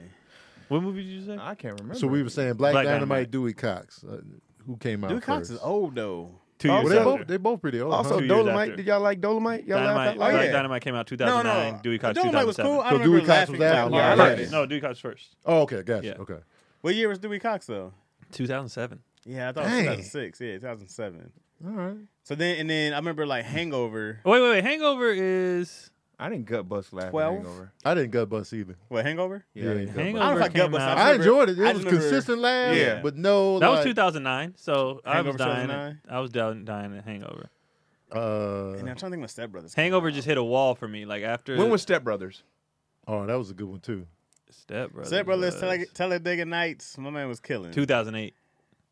[SPEAKER 5] What movie did you say?
[SPEAKER 2] I can't remember.
[SPEAKER 1] So we were saying Black,
[SPEAKER 5] Black
[SPEAKER 1] Dynamite,
[SPEAKER 5] Dynamite.
[SPEAKER 1] Dewey Cox, uh, who came out.
[SPEAKER 3] Dude, Cox
[SPEAKER 1] first.
[SPEAKER 3] is old though.
[SPEAKER 5] Two
[SPEAKER 1] Well,
[SPEAKER 5] years
[SPEAKER 1] they
[SPEAKER 5] after.
[SPEAKER 1] both they both pretty old.
[SPEAKER 4] also,
[SPEAKER 5] Two years after.
[SPEAKER 4] Dolomite. Did y'all like Dolomite? Y'all laugh
[SPEAKER 5] Dynamite, Oh,
[SPEAKER 4] out loud?
[SPEAKER 5] Black
[SPEAKER 3] yeah.
[SPEAKER 5] Dynamite came out 2009.
[SPEAKER 3] No, no.
[SPEAKER 5] Dewey Cox
[SPEAKER 3] Dolomite was
[SPEAKER 5] 2007.
[SPEAKER 3] cool. I
[SPEAKER 1] So
[SPEAKER 3] don't remember
[SPEAKER 1] Dewey Cox
[SPEAKER 3] laughing
[SPEAKER 1] was
[SPEAKER 3] out
[SPEAKER 1] laughing.
[SPEAKER 3] loud.
[SPEAKER 1] Yeah, I
[SPEAKER 3] at
[SPEAKER 1] heard
[SPEAKER 3] it.
[SPEAKER 5] No, Dewey Cox first.
[SPEAKER 1] huh? oh, okay, gotcha.
[SPEAKER 5] Yeah.
[SPEAKER 1] Okay,
[SPEAKER 3] What year was Dewey Cox though?
[SPEAKER 5] 2007.
[SPEAKER 3] Yeah, I thought
[SPEAKER 1] Dang.
[SPEAKER 3] it was 2006. Yeah, 2007.
[SPEAKER 1] all right.
[SPEAKER 3] So then, and then I remember like Hangover.
[SPEAKER 5] Oh, wait, wait, wait. Hangover is
[SPEAKER 2] I didn't gut bust laughing.
[SPEAKER 3] Twelve?
[SPEAKER 2] Hangover.
[SPEAKER 1] I didn't gut bust either.
[SPEAKER 3] What Hangover?
[SPEAKER 1] Yeah, I, didn't gut
[SPEAKER 5] Hangover.
[SPEAKER 1] bust.
[SPEAKER 3] I don't know if I
[SPEAKER 5] came
[SPEAKER 3] gut bust.
[SPEAKER 5] out-
[SPEAKER 1] I
[SPEAKER 3] remember-
[SPEAKER 1] enjoyed it. It
[SPEAKER 3] I
[SPEAKER 1] was
[SPEAKER 3] remember-
[SPEAKER 1] consistent laugh,
[SPEAKER 2] Yeah.
[SPEAKER 1] but no.
[SPEAKER 5] That was
[SPEAKER 1] like,
[SPEAKER 5] 2009. So I was
[SPEAKER 3] Hangover
[SPEAKER 5] dying.
[SPEAKER 3] 2009?
[SPEAKER 5] I was down, dying at Hangover.
[SPEAKER 3] And
[SPEAKER 1] Uh,
[SPEAKER 3] I'm trying to think of Step Brothers. came
[SPEAKER 5] Hangover
[SPEAKER 3] out.
[SPEAKER 5] just hit a wall for me. Like after
[SPEAKER 2] When was Step Brothers?
[SPEAKER 1] oh, that was a good one too.
[SPEAKER 5] Step Brothers?
[SPEAKER 3] Step Brothers,
[SPEAKER 5] was
[SPEAKER 3] Tele- Talladega Nights. My man was killing.
[SPEAKER 5] 2008.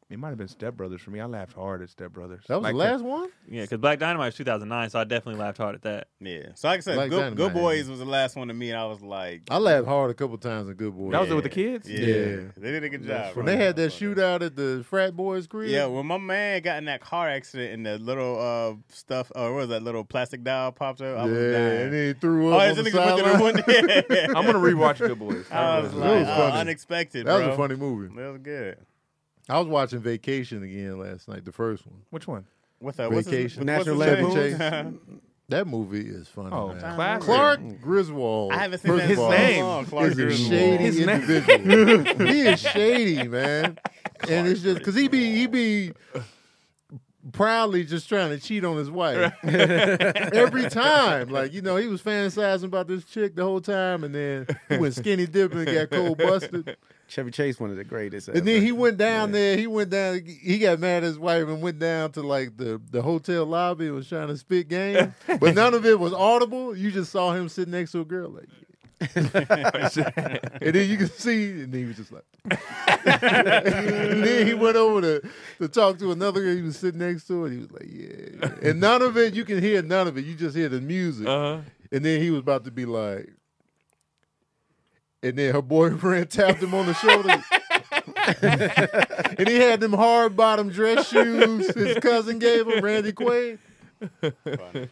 [SPEAKER 2] It might have been Step Brothers for me. I laughed hard at Step Brothers.
[SPEAKER 1] That was
[SPEAKER 2] Like
[SPEAKER 1] the last one.
[SPEAKER 5] Yeah, because Black Dynamite was 2009, so I definitely laughed hard at that.
[SPEAKER 3] Yeah. So like I said,
[SPEAKER 1] Black
[SPEAKER 3] good,
[SPEAKER 1] Dynamite.
[SPEAKER 3] good Boys was the last one to me, and I was like,
[SPEAKER 1] I laughed hard a couple times in Good Boy.
[SPEAKER 2] That was it with the kids.
[SPEAKER 3] yeah,
[SPEAKER 1] Yeah.
[SPEAKER 3] they did a good job.
[SPEAKER 1] when
[SPEAKER 3] bro.
[SPEAKER 1] they had that shootout at the frat boys' crib.
[SPEAKER 3] Yeah, when my man got in that car accident and the little uh stuff, or what was that little plastic doll popped up? I was
[SPEAKER 1] Yeah,
[SPEAKER 3] dying.
[SPEAKER 1] and then he threw
[SPEAKER 3] oh,
[SPEAKER 1] up on
[SPEAKER 3] it's
[SPEAKER 1] the
[SPEAKER 3] the niggas
[SPEAKER 1] sideline.
[SPEAKER 3] went to the window.
[SPEAKER 2] I'm gonna rewatch Good Boys.
[SPEAKER 3] I was
[SPEAKER 1] That
[SPEAKER 3] like,
[SPEAKER 1] was
[SPEAKER 3] oh,
[SPEAKER 1] funny.
[SPEAKER 3] unexpected.
[SPEAKER 1] That was
[SPEAKER 3] bro.
[SPEAKER 1] a funny movie.
[SPEAKER 3] That was good.
[SPEAKER 1] I was watching Vacation again last night, the first one.
[SPEAKER 2] Which one?
[SPEAKER 3] What's that? What's his,
[SPEAKER 1] Vacation.
[SPEAKER 3] what's his
[SPEAKER 4] National
[SPEAKER 3] name?
[SPEAKER 1] Lampoon. That movie is funny.
[SPEAKER 2] Oh,
[SPEAKER 1] man.
[SPEAKER 2] classic.
[SPEAKER 1] Clark Griswold.
[SPEAKER 3] I haven't seen
[SPEAKER 1] first
[SPEAKER 3] that
[SPEAKER 1] of
[SPEAKER 3] in so
[SPEAKER 1] all,
[SPEAKER 2] name
[SPEAKER 3] long. Clark
[SPEAKER 1] Is a
[SPEAKER 3] Griswold.
[SPEAKER 1] shady
[SPEAKER 2] His name.
[SPEAKER 1] individual. he is shady, man. And it's just because he be he be proudly just trying to cheat on his wife every time. Like you know, he was fantasizing about this chick the whole time, and then he went skinny dipping and got cold busted.
[SPEAKER 4] Chevy Chase, one of the greatest.
[SPEAKER 1] And then he went down there. He went down. He got mad at his wife and went down to like the, the hotel lobby and was trying to spit game, but none of it was audible. You just saw him sitting next to a girl, like, and then you could see, and then he was just like. and then he went over to, to talk to another girl. He was sitting next to, and he was like, "Yeah." yeah." And none of it. You can hear none of it. You just hear the music.
[SPEAKER 2] Uh-huh.
[SPEAKER 1] And then he was about to be like, and then her boyfriend tapped him on the shoulder. and he had them hard bottom dress shoes his cousin gave him, Randy Quaid.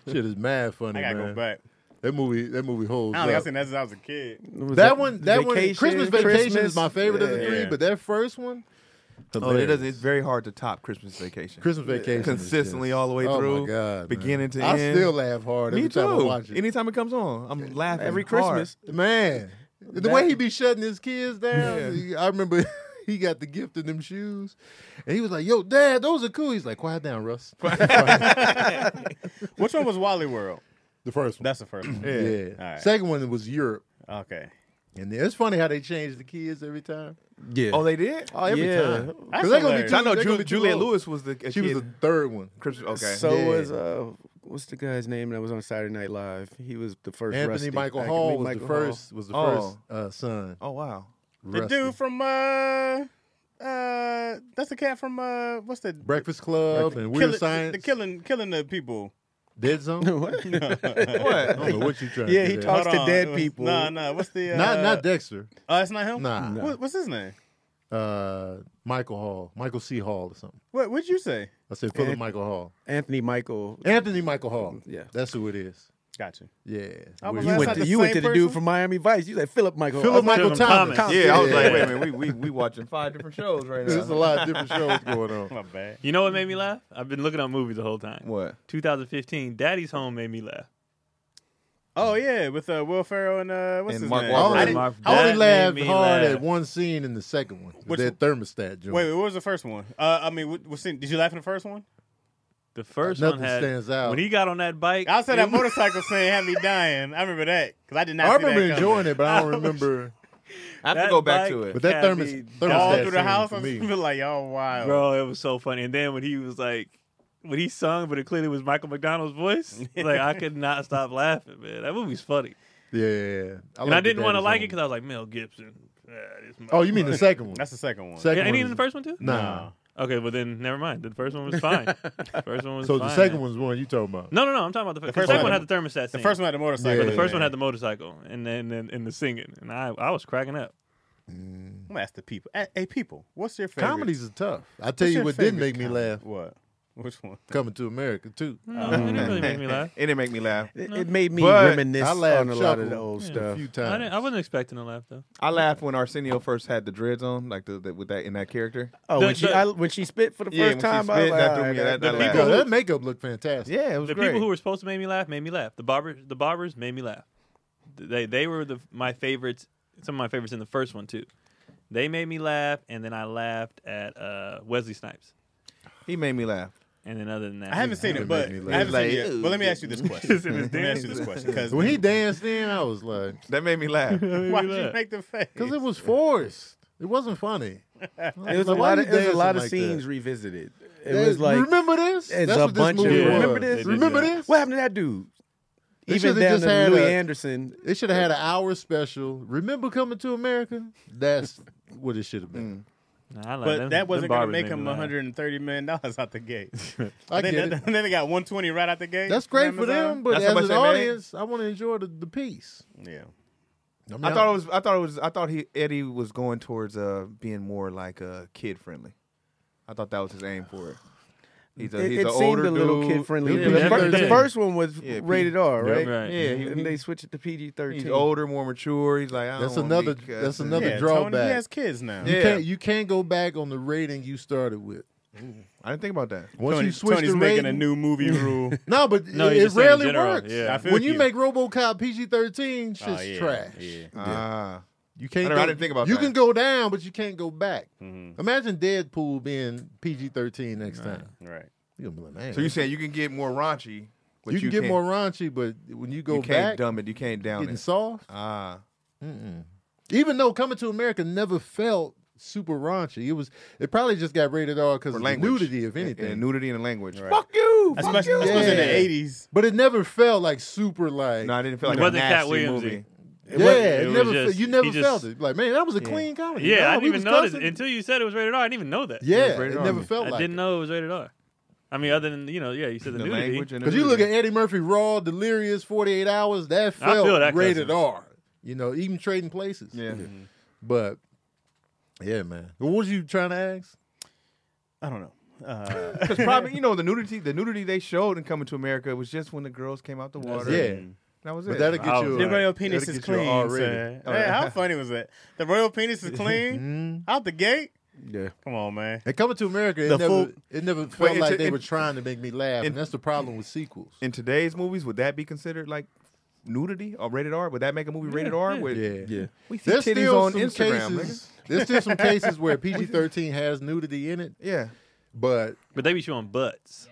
[SPEAKER 1] Shit is mad funny,
[SPEAKER 3] I gotta
[SPEAKER 1] man.
[SPEAKER 3] go back.
[SPEAKER 1] That movie, that movie holds.
[SPEAKER 3] I don't think
[SPEAKER 1] up.
[SPEAKER 3] I've seen that since I was a kid.
[SPEAKER 4] that,
[SPEAKER 1] that one, that one,
[SPEAKER 4] Vacation,
[SPEAKER 1] Christmas Vacation
[SPEAKER 4] Christmas.
[SPEAKER 1] is my favorite of the
[SPEAKER 4] Yeah.
[SPEAKER 1] three,
[SPEAKER 3] Yeah.
[SPEAKER 1] but that first one,
[SPEAKER 2] Oh, it
[SPEAKER 1] hilarious.
[SPEAKER 2] doesn't. It's very hard to top Christmas Vacation.
[SPEAKER 1] Christmas Vacation is
[SPEAKER 2] consistently
[SPEAKER 1] just-
[SPEAKER 2] all the way
[SPEAKER 1] oh
[SPEAKER 2] through,
[SPEAKER 1] my God,
[SPEAKER 2] beginning
[SPEAKER 1] man.
[SPEAKER 2] to
[SPEAKER 1] I
[SPEAKER 2] end.
[SPEAKER 1] still laugh hard every
[SPEAKER 2] Me
[SPEAKER 1] time I
[SPEAKER 2] too.
[SPEAKER 1] watch it.
[SPEAKER 2] Anytime it comes on, I'm laughing
[SPEAKER 4] every
[SPEAKER 2] hard.
[SPEAKER 4] Christmas.
[SPEAKER 1] Man, the
[SPEAKER 4] That-
[SPEAKER 1] way he be shutting his kids down.
[SPEAKER 2] Yeah.
[SPEAKER 1] I remember he got the gift of them shoes, and he was like, "Yo, Dad, those are cool." He's like, "Quiet down, Russ."
[SPEAKER 3] Which one was Wally World?
[SPEAKER 1] the first
[SPEAKER 3] That's the first one.
[SPEAKER 1] yeah.
[SPEAKER 3] All right.
[SPEAKER 1] Second one was Europe,
[SPEAKER 3] Okay.
[SPEAKER 1] and then- it's funny how they change the kids every time.
[SPEAKER 4] Yeah.
[SPEAKER 2] Oh, they did.
[SPEAKER 1] Oh, every
[SPEAKER 4] Yeah.
[SPEAKER 1] time. 'Cause
[SPEAKER 3] That's
[SPEAKER 1] they gonna be
[SPEAKER 3] hilarious.
[SPEAKER 1] too-
[SPEAKER 2] I know
[SPEAKER 1] they gonna
[SPEAKER 2] Ju-
[SPEAKER 1] be too
[SPEAKER 2] Juliet
[SPEAKER 1] old.
[SPEAKER 2] Lewis was the a
[SPEAKER 1] She was
[SPEAKER 2] kid.
[SPEAKER 1] the third one.
[SPEAKER 2] Christmas. Okay.
[SPEAKER 4] So
[SPEAKER 1] Yeah.
[SPEAKER 4] was uh, what's the guy's name that was on Saturday Night Live? He was the first.
[SPEAKER 1] Anthony
[SPEAKER 4] Rusty.
[SPEAKER 1] Michael
[SPEAKER 4] Anthony
[SPEAKER 1] Hall was
[SPEAKER 4] Michael
[SPEAKER 1] the
[SPEAKER 4] Hall.
[SPEAKER 1] first. Was the
[SPEAKER 2] Oh.
[SPEAKER 1] first uh, son.
[SPEAKER 2] oh wow.
[SPEAKER 3] The
[SPEAKER 1] Rusty.
[SPEAKER 3] dude from uh uh that's the cat from uh what's the
[SPEAKER 1] Breakfast Club and Weird
[SPEAKER 3] killing-
[SPEAKER 1] Science.
[SPEAKER 3] the killing killing the people.
[SPEAKER 1] Dead Zone.
[SPEAKER 4] What?
[SPEAKER 1] I
[SPEAKER 2] What?
[SPEAKER 1] don't know what you trying.
[SPEAKER 4] Yeah,
[SPEAKER 1] to
[SPEAKER 4] he
[SPEAKER 1] do there.
[SPEAKER 4] talks- Talks to dead people.
[SPEAKER 3] No, no. What's the uh,
[SPEAKER 1] Not not Dexter.
[SPEAKER 3] Oh, it's not him.
[SPEAKER 1] Nah.
[SPEAKER 3] What- what's his name?
[SPEAKER 1] Uh, Michael Hall, Michael C. Hall, or something.
[SPEAKER 3] What what'd you say?
[SPEAKER 1] I said Philip
[SPEAKER 4] Ant-
[SPEAKER 1] Michael Hall.
[SPEAKER 4] Anthony Michael.
[SPEAKER 1] Anthony Michael Hall.
[SPEAKER 4] Yeah.
[SPEAKER 1] That's who it is.
[SPEAKER 3] Gotcha.
[SPEAKER 1] Yeah.
[SPEAKER 3] I
[SPEAKER 1] Weird
[SPEAKER 4] You
[SPEAKER 3] was That's
[SPEAKER 1] Science.
[SPEAKER 3] not
[SPEAKER 4] went to
[SPEAKER 3] the
[SPEAKER 4] you went to
[SPEAKER 3] same
[SPEAKER 4] the dude
[SPEAKER 3] person?
[SPEAKER 4] from Miami Vice. You said Philip Michael.
[SPEAKER 1] Philip
[SPEAKER 4] Hall.
[SPEAKER 1] Michael
[SPEAKER 5] Philip
[SPEAKER 1] Thomas.
[SPEAKER 5] Thomas.
[SPEAKER 2] Yeah, I was like,
[SPEAKER 1] Yeah.
[SPEAKER 2] wait a minute, we we we watching five different shows right now.
[SPEAKER 1] There's a lot of different shows going on.
[SPEAKER 3] My bad.
[SPEAKER 5] You know what made me laugh? I've been looking up movies the whole time.
[SPEAKER 2] What?
[SPEAKER 5] 2015, Daddy's Home made me laugh.
[SPEAKER 3] Oh
[SPEAKER 1] Mm.
[SPEAKER 3] yeah, with uh, Will Ferrell and uh, what's
[SPEAKER 2] And
[SPEAKER 3] his
[SPEAKER 2] Mark
[SPEAKER 3] name?
[SPEAKER 1] I
[SPEAKER 2] Wahlberg.
[SPEAKER 3] I
[SPEAKER 1] only,
[SPEAKER 3] didn't-
[SPEAKER 5] Mark-
[SPEAKER 1] I only
[SPEAKER 5] that
[SPEAKER 1] laughed
[SPEAKER 5] made me
[SPEAKER 1] hard
[SPEAKER 5] laugh.
[SPEAKER 1] at one scene in the second one.
[SPEAKER 3] Which
[SPEAKER 1] that thermostat joint.
[SPEAKER 3] Wait, wait, what was the first one? Uh, I mean, what, what scene? Did you laugh in the first one?
[SPEAKER 5] The first
[SPEAKER 1] Nothing
[SPEAKER 5] one had
[SPEAKER 1] stands out.
[SPEAKER 5] when he got on that bike.
[SPEAKER 3] I said
[SPEAKER 5] it
[SPEAKER 3] that
[SPEAKER 5] was-
[SPEAKER 3] motorcycle scene had me dying. I remember that because I did not.
[SPEAKER 1] I
[SPEAKER 3] see
[SPEAKER 1] remember
[SPEAKER 3] that coming.
[SPEAKER 1] enjoying it, but I don't remember.
[SPEAKER 2] I have to
[SPEAKER 5] That
[SPEAKER 2] go back
[SPEAKER 5] bike-
[SPEAKER 2] to it.
[SPEAKER 1] But that
[SPEAKER 5] Gotta
[SPEAKER 1] thermos,
[SPEAKER 5] be
[SPEAKER 1] thermostat
[SPEAKER 3] All through the
[SPEAKER 1] scene
[SPEAKER 3] house,
[SPEAKER 1] for
[SPEAKER 3] I'm
[SPEAKER 1] me.
[SPEAKER 3] just like, y'all wild.
[SPEAKER 5] Bro, it was so funny. And then when he was like, when he sung, but it clearly was Michael McDonald's voice. Like I could not stop laughing, man. That movie's funny,
[SPEAKER 1] Yeah. I
[SPEAKER 5] and I
[SPEAKER 1] like the
[SPEAKER 5] didn't want to
[SPEAKER 1] Daddy's
[SPEAKER 5] like it
[SPEAKER 1] Home.
[SPEAKER 5] because I was like Mel Gibson. Yeah, this
[SPEAKER 1] Oh, you mean the second one?
[SPEAKER 3] That's the second one.
[SPEAKER 1] second
[SPEAKER 5] yeah, and
[SPEAKER 1] one
[SPEAKER 5] even the
[SPEAKER 1] is-
[SPEAKER 5] first one too.
[SPEAKER 1] Nah.
[SPEAKER 5] Okay, well then, never mind. The first one was fine. The first one was
[SPEAKER 1] So
[SPEAKER 5] fine,
[SPEAKER 1] the second
[SPEAKER 5] man.
[SPEAKER 1] one's the one you talking about.
[SPEAKER 5] No, no, no. I'm talking about the,
[SPEAKER 3] The
[SPEAKER 5] first.
[SPEAKER 3] first
[SPEAKER 5] the second
[SPEAKER 3] one.
[SPEAKER 5] one had the thermostat.
[SPEAKER 3] the
[SPEAKER 5] Scene.
[SPEAKER 3] first one had the motorcycle.
[SPEAKER 1] Yeah.
[SPEAKER 5] The first one
[SPEAKER 3] in
[SPEAKER 5] had
[SPEAKER 3] it.
[SPEAKER 5] the motorcycle, and then and, and the singing, and I I was cracking up.
[SPEAKER 3] I'm gonna ask the people. Hey, hey, people, what's your favorite?
[SPEAKER 1] Comedies are tough. I tell
[SPEAKER 3] what's
[SPEAKER 1] you
[SPEAKER 3] your
[SPEAKER 1] what didn't
[SPEAKER 3] favorite
[SPEAKER 1] make me
[SPEAKER 3] comedy?
[SPEAKER 1] laugh.
[SPEAKER 3] What? Which one?
[SPEAKER 1] Coming to America too.
[SPEAKER 5] No, it didn't really make me laugh.
[SPEAKER 2] It didn't make me laugh.
[SPEAKER 4] It, it made me
[SPEAKER 2] But
[SPEAKER 4] reminisce
[SPEAKER 1] I laughed
[SPEAKER 4] on a lot of the
[SPEAKER 1] chuckled
[SPEAKER 4] old
[SPEAKER 1] A
[SPEAKER 4] stuff.
[SPEAKER 1] few
[SPEAKER 5] I,
[SPEAKER 1] times.
[SPEAKER 5] didn't, I wasn't expecting to laugh though.
[SPEAKER 2] I laughed when Arsenio first had the dreads on, like the, the with that in that character.
[SPEAKER 4] Oh,
[SPEAKER 5] The-
[SPEAKER 4] when she
[SPEAKER 5] the-
[SPEAKER 4] I, when she spit for the
[SPEAKER 2] Yeah,
[SPEAKER 4] first
[SPEAKER 2] when she
[SPEAKER 4] time, I was
[SPEAKER 2] spit,
[SPEAKER 4] like,
[SPEAKER 2] that
[SPEAKER 4] all
[SPEAKER 2] threw
[SPEAKER 4] right,
[SPEAKER 2] me-
[SPEAKER 4] I
[SPEAKER 2] that-
[SPEAKER 4] gotta do
[SPEAKER 5] that laughed.
[SPEAKER 1] Yo,
[SPEAKER 5] people
[SPEAKER 1] that makeup looked fantastic.
[SPEAKER 2] Yeah, it was
[SPEAKER 5] The
[SPEAKER 2] great.
[SPEAKER 5] people who were supposed to make me laugh made me laugh. The barbers, the barbers made me laugh. They they were the my favorites. Some of my favorites in the first one too. They made me laugh, and then I laughed at uh, Wesley Snipes.
[SPEAKER 2] he made me laugh.
[SPEAKER 5] And then other than that,
[SPEAKER 3] I haven't seen
[SPEAKER 1] It made
[SPEAKER 3] it, but
[SPEAKER 1] me
[SPEAKER 3] I
[SPEAKER 1] laugh.
[SPEAKER 3] haven't
[SPEAKER 2] Like,
[SPEAKER 3] seen it. yet. But let me ask you this question. let me ask you this question because
[SPEAKER 1] When he danced in, I was like,
[SPEAKER 2] That made me laugh.
[SPEAKER 3] why did you make the face?
[SPEAKER 1] because it was forced. It wasn't funny.
[SPEAKER 4] It was a lot of it was a lot of scenes revisited. It was like
[SPEAKER 1] remember this?
[SPEAKER 4] it's
[SPEAKER 1] That's
[SPEAKER 4] a
[SPEAKER 1] what this
[SPEAKER 4] bunch of-
[SPEAKER 1] movie was.
[SPEAKER 4] Remember
[SPEAKER 5] this?
[SPEAKER 1] Remember
[SPEAKER 5] They did,
[SPEAKER 1] this?
[SPEAKER 4] what happened to that dude?
[SPEAKER 1] They
[SPEAKER 4] Even
[SPEAKER 1] should've
[SPEAKER 4] down
[SPEAKER 1] just
[SPEAKER 4] to
[SPEAKER 1] had
[SPEAKER 4] Louis
[SPEAKER 1] a-
[SPEAKER 4] Anderson.
[SPEAKER 1] They should
[SPEAKER 4] Mm.
[SPEAKER 1] have had an hour special. Remember coming to America? That's what it should have been.
[SPEAKER 5] Nah, I like
[SPEAKER 3] But
[SPEAKER 5] them- them
[SPEAKER 3] that wasn't going to
[SPEAKER 5] barbers
[SPEAKER 3] make
[SPEAKER 5] made me
[SPEAKER 3] him
[SPEAKER 5] laugh.
[SPEAKER 3] 130 million dollars out the gate.
[SPEAKER 1] I
[SPEAKER 3] then,
[SPEAKER 1] get it.
[SPEAKER 3] then- then they got 120 right out the gate.
[SPEAKER 1] That's
[SPEAKER 3] from
[SPEAKER 1] great for them,
[SPEAKER 3] Amazon.
[SPEAKER 1] but
[SPEAKER 2] That's how
[SPEAKER 1] as
[SPEAKER 2] much
[SPEAKER 1] an
[SPEAKER 2] they made?
[SPEAKER 1] audience, I want to enjoy the, the piece.
[SPEAKER 3] Yeah.
[SPEAKER 1] mean,
[SPEAKER 2] I thought it was. I thought it was. I thought he Eddie was going towards uh being more like uh kid friendly. I thought that was his aim for it. He's a,
[SPEAKER 4] it
[SPEAKER 2] he's
[SPEAKER 4] it
[SPEAKER 2] a
[SPEAKER 4] seemed
[SPEAKER 2] older
[SPEAKER 4] a little
[SPEAKER 2] dude.
[SPEAKER 4] kid friendly.
[SPEAKER 1] Yeah,
[SPEAKER 4] the,
[SPEAKER 5] yeah,
[SPEAKER 4] fir-
[SPEAKER 5] yeah.
[SPEAKER 4] the first one was
[SPEAKER 2] Yeah, P-
[SPEAKER 4] rated R,
[SPEAKER 5] Yeah,
[SPEAKER 4] right?
[SPEAKER 5] right.
[SPEAKER 2] Yeah, he-
[SPEAKER 4] and they switched it to PG
[SPEAKER 2] He's
[SPEAKER 4] thirteen.
[SPEAKER 2] older, more mature. He's like, I
[SPEAKER 1] That's
[SPEAKER 2] don't wanna be
[SPEAKER 1] another-
[SPEAKER 2] cussing.
[SPEAKER 1] that's another
[SPEAKER 3] yeah, Tony,
[SPEAKER 1] drawback.
[SPEAKER 3] he has kids now.
[SPEAKER 1] You
[SPEAKER 2] Yeah.
[SPEAKER 1] can't you can't go back on the rating you started with.
[SPEAKER 2] I didn't think about that.
[SPEAKER 1] Once
[SPEAKER 3] Tony-
[SPEAKER 1] you switch
[SPEAKER 3] Tony's
[SPEAKER 1] the
[SPEAKER 3] making
[SPEAKER 1] rating,
[SPEAKER 3] a new movie rule.
[SPEAKER 1] no, but
[SPEAKER 5] No,
[SPEAKER 1] it,
[SPEAKER 5] you
[SPEAKER 1] it
[SPEAKER 5] just said in
[SPEAKER 1] rarely
[SPEAKER 5] general,
[SPEAKER 1] works.
[SPEAKER 5] yeah.
[SPEAKER 3] I feel
[SPEAKER 1] When you
[SPEAKER 3] you.
[SPEAKER 1] make RoboCop PG thirteen, shit's
[SPEAKER 3] Oh, yeah,
[SPEAKER 1] trash.
[SPEAKER 3] yeah.
[SPEAKER 2] Ah,
[SPEAKER 1] You can't.
[SPEAKER 2] I didn't-
[SPEAKER 1] go,
[SPEAKER 2] I didn't think about
[SPEAKER 1] You
[SPEAKER 2] that.
[SPEAKER 1] can go down, but you can't go back.
[SPEAKER 3] Mhm.
[SPEAKER 1] Imagine Deadpool being PG thirteen next time.
[SPEAKER 3] Right.
[SPEAKER 1] You're gonna be like, man.
[SPEAKER 2] so you saying you can get more raunchy, but
[SPEAKER 1] you,
[SPEAKER 2] you,
[SPEAKER 1] can get
[SPEAKER 2] can't-
[SPEAKER 1] more raunchy, but when you go
[SPEAKER 2] you can't
[SPEAKER 1] back,
[SPEAKER 2] dumb it. You can't down
[SPEAKER 1] getting
[SPEAKER 2] it.
[SPEAKER 1] soft.
[SPEAKER 2] ah,
[SPEAKER 1] Mm-mm. Even though Coming to America never felt super raunchy, it was. It probably just got rated R because
[SPEAKER 2] for
[SPEAKER 1] of the
[SPEAKER 2] language,
[SPEAKER 1] nudity, if
[SPEAKER 2] And-
[SPEAKER 1] anything.
[SPEAKER 2] and nudity and language.
[SPEAKER 3] Right.
[SPEAKER 2] Fuck you. Fuck
[SPEAKER 3] Especially,
[SPEAKER 2] you.
[SPEAKER 3] especially
[SPEAKER 1] Yeah.
[SPEAKER 3] in the 80s.
[SPEAKER 1] but it never felt like super like.
[SPEAKER 2] No, I didn't feel like
[SPEAKER 5] It
[SPEAKER 2] a
[SPEAKER 5] wasn't Cat
[SPEAKER 2] nasty
[SPEAKER 5] Williams-y.
[SPEAKER 2] movie.
[SPEAKER 1] yeah,
[SPEAKER 5] wasn't-
[SPEAKER 1] it
[SPEAKER 5] it was
[SPEAKER 1] never.
[SPEAKER 5] just-
[SPEAKER 1] fe- you never
[SPEAKER 5] he just-
[SPEAKER 1] felt it. Like man, that was a clean comedy.
[SPEAKER 5] Yeah,
[SPEAKER 1] No,
[SPEAKER 5] I
[SPEAKER 1] we
[SPEAKER 5] didn't even
[SPEAKER 1] was
[SPEAKER 5] notice
[SPEAKER 1] cussing.
[SPEAKER 5] until you said it was rated R. I didn't even know that.
[SPEAKER 1] Yeah,
[SPEAKER 2] rated
[SPEAKER 1] it
[SPEAKER 2] R.
[SPEAKER 1] never felt
[SPEAKER 5] I
[SPEAKER 1] like.
[SPEAKER 5] didn't know it was rated R. I mean, other than you know, yeah, you said the,
[SPEAKER 2] The
[SPEAKER 5] nudity.
[SPEAKER 2] language and the
[SPEAKER 1] Because you look at
[SPEAKER 2] nudity.
[SPEAKER 1] Eddie Murphy Raw, Delirious, Forty Eight Hours. That
[SPEAKER 5] I feel
[SPEAKER 1] felt
[SPEAKER 5] that
[SPEAKER 1] rated
[SPEAKER 5] cousin. Mm-hmm.
[SPEAKER 1] R. You know, even Trading Places.
[SPEAKER 2] Yeah.
[SPEAKER 1] But yeah, man. What was you trying to ask?
[SPEAKER 3] I don't know. Uh,
[SPEAKER 2] Because probably you know the nudity, the nudity they showed in Coming to America was just when the girls came out the water.
[SPEAKER 1] Yeah,
[SPEAKER 2] that was it.
[SPEAKER 1] but that'll
[SPEAKER 5] I
[SPEAKER 1] get you.
[SPEAKER 5] was
[SPEAKER 1] a-
[SPEAKER 5] like-
[SPEAKER 3] the royal penis
[SPEAKER 1] that'll
[SPEAKER 3] is
[SPEAKER 1] get you a
[SPEAKER 3] clean.
[SPEAKER 1] R rating.
[SPEAKER 3] sir. Hey, how funny was that? The royal penis is clean
[SPEAKER 5] Mm-hmm.
[SPEAKER 3] out the gate.
[SPEAKER 4] Yeah.
[SPEAKER 3] Come on, man.
[SPEAKER 1] And coming to America, it
[SPEAKER 3] The
[SPEAKER 1] never,
[SPEAKER 3] full-
[SPEAKER 1] it never felt
[SPEAKER 2] it's
[SPEAKER 1] like
[SPEAKER 2] a-
[SPEAKER 1] they
[SPEAKER 2] it-
[SPEAKER 1] were trying to make me laugh,
[SPEAKER 2] it-
[SPEAKER 1] and that's the problem with sequels.
[SPEAKER 2] in today's movies, would that be considered like nudity or rated R? Would that make a movie rated R? With,
[SPEAKER 1] yeah,
[SPEAKER 4] Yeah.
[SPEAKER 2] We see
[SPEAKER 1] there's
[SPEAKER 2] titties
[SPEAKER 1] still
[SPEAKER 2] on
[SPEAKER 1] some
[SPEAKER 2] Instagram. nigga.
[SPEAKER 1] cases. There's still some cases where PG-13 has nudity in it,
[SPEAKER 2] Yeah.
[SPEAKER 1] but
[SPEAKER 5] But they be showing butts.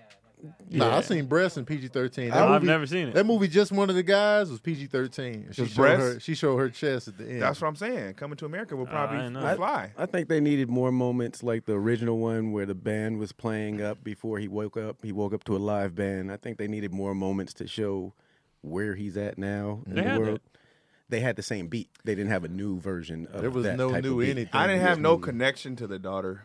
[SPEAKER 1] nah, I've seen breasts in PG-13. That
[SPEAKER 5] I've
[SPEAKER 1] movie-
[SPEAKER 5] never seen it.
[SPEAKER 1] That movie, just one of the guys, was PG-13. She
[SPEAKER 2] Just
[SPEAKER 1] showed
[SPEAKER 2] breasts?
[SPEAKER 1] her, she showed her chest at the end.
[SPEAKER 2] That's what I'm saying. Coming to America will probably
[SPEAKER 5] I didn't know
[SPEAKER 2] will
[SPEAKER 5] that.
[SPEAKER 2] fly.
[SPEAKER 4] I think they needed more moments like the original one where the band was playing up before he woke up. He woke up to a live band. I think they needed more moments to show where he's at now in
[SPEAKER 5] They
[SPEAKER 4] the
[SPEAKER 5] had
[SPEAKER 4] world. They had the same beat. They didn't have a new version of
[SPEAKER 1] There was
[SPEAKER 4] that
[SPEAKER 1] no
[SPEAKER 4] type of
[SPEAKER 1] new
[SPEAKER 4] beat.
[SPEAKER 1] anything.
[SPEAKER 2] I didn't
[SPEAKER 1] in
[SPEAKER 2] have
[SPEAKER 1] this
[SPEAKER 2] no
[SPEAKER 1] movie.
[SPEAKER 2] connection to the daughter.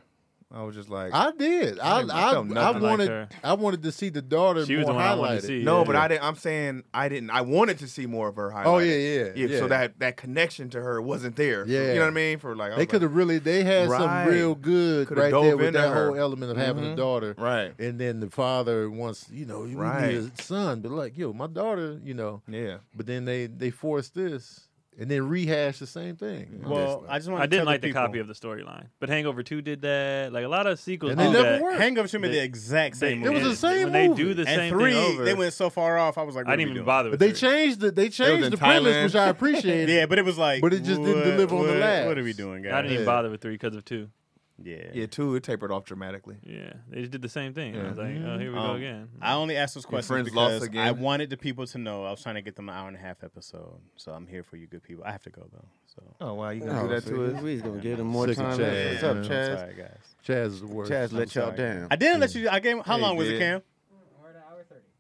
[SPEAKER 2] I was just like,
[SPEAKER 1] I did. I
[SPEAKER 2] didn't
[SPEAKER 1] I, I,
[SPEAKER 2] feel nothing like
[SPEAKER 1] wanted
[SPEAKER 5] her.
[SPEAKER 1] I wanted to see the daughter
[SPEAKER 5] She
[SPEAKER 1] more
[SPEAKER 5] was the one I wanted
[SPEAKER 1] highlighted.
[SPEAKER 5] to see.
[SPEAKER 2] no,
[SPEAKER 5] yeah.
[SPEAKER 2] but I didn't. I'm saying I didn't. I wanted to see more of her. Highlighted.
[SPEAKER 1] Oh, yeah, yeah, yeah.
[SPEAKER 2] So that that connection to her wasn't there.
[SPEAKER 1] Yeah.
[SPEAKER 2] You know what I mean? For like, I
[SPEAKER 1] They
[SPEAKER 2] was
[SPEAKER 1] could
[SPEAKER 2] like,
[SPEAKER 1] have really. They had
[SPEAKER 2] Right.
[SPEAKER 1] something real good
[SPEAKER 2] Coulda
[SPEAKER 1] right
[SPEAKER 2] dove
[SPEAKER 1] there with
[SPEAKER 2] into
[SPEAKER 1] that
[SPEAKER 2] her. Mm-hmm.
[SPEAKER 1] whole element of having a daughter.
[SPEAKER 2] Right.
[SPEAKER 1] And then the father wants, you know, you
[SPEAKER 2] Right.
[SPEAKER 1] need a son, but like, yo, my daughter, you know.
[SPEAKER 2] Yeah.
[SPEAKER 1] But then they they forced this and then rehash the same thing.
[SPEAKER 3] Well, I just want to
[SPEAKER 5] I didn't
[SPEAKER 3] tell
[SPEAKER 5] like the
[SPEAKER 3] people,
[SPEAKER 5] copy of the storyline. But Hangover 2 did that. Like a lot of sequels
[SPEAKER 1] And they
[SPEAKER 5] do
[SPEAKER 1] never
[SPEAKER 5] that.
[SPEAKER 1] worked.
[SPEAKER 3] Hangover to me the exact
[SPEAKER 5] They-
[SPEAKER 3] same
[SPEAKER 1] It was
[SPEAKER 3] movie.
[SPEAKER 1] the same
[SPEAKER 5] when they
[SPEAKER 1] movie.
[SPEAKER 5] do the
[SPEAKER 3] and
[SPEAKER 5] same
[SPEAKER 3] three,
[SPEAKER 5] thing over.
[SPEAKER 3] they went so far off. I was like, what
[SPEAKER 5] I
[SPEAKER 3] are we
[SPEAKER 5] didn't even
[SPEAKER 3] doing?
[SPEAKER 5] bother
[SPEAKER 1] But
[SPEAKER 5] with
[SPEAKER 1] they
[SPEAKER 5] three.
[SPEAKER 1] changed the they
[SPEAKER 2] in
[SPEAKER 1] changed the premise,
[SPEAKER 2] Thailand.
[SPEAKER 1] which I appreciated.
[SPEAKER 3] Yeah, but it was like,
[SPEAKER 1] But it just didn't
[SPEAKER 3] what-
[SPEAKER 1] deliver on the
[SPEAKER 3] what-
[SPEAKER 1] laughs.
[SPEAKER 3] What are we doing, guys?
[SPEAKER 5] I didn't even
[SPEAKER 1] Yeah.
[SPEAKER 5] bother with 3 because of 2.
[SPEAKER 3] Yeah.
[SPEAKER 2] Yeah. Two. It tapered off dramatically.
[SPEAKER 5] Yeah. They just did the same thing. I was like, oh, here we go
[SPEAKER 2] Um,
[SPEAKER 5] again.
[SPEAKER 3] I only asked those questions
[SPEAKER 2] friends lost
[SPEAKER 3] because
[SPEAKER 2] again?
[SPEAKER 3] I wanted the people to know. I was trying to get them an hour and a half episode, so I'm here for you, good people. I have to go though. So
[SPEAKER 2] Oh wow, you gonna
[SPEAKER 4] Oh,
[SPEAKER 2] do that to us?
[SPEAKER 4] We just gonna give him more
[SPEAKER 1] Sick of
[SPEAKER 4] time.
[SPEAKER 1] Chaz,
[SPEAKER 4] What's up,
[SPEAKER 1] man.
[SPEAKER 3] I'm
[SPEAKER 4] Chaz?
[SPEAKER 3] sorry, guys.
[SPEAKER 1] Chaz is the worst.
[SPEAKER 4] Chaz let y'all
[SPEAKER 3] sorry.
[SPEAKER 4] down.
[SPEAKER 3] I didn't
[SPEAKER 1] Mm.
[SPEAKER 3] let you. I gave. How
[SPEAKER 2] Hey,
[SPEAKER 3] long was it,
[SPEAKER 2] dude.
[SPEAKER 3] Cam?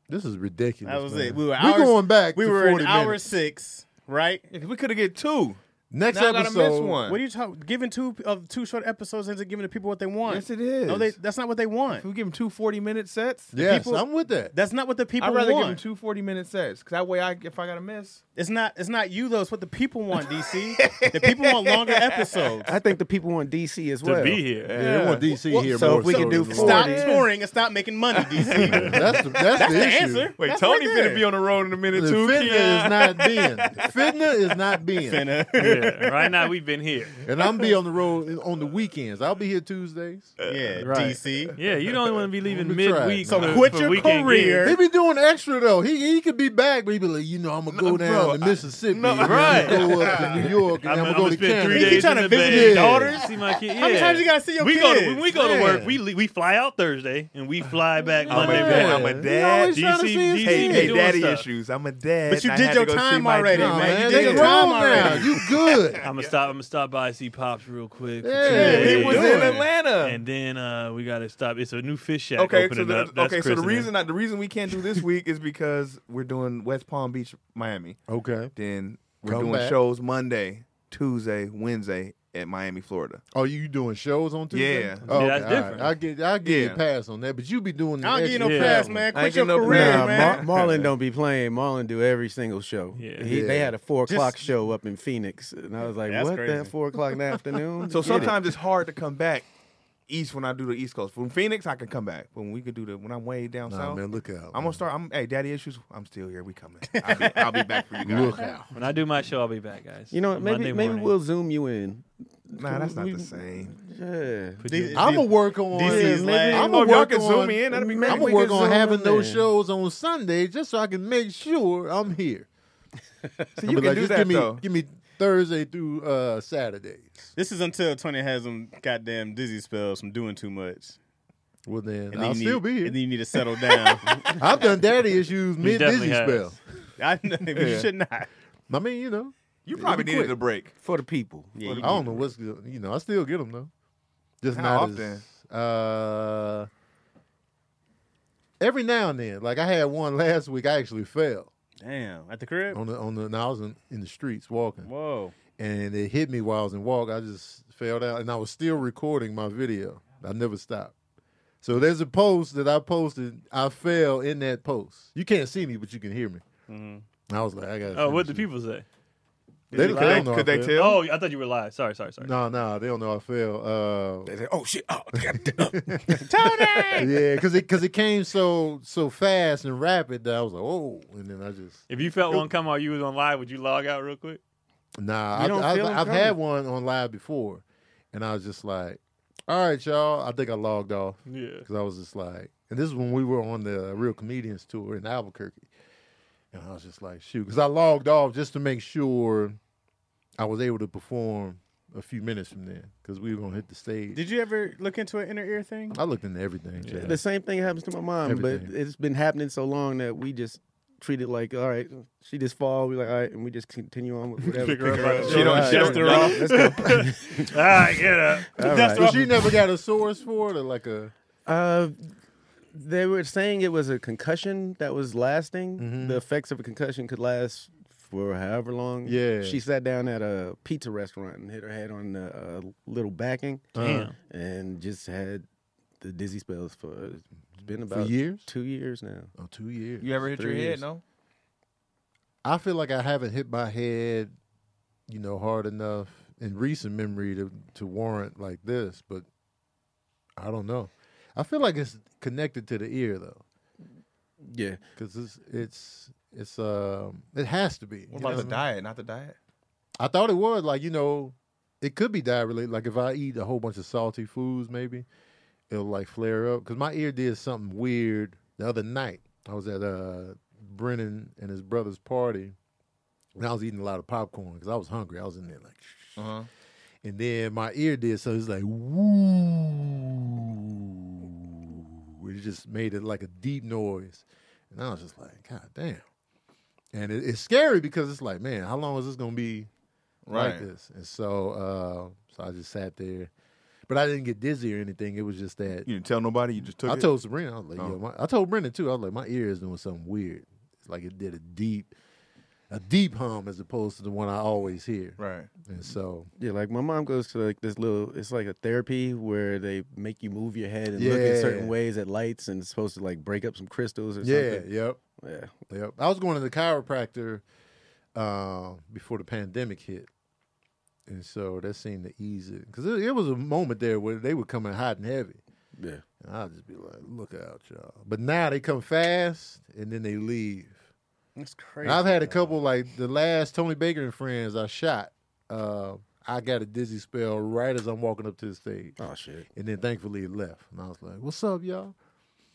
[SPEAKER 1] This is ridiculous.
[SPEAKER 3] That was
[SPEAKER 1] man.
[SPEAKER 3] it. We were
[SPEAKER 1] We're
[SPEAKER 3] hours,
[SPEAKER 1] going back.
[SPEAKER 3] We
[SPEAKER 1] to
[SPEAKER 3] were
[SPEAKER 1] 40
[SPEAKER 3] in hour
[SPEAKER 1] minutes.
[SPEAKER 3] six, right?
[SPEAKER 2] Yeah, 'cause we could have get two.
[SPEAKER 1] Next
[SPEAKER 2] Now I gotta
[SPEAKER 1] episode.
[SPEAKER 2] miss one.
[SPEAKER 3] What are you talking? Giving two of two short episodes isn't giving the people what they want.
[SPEAKER 2] Yes, it is.
[SPEAKER 3] No, they, that's not what they want.
[SPEAKER 2] If we give them two 40 minute sets,
[SPEAKER 1] Yes,
[SPEAKER 3] people-
[SPEAKER 1] I'm with that.
[SPEAKER 3] That's not what the people
[SPEAKER 2] I'd rather give them
[SPEAKER 3] want.
[SPEAKER 2] two 40 minute sets. Because that way, I, if I got to miss,
[SPEAKER 3] it's not. It's not you though. It's what the people want. DC. the people want longer episodes.
[SPEAKER 4] I think the people want DC as
[SPEAKER 5] to
[SPEAKER 4] well.
[SPEAKER 5] be here.
[SPEAKER 1] yeah, they want DC here
[SPEAKER 4] so
[SPEAKER 1] more
[SPEAKER 4] if we can do
[SPEAKER 1] than-
[SPEAKER 4] four-
[SPEAKER 3] Stop
[SPEAKER 4] Yeah.
[SPEAKER 3] touring and stop making money, DC.
[SPEAKER 1] That's the, that's the,
[SPEAKER 3] the
[SPEAKER 1] issue.
[SPEAKER 3] answer.
[SPEAKER 2] Wait,
[SPEAKER 3] That's
[SPEAKER 2] Tony
[SPEAKER 3] right
[SPEAKER 2] finna
[SPEAKER 3] there.
[SPEAKER 2] be on the road in a minute too.
[SPEAKER 1] Fitna
[SPEAKER 2] Keon.
[SPEAKER 1] is not being. Fitna is not being.
[SPEAKER 5] yeah. Right now, we've been here.
[SPEAKER 1] And I'm be on the road on the weekends. I'll be here Tuesdays.
[SPEAKER 3] Yeah, DC.
[SPEAKER 5] Yeah, you don't want to be leaving
[SPEAKER 1] Let me try.
[SPEAKER 5] midweek.
[SPEAKER 1] So
[SPEAKER 5] for-
[SPEAKER 3] quit
[SPEAKER 5] for
[SPEAKER 3] your
[SPEAKER 5] weekend
[SPEAKER 3] career.
[SPEAKER 1] He be doing extra though. He he could be back, but he be like, you know, I'm gonna go
[SPEAKER 2] No,
[SPEAKER 1] down
[SPEAKER 2] bro,
[SPEAKER 1] to
[SPEAKER 2] I-
[SPEAKER 1] Mississippi.
[SPEAKER 2] no,
[SPEAKER 1] and then I'm
[SPEAKER 5] right.
[SPEAKER 1] gonna go up to New York, and
[SPEAKER 5] I'm,
[SPEAKER 1] I'm,
[SPEAKER 5] gonna
[SPEAKER 1] gonna go to
[SPEAKER 5] spend three
[SPEAKER 1] Canada.
[SPEAKER 5] days.
[SPEAKER 3] He trying
[SPEAKER 5] in
[SPEAKER 3] to
[SPEAKER 5] the
[SPEAKER 3] visit
[SPEAKER 5] Bay.
[SPEAKER 1] his
[SPEAKER 5] daughters, see my kids.
[SPEAKER 3] How many times you gotta see your
[SPEAKER 5] we go
[SPEAKER 3] kids?
[SPEAKER 5] to, when we go
[SPEAKER 1] Yeah.
[SPEAKER 5] to work, we le- we fly out Thursday and we fly back
[SPEAKER 2] I'm a
[SPEAKER 5] Monday
[SPEAKER 1] man.
[SPEAKER 5] morning.
[SPEAKER 2] dad. I'm a
[SPEAKER 1] He
[SPEAKER 2] dad.
[SPEAKER 1] always trying to
[SPEAKER 5] DC
[SPEAKER 1] see his
[SPEAKER 5] DC
[SPEAKER 2] Hey,
[SPEAKER 5] He
[SPEAKER 1] kids.
[SPEAKER 2] hey,
[SPEAKER 5] doing
[SPEAKER 2] daddy
[SPEAKER 5] stuff.
[SPEAKER 2] issues. I'm a dad.
[SPEAKER 3] But you
[SPEAKER 2] and I
[SPEAKER 3] did
[SPEAKER 2] had
[SPEAKER 3] your
[SPEAKER 2] to go see
[SPEAKER 3] time
[SPEAKER 2] my
[SPEAKER 3] already,
[SPEAKER 1] Nah,
[SPEAKER 2] dad.
[SPEAKER 3] man.
[SPEAKER 1] man,
[SPEAKER 3] You
[SPEAKER 1] they
[SPEAKER 3] did your
[SPEAKER 1] grown
[SPEAKER 3] time
[SPEAKER 1] now.
[SPEAKER 3] already.
[SPEAKER 1] You good?
[SPEAKER 5] I'm gonna stop. I'm gonna stop by and see pops real quick. for
[SPEAKER 1] Yeah,
[SPEAKER 5] two
[SPEAKER 1] he
[SPEAKER 5] days.
[SPEAKER 1] was in
[SPEAKER 2] Atlanta.
[SPEAKER 5] and then uh, we gotta stop. It's a new fish shack
[SPEAKER 2] Okay, so
[SPEAKER 5] opening
[SPEAKER 2] the,
[SPEAKER 5] up. That's
[SPEAKER 2] okay, so the
[SPEAKER 5] christening.
[SPEAKER 2] reason I, the reason we can't do this week is because we're doing West Palm Beach, Miami.
[SPEAKER 1] Okay.
[SPEAKER 2] Then we're
[SPEAKER 1] Oh. Come
[SPEAKER 2] doing
[SPEAKER 1] back.
[SPEAKER 2] shows Monday, Tuesday, Wednesday, at Miami, Florida.
[SPEAKER 1] Oh, you doing shows on Tuesday?
[SPEAKER 2] Yeah.
[SPEAKER 1] Oh,
[SPEAKER 5] Yeah, that's
[SPEAKER 1] all right.
[SPEAKER 5] different.
[SPEAKER 1] I get, I get
[SPEAKER 2] Yeah.
[SPEAKER 1] a pass on that, but you be doing. The
[SPEAKER 3] I don't give you no
[SPEAKER 1] extra-
[SPEAKER 5] Yeah.
[SPEAKER 3] pass, man.
[SPEAKER 2] I
[SPEAKER 3] Quit
[SPEAKER 2] ain't
[SPEAKER 3] your
[SPEAKER 2] getting no
[SPEAKER 3] career,
[SPEAKER 4] Nah,
[SPEAKER 3] man.
[SPEAKER 4] Mar- Marlon don't be playing. Marlon do every single show.
[SPEAKER 5] Yeah.
[SPEAKER 4] He, They
[SPEAKER 1] Yeah.
[SPEAKER 4] had a four
[SPEAKER 3] Just-
[SPEAKER 4] o'clock show up in Phoenix, and I was like,
[SPEAKER 3] That's
[SPEAKER 4] "What?
[SPEAKER 3] crazy.
[SPEAKER 4] That four o'clock in the afternoon?"
[SPEAKER 2] So
[SPEAKER 4] Get it.
[SPEAKER 2] sometimes it's hard to come back east when I do the East Coast. From Phoenix, I can come back. But when we can do the when I'm way down
[SPEAKER 1] Nah,
[SPEAKER 2] south,
[SPEAKER 1] man, look out.
[SPEAKER 2] I'm gonna start. I'm hey, daddy issues. I'm still here. We coming. I'll be, I'll be back for you guys.
[SPEAKER 1] Look out.
[SPEAKER 5] When I do my show, I'll be back, guys.
[SPEAKER 4] you know what? maybe
[SPEAKER 5] Monday
[SPEAKER 4] maybe
[SPEAKER 5] morning.
[SPEAKER 4] we'll zoom you in.
[SPEAKER 2] Nah, that's not
[SPEAKER 4] We-
[SPEAKER 2] the same.
[SPEAKER 4] Yeah.
[SPEAKER 5] Put
[SPEAKER 3] These-
[SPEAKER 5] you-
[SPEAKER 1] I'm gonna work on.
[SPEAKER 3] DC is lame.
[SPEAKER 1] I'm gonna
[SPEAKER 2] Oh, if y'all
[SPEAKER 1] work
[SPEAKER 2] can
[SPEAKER 1] on.
[SPEAKER 2] zoom in, that'd be great.
[SPEAKER 1] I'm
[SPEAKER 4] We
[SPEAKER 1] gonna
[SPEAKER 4] can
[SPEAKER 1] work on
[SPEAKER 4] zoom
[SPEAKER 1] having
[SPEAKER 4] in
[SPEAKER 1] those
[SPEAKER 4] there.
[SPEAKER 1] shows on Sunday just so I can make sure I'm here.
[SPEAKER 2] So
[SPEAKER 1] I'm be
[SPEAKER 2] you can
[SPEAKER 1] like,
[SPEAKER 2] do
[SPEAKER 1] just
[SPEAKER 2] that
[SPEAKER 1] give me,
[SPEAKER 2] though.
[SPEAKER 1] give me Thursday through uh, Saturdays.
[SPEAKER 3] This is until Tony has some goddamn dizzy spells from doing too much.
[SPEAKER 1] Well, then
[SPEAKER 3] then
[SPEAKER 1] I'll
[SPEAKER 3] you
[SPEAKER 1] still
[SPEAKER 3] need,
[SPEAKER 1] be here.
[SPEAKER 3] And then you need to settle down.
[SPEAKER 1] I've done daddy issues mid
[SPEAKER 5] definitely
[SPEAKER 1] Disney
[SPEAKER 5] has.
[SPEAKER 1] spell.
[SPEAKER 3] I know, but you should not.
[SPEAKER 1] I mean, you know,
[SPEAKER 2] You probably
[SPEAKER 1] be
[SPEAKER 2] needed
[SPEAKER 1] quick.
[SPEAKER 2] a break.
[SPEAKER 4] for the people.
[SPEAKER 3] Yeah,
[SPEAKER 1] I
[SPEAKER 3] you-
[SPEAKER 1] don't know what's good. You know, I still get them though. Just
[SPEAKER 2] How
[SPEAKER 1] not as uh, every now and then. Like I had one last week. I actually fell
[SPEAKER 3] damn, at the crib.
[SPEAKER 1] on the on the. Now I was in, in the streets walking,
[SPEAKER 3] Whoa.
[SPEAKER 1] and it hit me while I was in walk. I just fell down, and I was still recording my video. I never stopped. So there's a post that I posted. I fell in that post. You can't see me, but you can hear me.
[SPEAKER 3] Mm-hmm.
[SPEAKER 1] And I was like, I got.
[SPEAKER 5] Oh, what do people say?
[SPEAKER 1] They,
[SPEAKER 2] Could
[SPEAKER 1] they
[SPEAKER 2] they,
[SPEAKER 1] don't know.
[SPEAKER 2] could
[SPEAKER 1] I
[SPEAKER 2] they
[SPEAKER 1] fell.
[SPEAKER 2] tell?
[SPEAKER 5] Oh, I thought you were live. Sorry, sorry, sorry.
[SPEAKER 1] No, no, they don't know I fell. Uh,
[SPEAKER 4] They say, "Oh shit! Oh, goddamn."
[SPEAKER 3] Tony!
[SPEAKER 1] yeah, because it because it came so so fast and rapid that I was like, oh, and then I just
[SPEAKER 5] If you felt one come while you was on live, would you log out real quick?
[SPEAKER 1] nah.
[SPEAKER 4] You
[SPEAKER 1] I,
[SPEAKER 4] don't
[SPEAKER 1] I,
[SPEAKER 4] feel
[SPEAKER 1] have
[SPEAKER 4] them
[SPEAKER 1] I've
[SPEAKER 4] coming?
[SPEAKER 1] had one on live before, and I was just like, all right, y'all. I think I logged off
[SPEAKER 5] Yeah.
[SPEAKER 1] because I was just like, and this is when we were on the Real Comedians tour in Albuquerque, and I was just like, shoot, because I logged off just to make sure I was able to perform a few minutes from there because we were gonna hit the stage.
[SPEAKER 3] Did you ever look into an inner ear thing?
[SPEAKER 1] I looked into everything. Chad.
[SPEAKER 4] the same thing happens to my mom, but
[SPEAKER 1] Everything.
[SPEAKER 4] it's been happening so long that we just treat it like, all right, she just fall. We like, all right, and we just continue on with whatever.
[SPEAKER 5] Pick her up by the
[SPEAKER 2] She don't-
[SPEAKER 4] All right,
[SPEAKER 2] she don't-
[SPEAKER 4] dust her off. Let's go.
[SPEAKER 5] All right, get up.
[SPEAKER 4] All
[SPEAKER 3] Dust
[SPEAKER 1] So
[SPEAKER 4] right.
[SPEAKER 1] she never got a source for it, or like a
[SPEAKER 4] Uh, they were saying it was a concussion that was lasting.
[SPEAKER 1] Mm-hmm.
[SPEAKER 4] The effects of a concussion could last for however long.
[SPEAKER 1] Yeah.
[SPEAKER 4] She sat down at a pizza restaurant and hit her head on a, a little backing
[SPEAKER 2] Uh,
[SPEAKER 5] Damn.
[SPEAKER 4] and just had the dizzy spells for it's been
[SPEAKER 1] for
[SPEAKER 4] about
[SPEAKER 1] years.
[SPEAKER 4] two years now.
[SPEAKER 1] Oh, two years.
[SPEAKER 2] You ever hit your
[SPEAKER 4] Three
[SPEAKER 2] head?
[SPEAKER 4] years.
[SPEAKER 2] No.
[SPEAKER 1] I feel like I haven't hit my head, you know, hard enough in recent memory to to warrant like this, but I don't know. I feel like it's connected to the ear though,
[SPEAKER 4] Yeah.
[SPEAKER 1] because it's it's it's um it has to be.
[SPEAKER 2] What
[SPEAKER 1] you
[SPEAKER 2] about the
[SPEAKER 1] know?
[SPEAKER 2] diet? Not the diet.
[SPEAKER 1] I thought it was like you know, it could be diet related. Like if I eat a whole bunch of salty foods, maybe it'll like flare up. Because my ear did something weird the other night. I was at uh Brennan and his brother's party, and I was eating a lot of popcorn because I was hungry. I was in there like,
[SPEAKER 2] Uh huh.
[SPEAKER 1] and then my ear did so. It's like woo. It just made it like a deep noise, and I was just like, God damn. And it, it's scary because it's like, man, how long is this gonna be
[SPEAKER 2] Right.
[SPEAKER 1] like this. And so uh, so I just sat there. But I didn't get dizzy or anything. It was just that
[SPEAKER 2] You didn't tell nobody. You just took
[SPEAKER 1] I
[SPEAKER 2] it.
[SPEAKER 1] told Sabrina, I was like,
[SPEAKER 2] Oh.
[SPEAKER 1] yo, my, I told Brendan too, I was like, my ear is doing something weird. It's like it did a deep a deep hum as opposed to the one I always hear.
[SPEAKER 2] Right.
[SPEAKER 1] And so
[SPEAKER 4] Yeah, like my mom goes to like this little. It's like a therapy where they make you move your head and look in
[SPEAKER 1] Yeah.
[SPEAKER 4] certain ways at lights, and it's supposed to like break up some crystals or
[SPEAKER 1] Yeah,
[SPEAKER 4] something.
[SPEAKER 1] yep.
[SPEAKER 4] Yeah,
[SPEAKER 1] Yep. I was going to the chiropractor uh, before the pandemic hit. And so that seemed to ease it. Because it, it was a moment there where they were coming hot and heavy.
[SPEAKER 4] yeah.
[SPEAKER 1] And I'll just be like, look out, y'all. But now they come fast and then they leave.
[SPEAKER 3] That's crazy.
[SPEAKER 1] And I've had a
[SPEAKER 3] dog.
[SPEAKER 1] couple, like the last Tony Baker and Friends I shot, uh, I got a dizzy spell right as I'm walking up to the stage.
[SPEAKER 4] Oh shit.
[SPEAKER 1] And then thankfully it left. And I was like, what's up, y'all?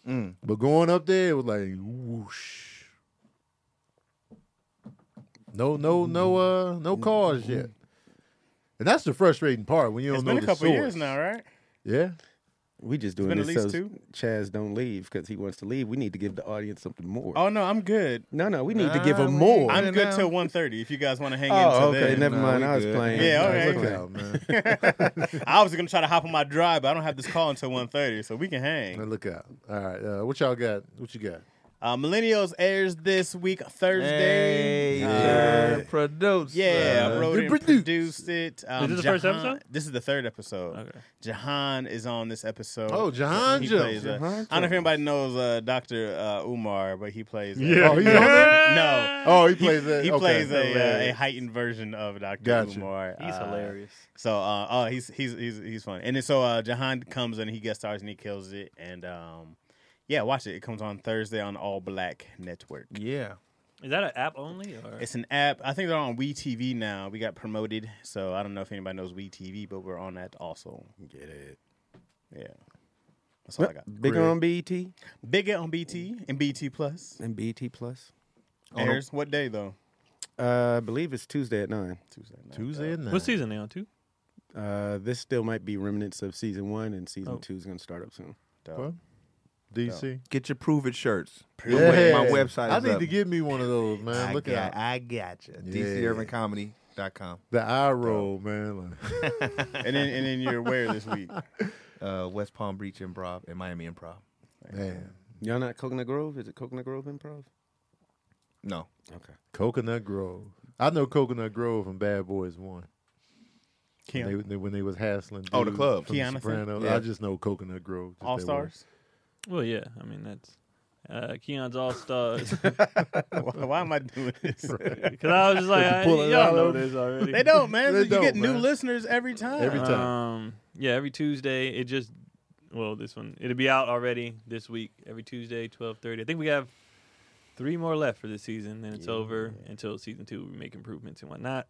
[SPEAKER 2] Mm.
[SPEAKER 1] But going up there, it was like, whoosh. No, no, no,
[SPEAKER 2] Mm-hmm.
[SPEAKER 1] uh, no cause yet. And that's the frustrating part when you don't
[SPEAKER 3] It's
[SPEAKER 1] know
[SPEAKER 3] been a
[SPEAKER 1] the
[SPEAKER 3] couple
[SPEAKER 1] source.
[SPEAKER 3] years now, right?
[SPEAKER 1] Yeah.
[SPEAKER 4] We just doing
[SPEAKER 3] been at
[SPEAKER 4] this so
[SPEAKER 3] least two?
[SPEAKER 4] Chaz don't leave because he wants to leave. We need to give the audience something more.
[SPEAKER 3] Oh no, I'm good.
[SPEAKER 4] no, no, we need to
[SPEAKER 2] Nah,
[SPEAKER 4] give
[SPEAKER 2] we
[SPEAKER 4] him
[SPEAKER 2] ain't
[SPEAKER 4] more.
[SPEAKER 2] gonna Good
[SPEAKER 3] I'm good
[SPEAKER 2] now.
[SPEAKER 3] till 1.30 if you guys want to hang in
[SPEAKER 4] oh,
[SPEAKER 3] till
[SPEAKER 4] okay.
[SPEAKER 3] then.
[SPEAKER 4] Never
[SPEAKER 2] Nah,
[SPEAKER 4] mind.
[SPEAKER 2] we
[SPEAKER 4] I was
[SPEAKER 2] good.
[SPEAKER 4] playing.
[SPEAKER 3] Yeah,
[SPEAKER 4] I
[SPEAKER 3] all
[SPEAKER 4] was
[SPEAKER 3] right.
[SPEAKER 1] Look
[SPEAKER 4] looking.
[SPEAKER 1] out, man.
[SPEAKER 3] I was gonna try to hop on my drive, but I don't have this call until 1.30, so we can hang.
[SPEAKER 1] Man, look out. All right. Uh, what y'all got? What you got?
[SPEAKER 3] Uh, Millennials airs this week Thursday.
[SPEAKER 2] Hey,
[SPEAKER 3] Uh,
[SPEAKER 2] sir, produce.
[SPEAKER 3] yeah,
[SPEAKER 2] sir.
[SPEAKER 3] wrote
[SPEAKER 1] They
[SPEAKER 3] it, and
[SPEAKER 1] produced.
[SPEAKER 3] produced it. Um,
[SPEAKER 5] this the first
[SPEAKER 3] Jahan-
[SPEAKER 5] episode?
[SPEAKER 3] This is the third episode.
[SPEAKER 5] Okay.
[SPEAKER 3] Jahan is on this episode.
[SPEAKER 1] Oh,
[SPEAKER 3] Jahan!
[SPEAKER 1] Jahanja.
[SPEAKER 3] uh, I don't know if anybody knows uh, Dr. Uh, Umar, but he plays. uh,
[SPEAKER 1] Yeah. Oh, he's on there?
[SPEAKER 3] no.
[SPEAKER 1] Oh, he plays that.
[SPEAKER 3] He
[SPEAKER 1] okay.
[SPEAKER 3] plays a, uh, a
[SPEAKER 1] Hilarious.
[SPEAKER 3] heightened version of Dr.
[SPEAKER 1] Gotcha.
[SPEAKER 3] Umar.
[SPEAKER 5] He's
[SPEAKER 3] Uh,
[SPEAKER 5] hilarious.
[SPEAKER 3] So, uh, oh, he's he's he's he's funny. And then so uh, Jahan comes and he guest stars and he kills it. And um, yeah, watch it. It comes on Thursday on All Black Network.
[SPEAKER 2] Yeah.
[SPEAKER 5] Is that an app only? Or?
[SPEAKER 3] It's an app. I think they're on WeTV now. We got promoted, so I don't know if anybody knows WeTV, but we're on that also.
[SPEAKER 4] Get it.
[SPEAKER 3] Yeah, that's all I got.
[SPEAKER 4] Bigger on BT
[SPEAKER 3] Big it on BT and BT Plus.
[SPEAKER 4] and BT Plus.
[SPEAKER 3] Airs what day though?
[SPEAKER 4] Uh, I believe it's Tuesday at nine.
[SPEAKER 3] Tuesday. Night.
[SPEAKER 1] Tuesday night.
[SPEAKER 5] What season they on? Two.
[SPEAKER 4] Uh, this still might be remnants of season one, and season two is going to start up soon.
[SPEAKER 1] Well, DC.
[SPEAKER 2] Get your prove it shirts.
[SPEAKER 1] Yeah.
[SPEAKER 2] My, web- my website.
[SPEAKER 1] I
[SPEAKER 2] is
[SPEAKER 1] need
[SPEAKER 2] up.
[SPEAKER 1] to give me one of those, man.
[SPEAKER 2] I
[SPEAKER 1] Look
[SPEAKER 2] got,
[SPEAKER 1] at that.
[SPEAKER 2] I got you.
[SPEAKER 1] Yeah.
[SPEAKER 2] DCUrbanComedy.com.
[SPEAKER 1] the eye roll, man. Like,
[SPEAKER 3] And then and then you're where this week?
[SPEAKER 2] Uh, West Palm Beach Improv and Miami Improv.
[SPEAKER 1] man,
[SPEAKER 4] Y'all not Coconut Grove? Is it Coconut Grove Improv?
[SPEAKER 2] No.
[SPEAKER 1] Coconut Grove. I know Coconut Grove from Bad Boys One. When
[SPEAKER 3] Kim.
[SPEAKER 1] they, they- when they was hassling.
[SPEAKER 2] Oh, the
[SPEAKER 1] dudes
[SPEAKER 2] club.
[SPEAKER 1] from
[SPEAKER 3] Kiana
[SPEAKER 1] Sopranos.
[SPEAKER 2] thing? Yeah.
[SPEAKER 1] I just know Coconut Grove. just
[SPEAKER 3] All
[SPEAKER 1] that
[SPEAKER 3] Stars.
[SPEAKER 5] Well, yeah. I mean, that's uh, Keon's All Stars.
[SPEAKER 3] why, why am I doing this?
[SPEAKER 5] Because I was just like, I,
[SPEAKER 1] pull it
[SPEAKER 5] y'all
[SPEAKER 1] out
[SPEAKER 5] know
[SPEAKER 1] of-
[SPEAKER 5] this already.
[SPEAKER 3] They don't, man.
[SPEAKER 1] They
[SPEAKER 3] you get
[SPEAKER 1] don't,
[SPEAKER 3] new
[SPEAKER 1] man.
[SPEAKER 3] listeners every time.
[SPEAKER 1] Every time.
[SPEAKER 5] Um, yeah, every Tuesday. It just well, this one it'll be out already this week. Every Tuesday, twelve thirty. I think we have three more left for this season. Then it's over until season two. We make improvements and whatnot.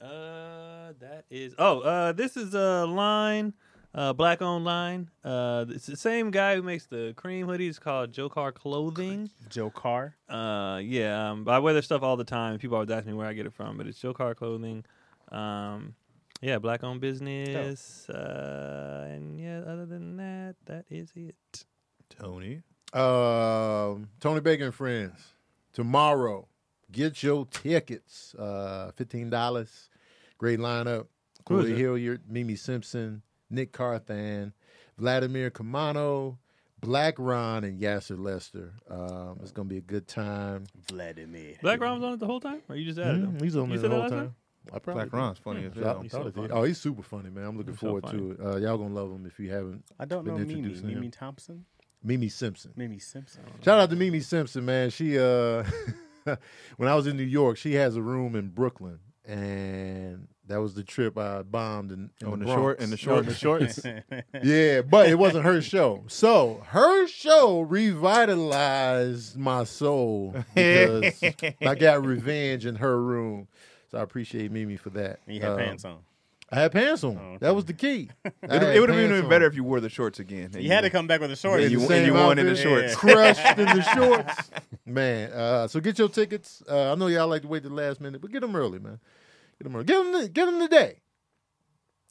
[SPEAKER 5] Uh, that is. Oh, uh, this is a uh, line. Uh, black owned line. Uh, it's the same guy who makes the cream hoodies called Joe Car Clothing.
[SPEAKER 3] Joe Carr.
[SPEAKER 5] Uh, yeah, um, I wear their stuff all the time. People always ask me where I get it from, but it's Joe Car Clothing. Um, yeah, black owned business. Uh, and yeah, other than that, that is it.
[SPEAKER 2] Tony.
[SPEAKER 1] Um, Tony Baker and friends tomorrow. Get your tickets. Uh, Fifteen dollars. Great lineup.
[SPEAKER 5] Who is
[SPEAKER 1] Corey
[SPEAKER 5] it?
[SPEAKER 1] Hilliard, Mimi Simpson, Nick Carthan, Vladimir Kamano, Black Ron, and Yasser Lester. Um, it's gonna be a good time.
[SPEAKER 3] Vladimir.
[SPEAKER 5] Black Ron was on it the whole time, or you just added him?
[SPEAKER 1] Mhm, He's on there
[SPEAKER 5] You said
[SPEAKER 1] the
[SPEAKER 5] that
[SPEAKER 1] whole
[SPEAKER 5] last
[SPEAKER 1] time.
[SPEAKER 5] time?
[SPEAKER 1] I probably
[SPEAKER 2] Black Ron's funny as
[SPEAKER 1] did. I
[SPEAKER 2] hell.
[SPEAKER 5] He's
[SPEAKER 1] thought
[SPEAKER 5] so
[SPEAKER 1] I did.
[SPEAKER 5] funny.
[SPEAKER 1] Oh, he's super funny, man. I'm looking
[SPEAKER 5] He's so
[SPEAKER 1] forward
[SPEAKER 5] funny.
[SPEAKER 1] to it. Uh, y'all gonna love him if you haven't.
[SPEAKER 3] I don't know
[SPEAKER 1] Been
[SPEAKER 3] Mimi.
[SPEAKER 1] introducing him.
[SPEAKER 3] Mimi Thompson.
[SPEAKER 1] Mimi Simpson.
[SPEAKER 3] Mimi Simpson.
[SPEAKER 1] Shout out to Mimi Simpson, man. She uh when I was in New York, she has a room in Brooklyn. And that was the trip I bombed in, in
[SPEAKER 2] Oh, in the
[SPEAKER 1] Bronx.
[SPEAKER 2] short- in the
[SPEAKER 1] No, in the
[SPEAKER 2] shorts.
[SPEAKER 1] shorts. yeah, but it wasn't her show. So her show revitalized my soul because I got revenge in her room. So I appreciate Mimi for that.
[SPEAKER 3] And you
[SPEAKER 2] Uh,
[SPEAKER 3] had
[SPEAKER 1] Um,
[SPEAKER 3] pants on.
[SPEAKER 1] I had pants on.
[SPEAKER 3] okay.
[SPEAKER 1] That was the key. it
[SPEAKER 2] It would have been even better if you wore the shorts again.
[SPEAKER 3] You had to come back with a short.
[SPEAKER 2] Yeah, you-
[SPEAKER 1] the
[SPEAKER 2] and
[SPEAKER 1] same
[SPEAKER 2] won in the
[SPEAKER 1] outfit,
[SPEAKER 2] shorts.
[SPEAKER 1] crushed in the shorts, man. Uh, so get your tickets. Uh, I know y'all like to wait to the last minute, but get them early, man. Get them early. Get them. Get them today.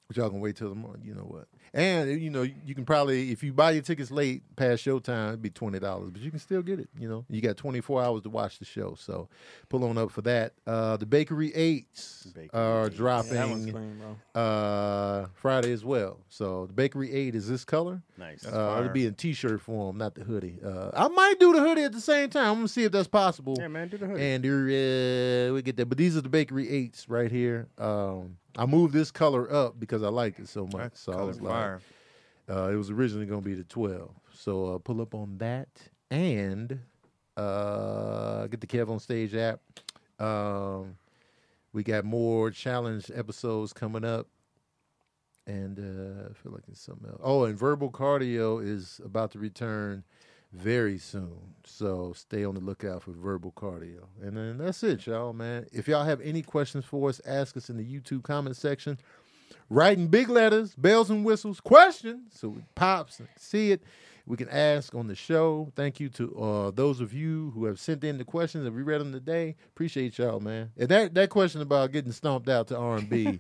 [SPEAKER 1] But y'all can wait till the morning. You know what? And you know you can probably if you buy your tickets late past showtime, it'd be twenty dollars, but you can still get it. You know you got twenty four hours to watch the show, so pull on up for that. Uh, the Bakery Eights
[SPEAKER 3] Bakery
[SPEAKER 1] are
[SPEAKER 3] Eights.
[SPEAKER 5] Yeah, that one's
[SPEAKER 1] dropping
[SPEAKER 5] clean, bro.
[SPEAKER 1] uh, Friday as well. So the Bakery Eight is this color.
[SPEAKER 3] Nice.
[SPEAKER 1] Uh,
[SPEAKER 2] fire.
[SPEAKER 1] it'll be in t-shirt form, not the hoodie. Uh, I might do the hoodie at the same time. I'm gonna see if that's possible.
[SPEAKER 3] yeah, man, do the hood.
[SPEAKER 1] And uh, we get that. But these are the bakery eights right here. Um, I moved this color up because I liked it so much. so I
[SPEAKER 2] Color
[SPEAKER 1] was
[SPEAKER 2] fire.
[SPEAKER 1] like, uh, it was originally gonna be the twelve. So uh, pull up on that and uh, get the Kev on Stage app. Um, we got more challenge episodes coming up. And uh, I feel like it's something else. Oh, and verbal cardio is about to return very soon. So stay on the lookout for verbal cardio. And then that's it, y'all, man. If y'all have any questions for us, ask us in the YouTube comment section. Write in big letters, bells and whistles, questions, so it pops and see it. We can ask on the show. Thank you to uh, those of you who have sent in the questions and we read them today. Appreciate y'all, man. And that, that question about getting stomped out to R and B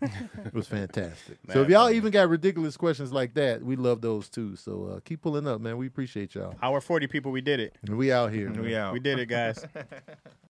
[SPEAKER 1] was fantastic. so if
[SPEAKER 3] Man,
[SPEAKER 1] y'all even got ridiculous questions like that, we love those too. So uh, keep pulling up, man. We appreciate y'all.
[SPEAKER 3] Our 40 people, we did it.
[SPEAKER 2] Oh.
[SPEAKER 1] We out here. man.
[SPEAKER 2] We out.
[SPEAKER 3] We did it, guys.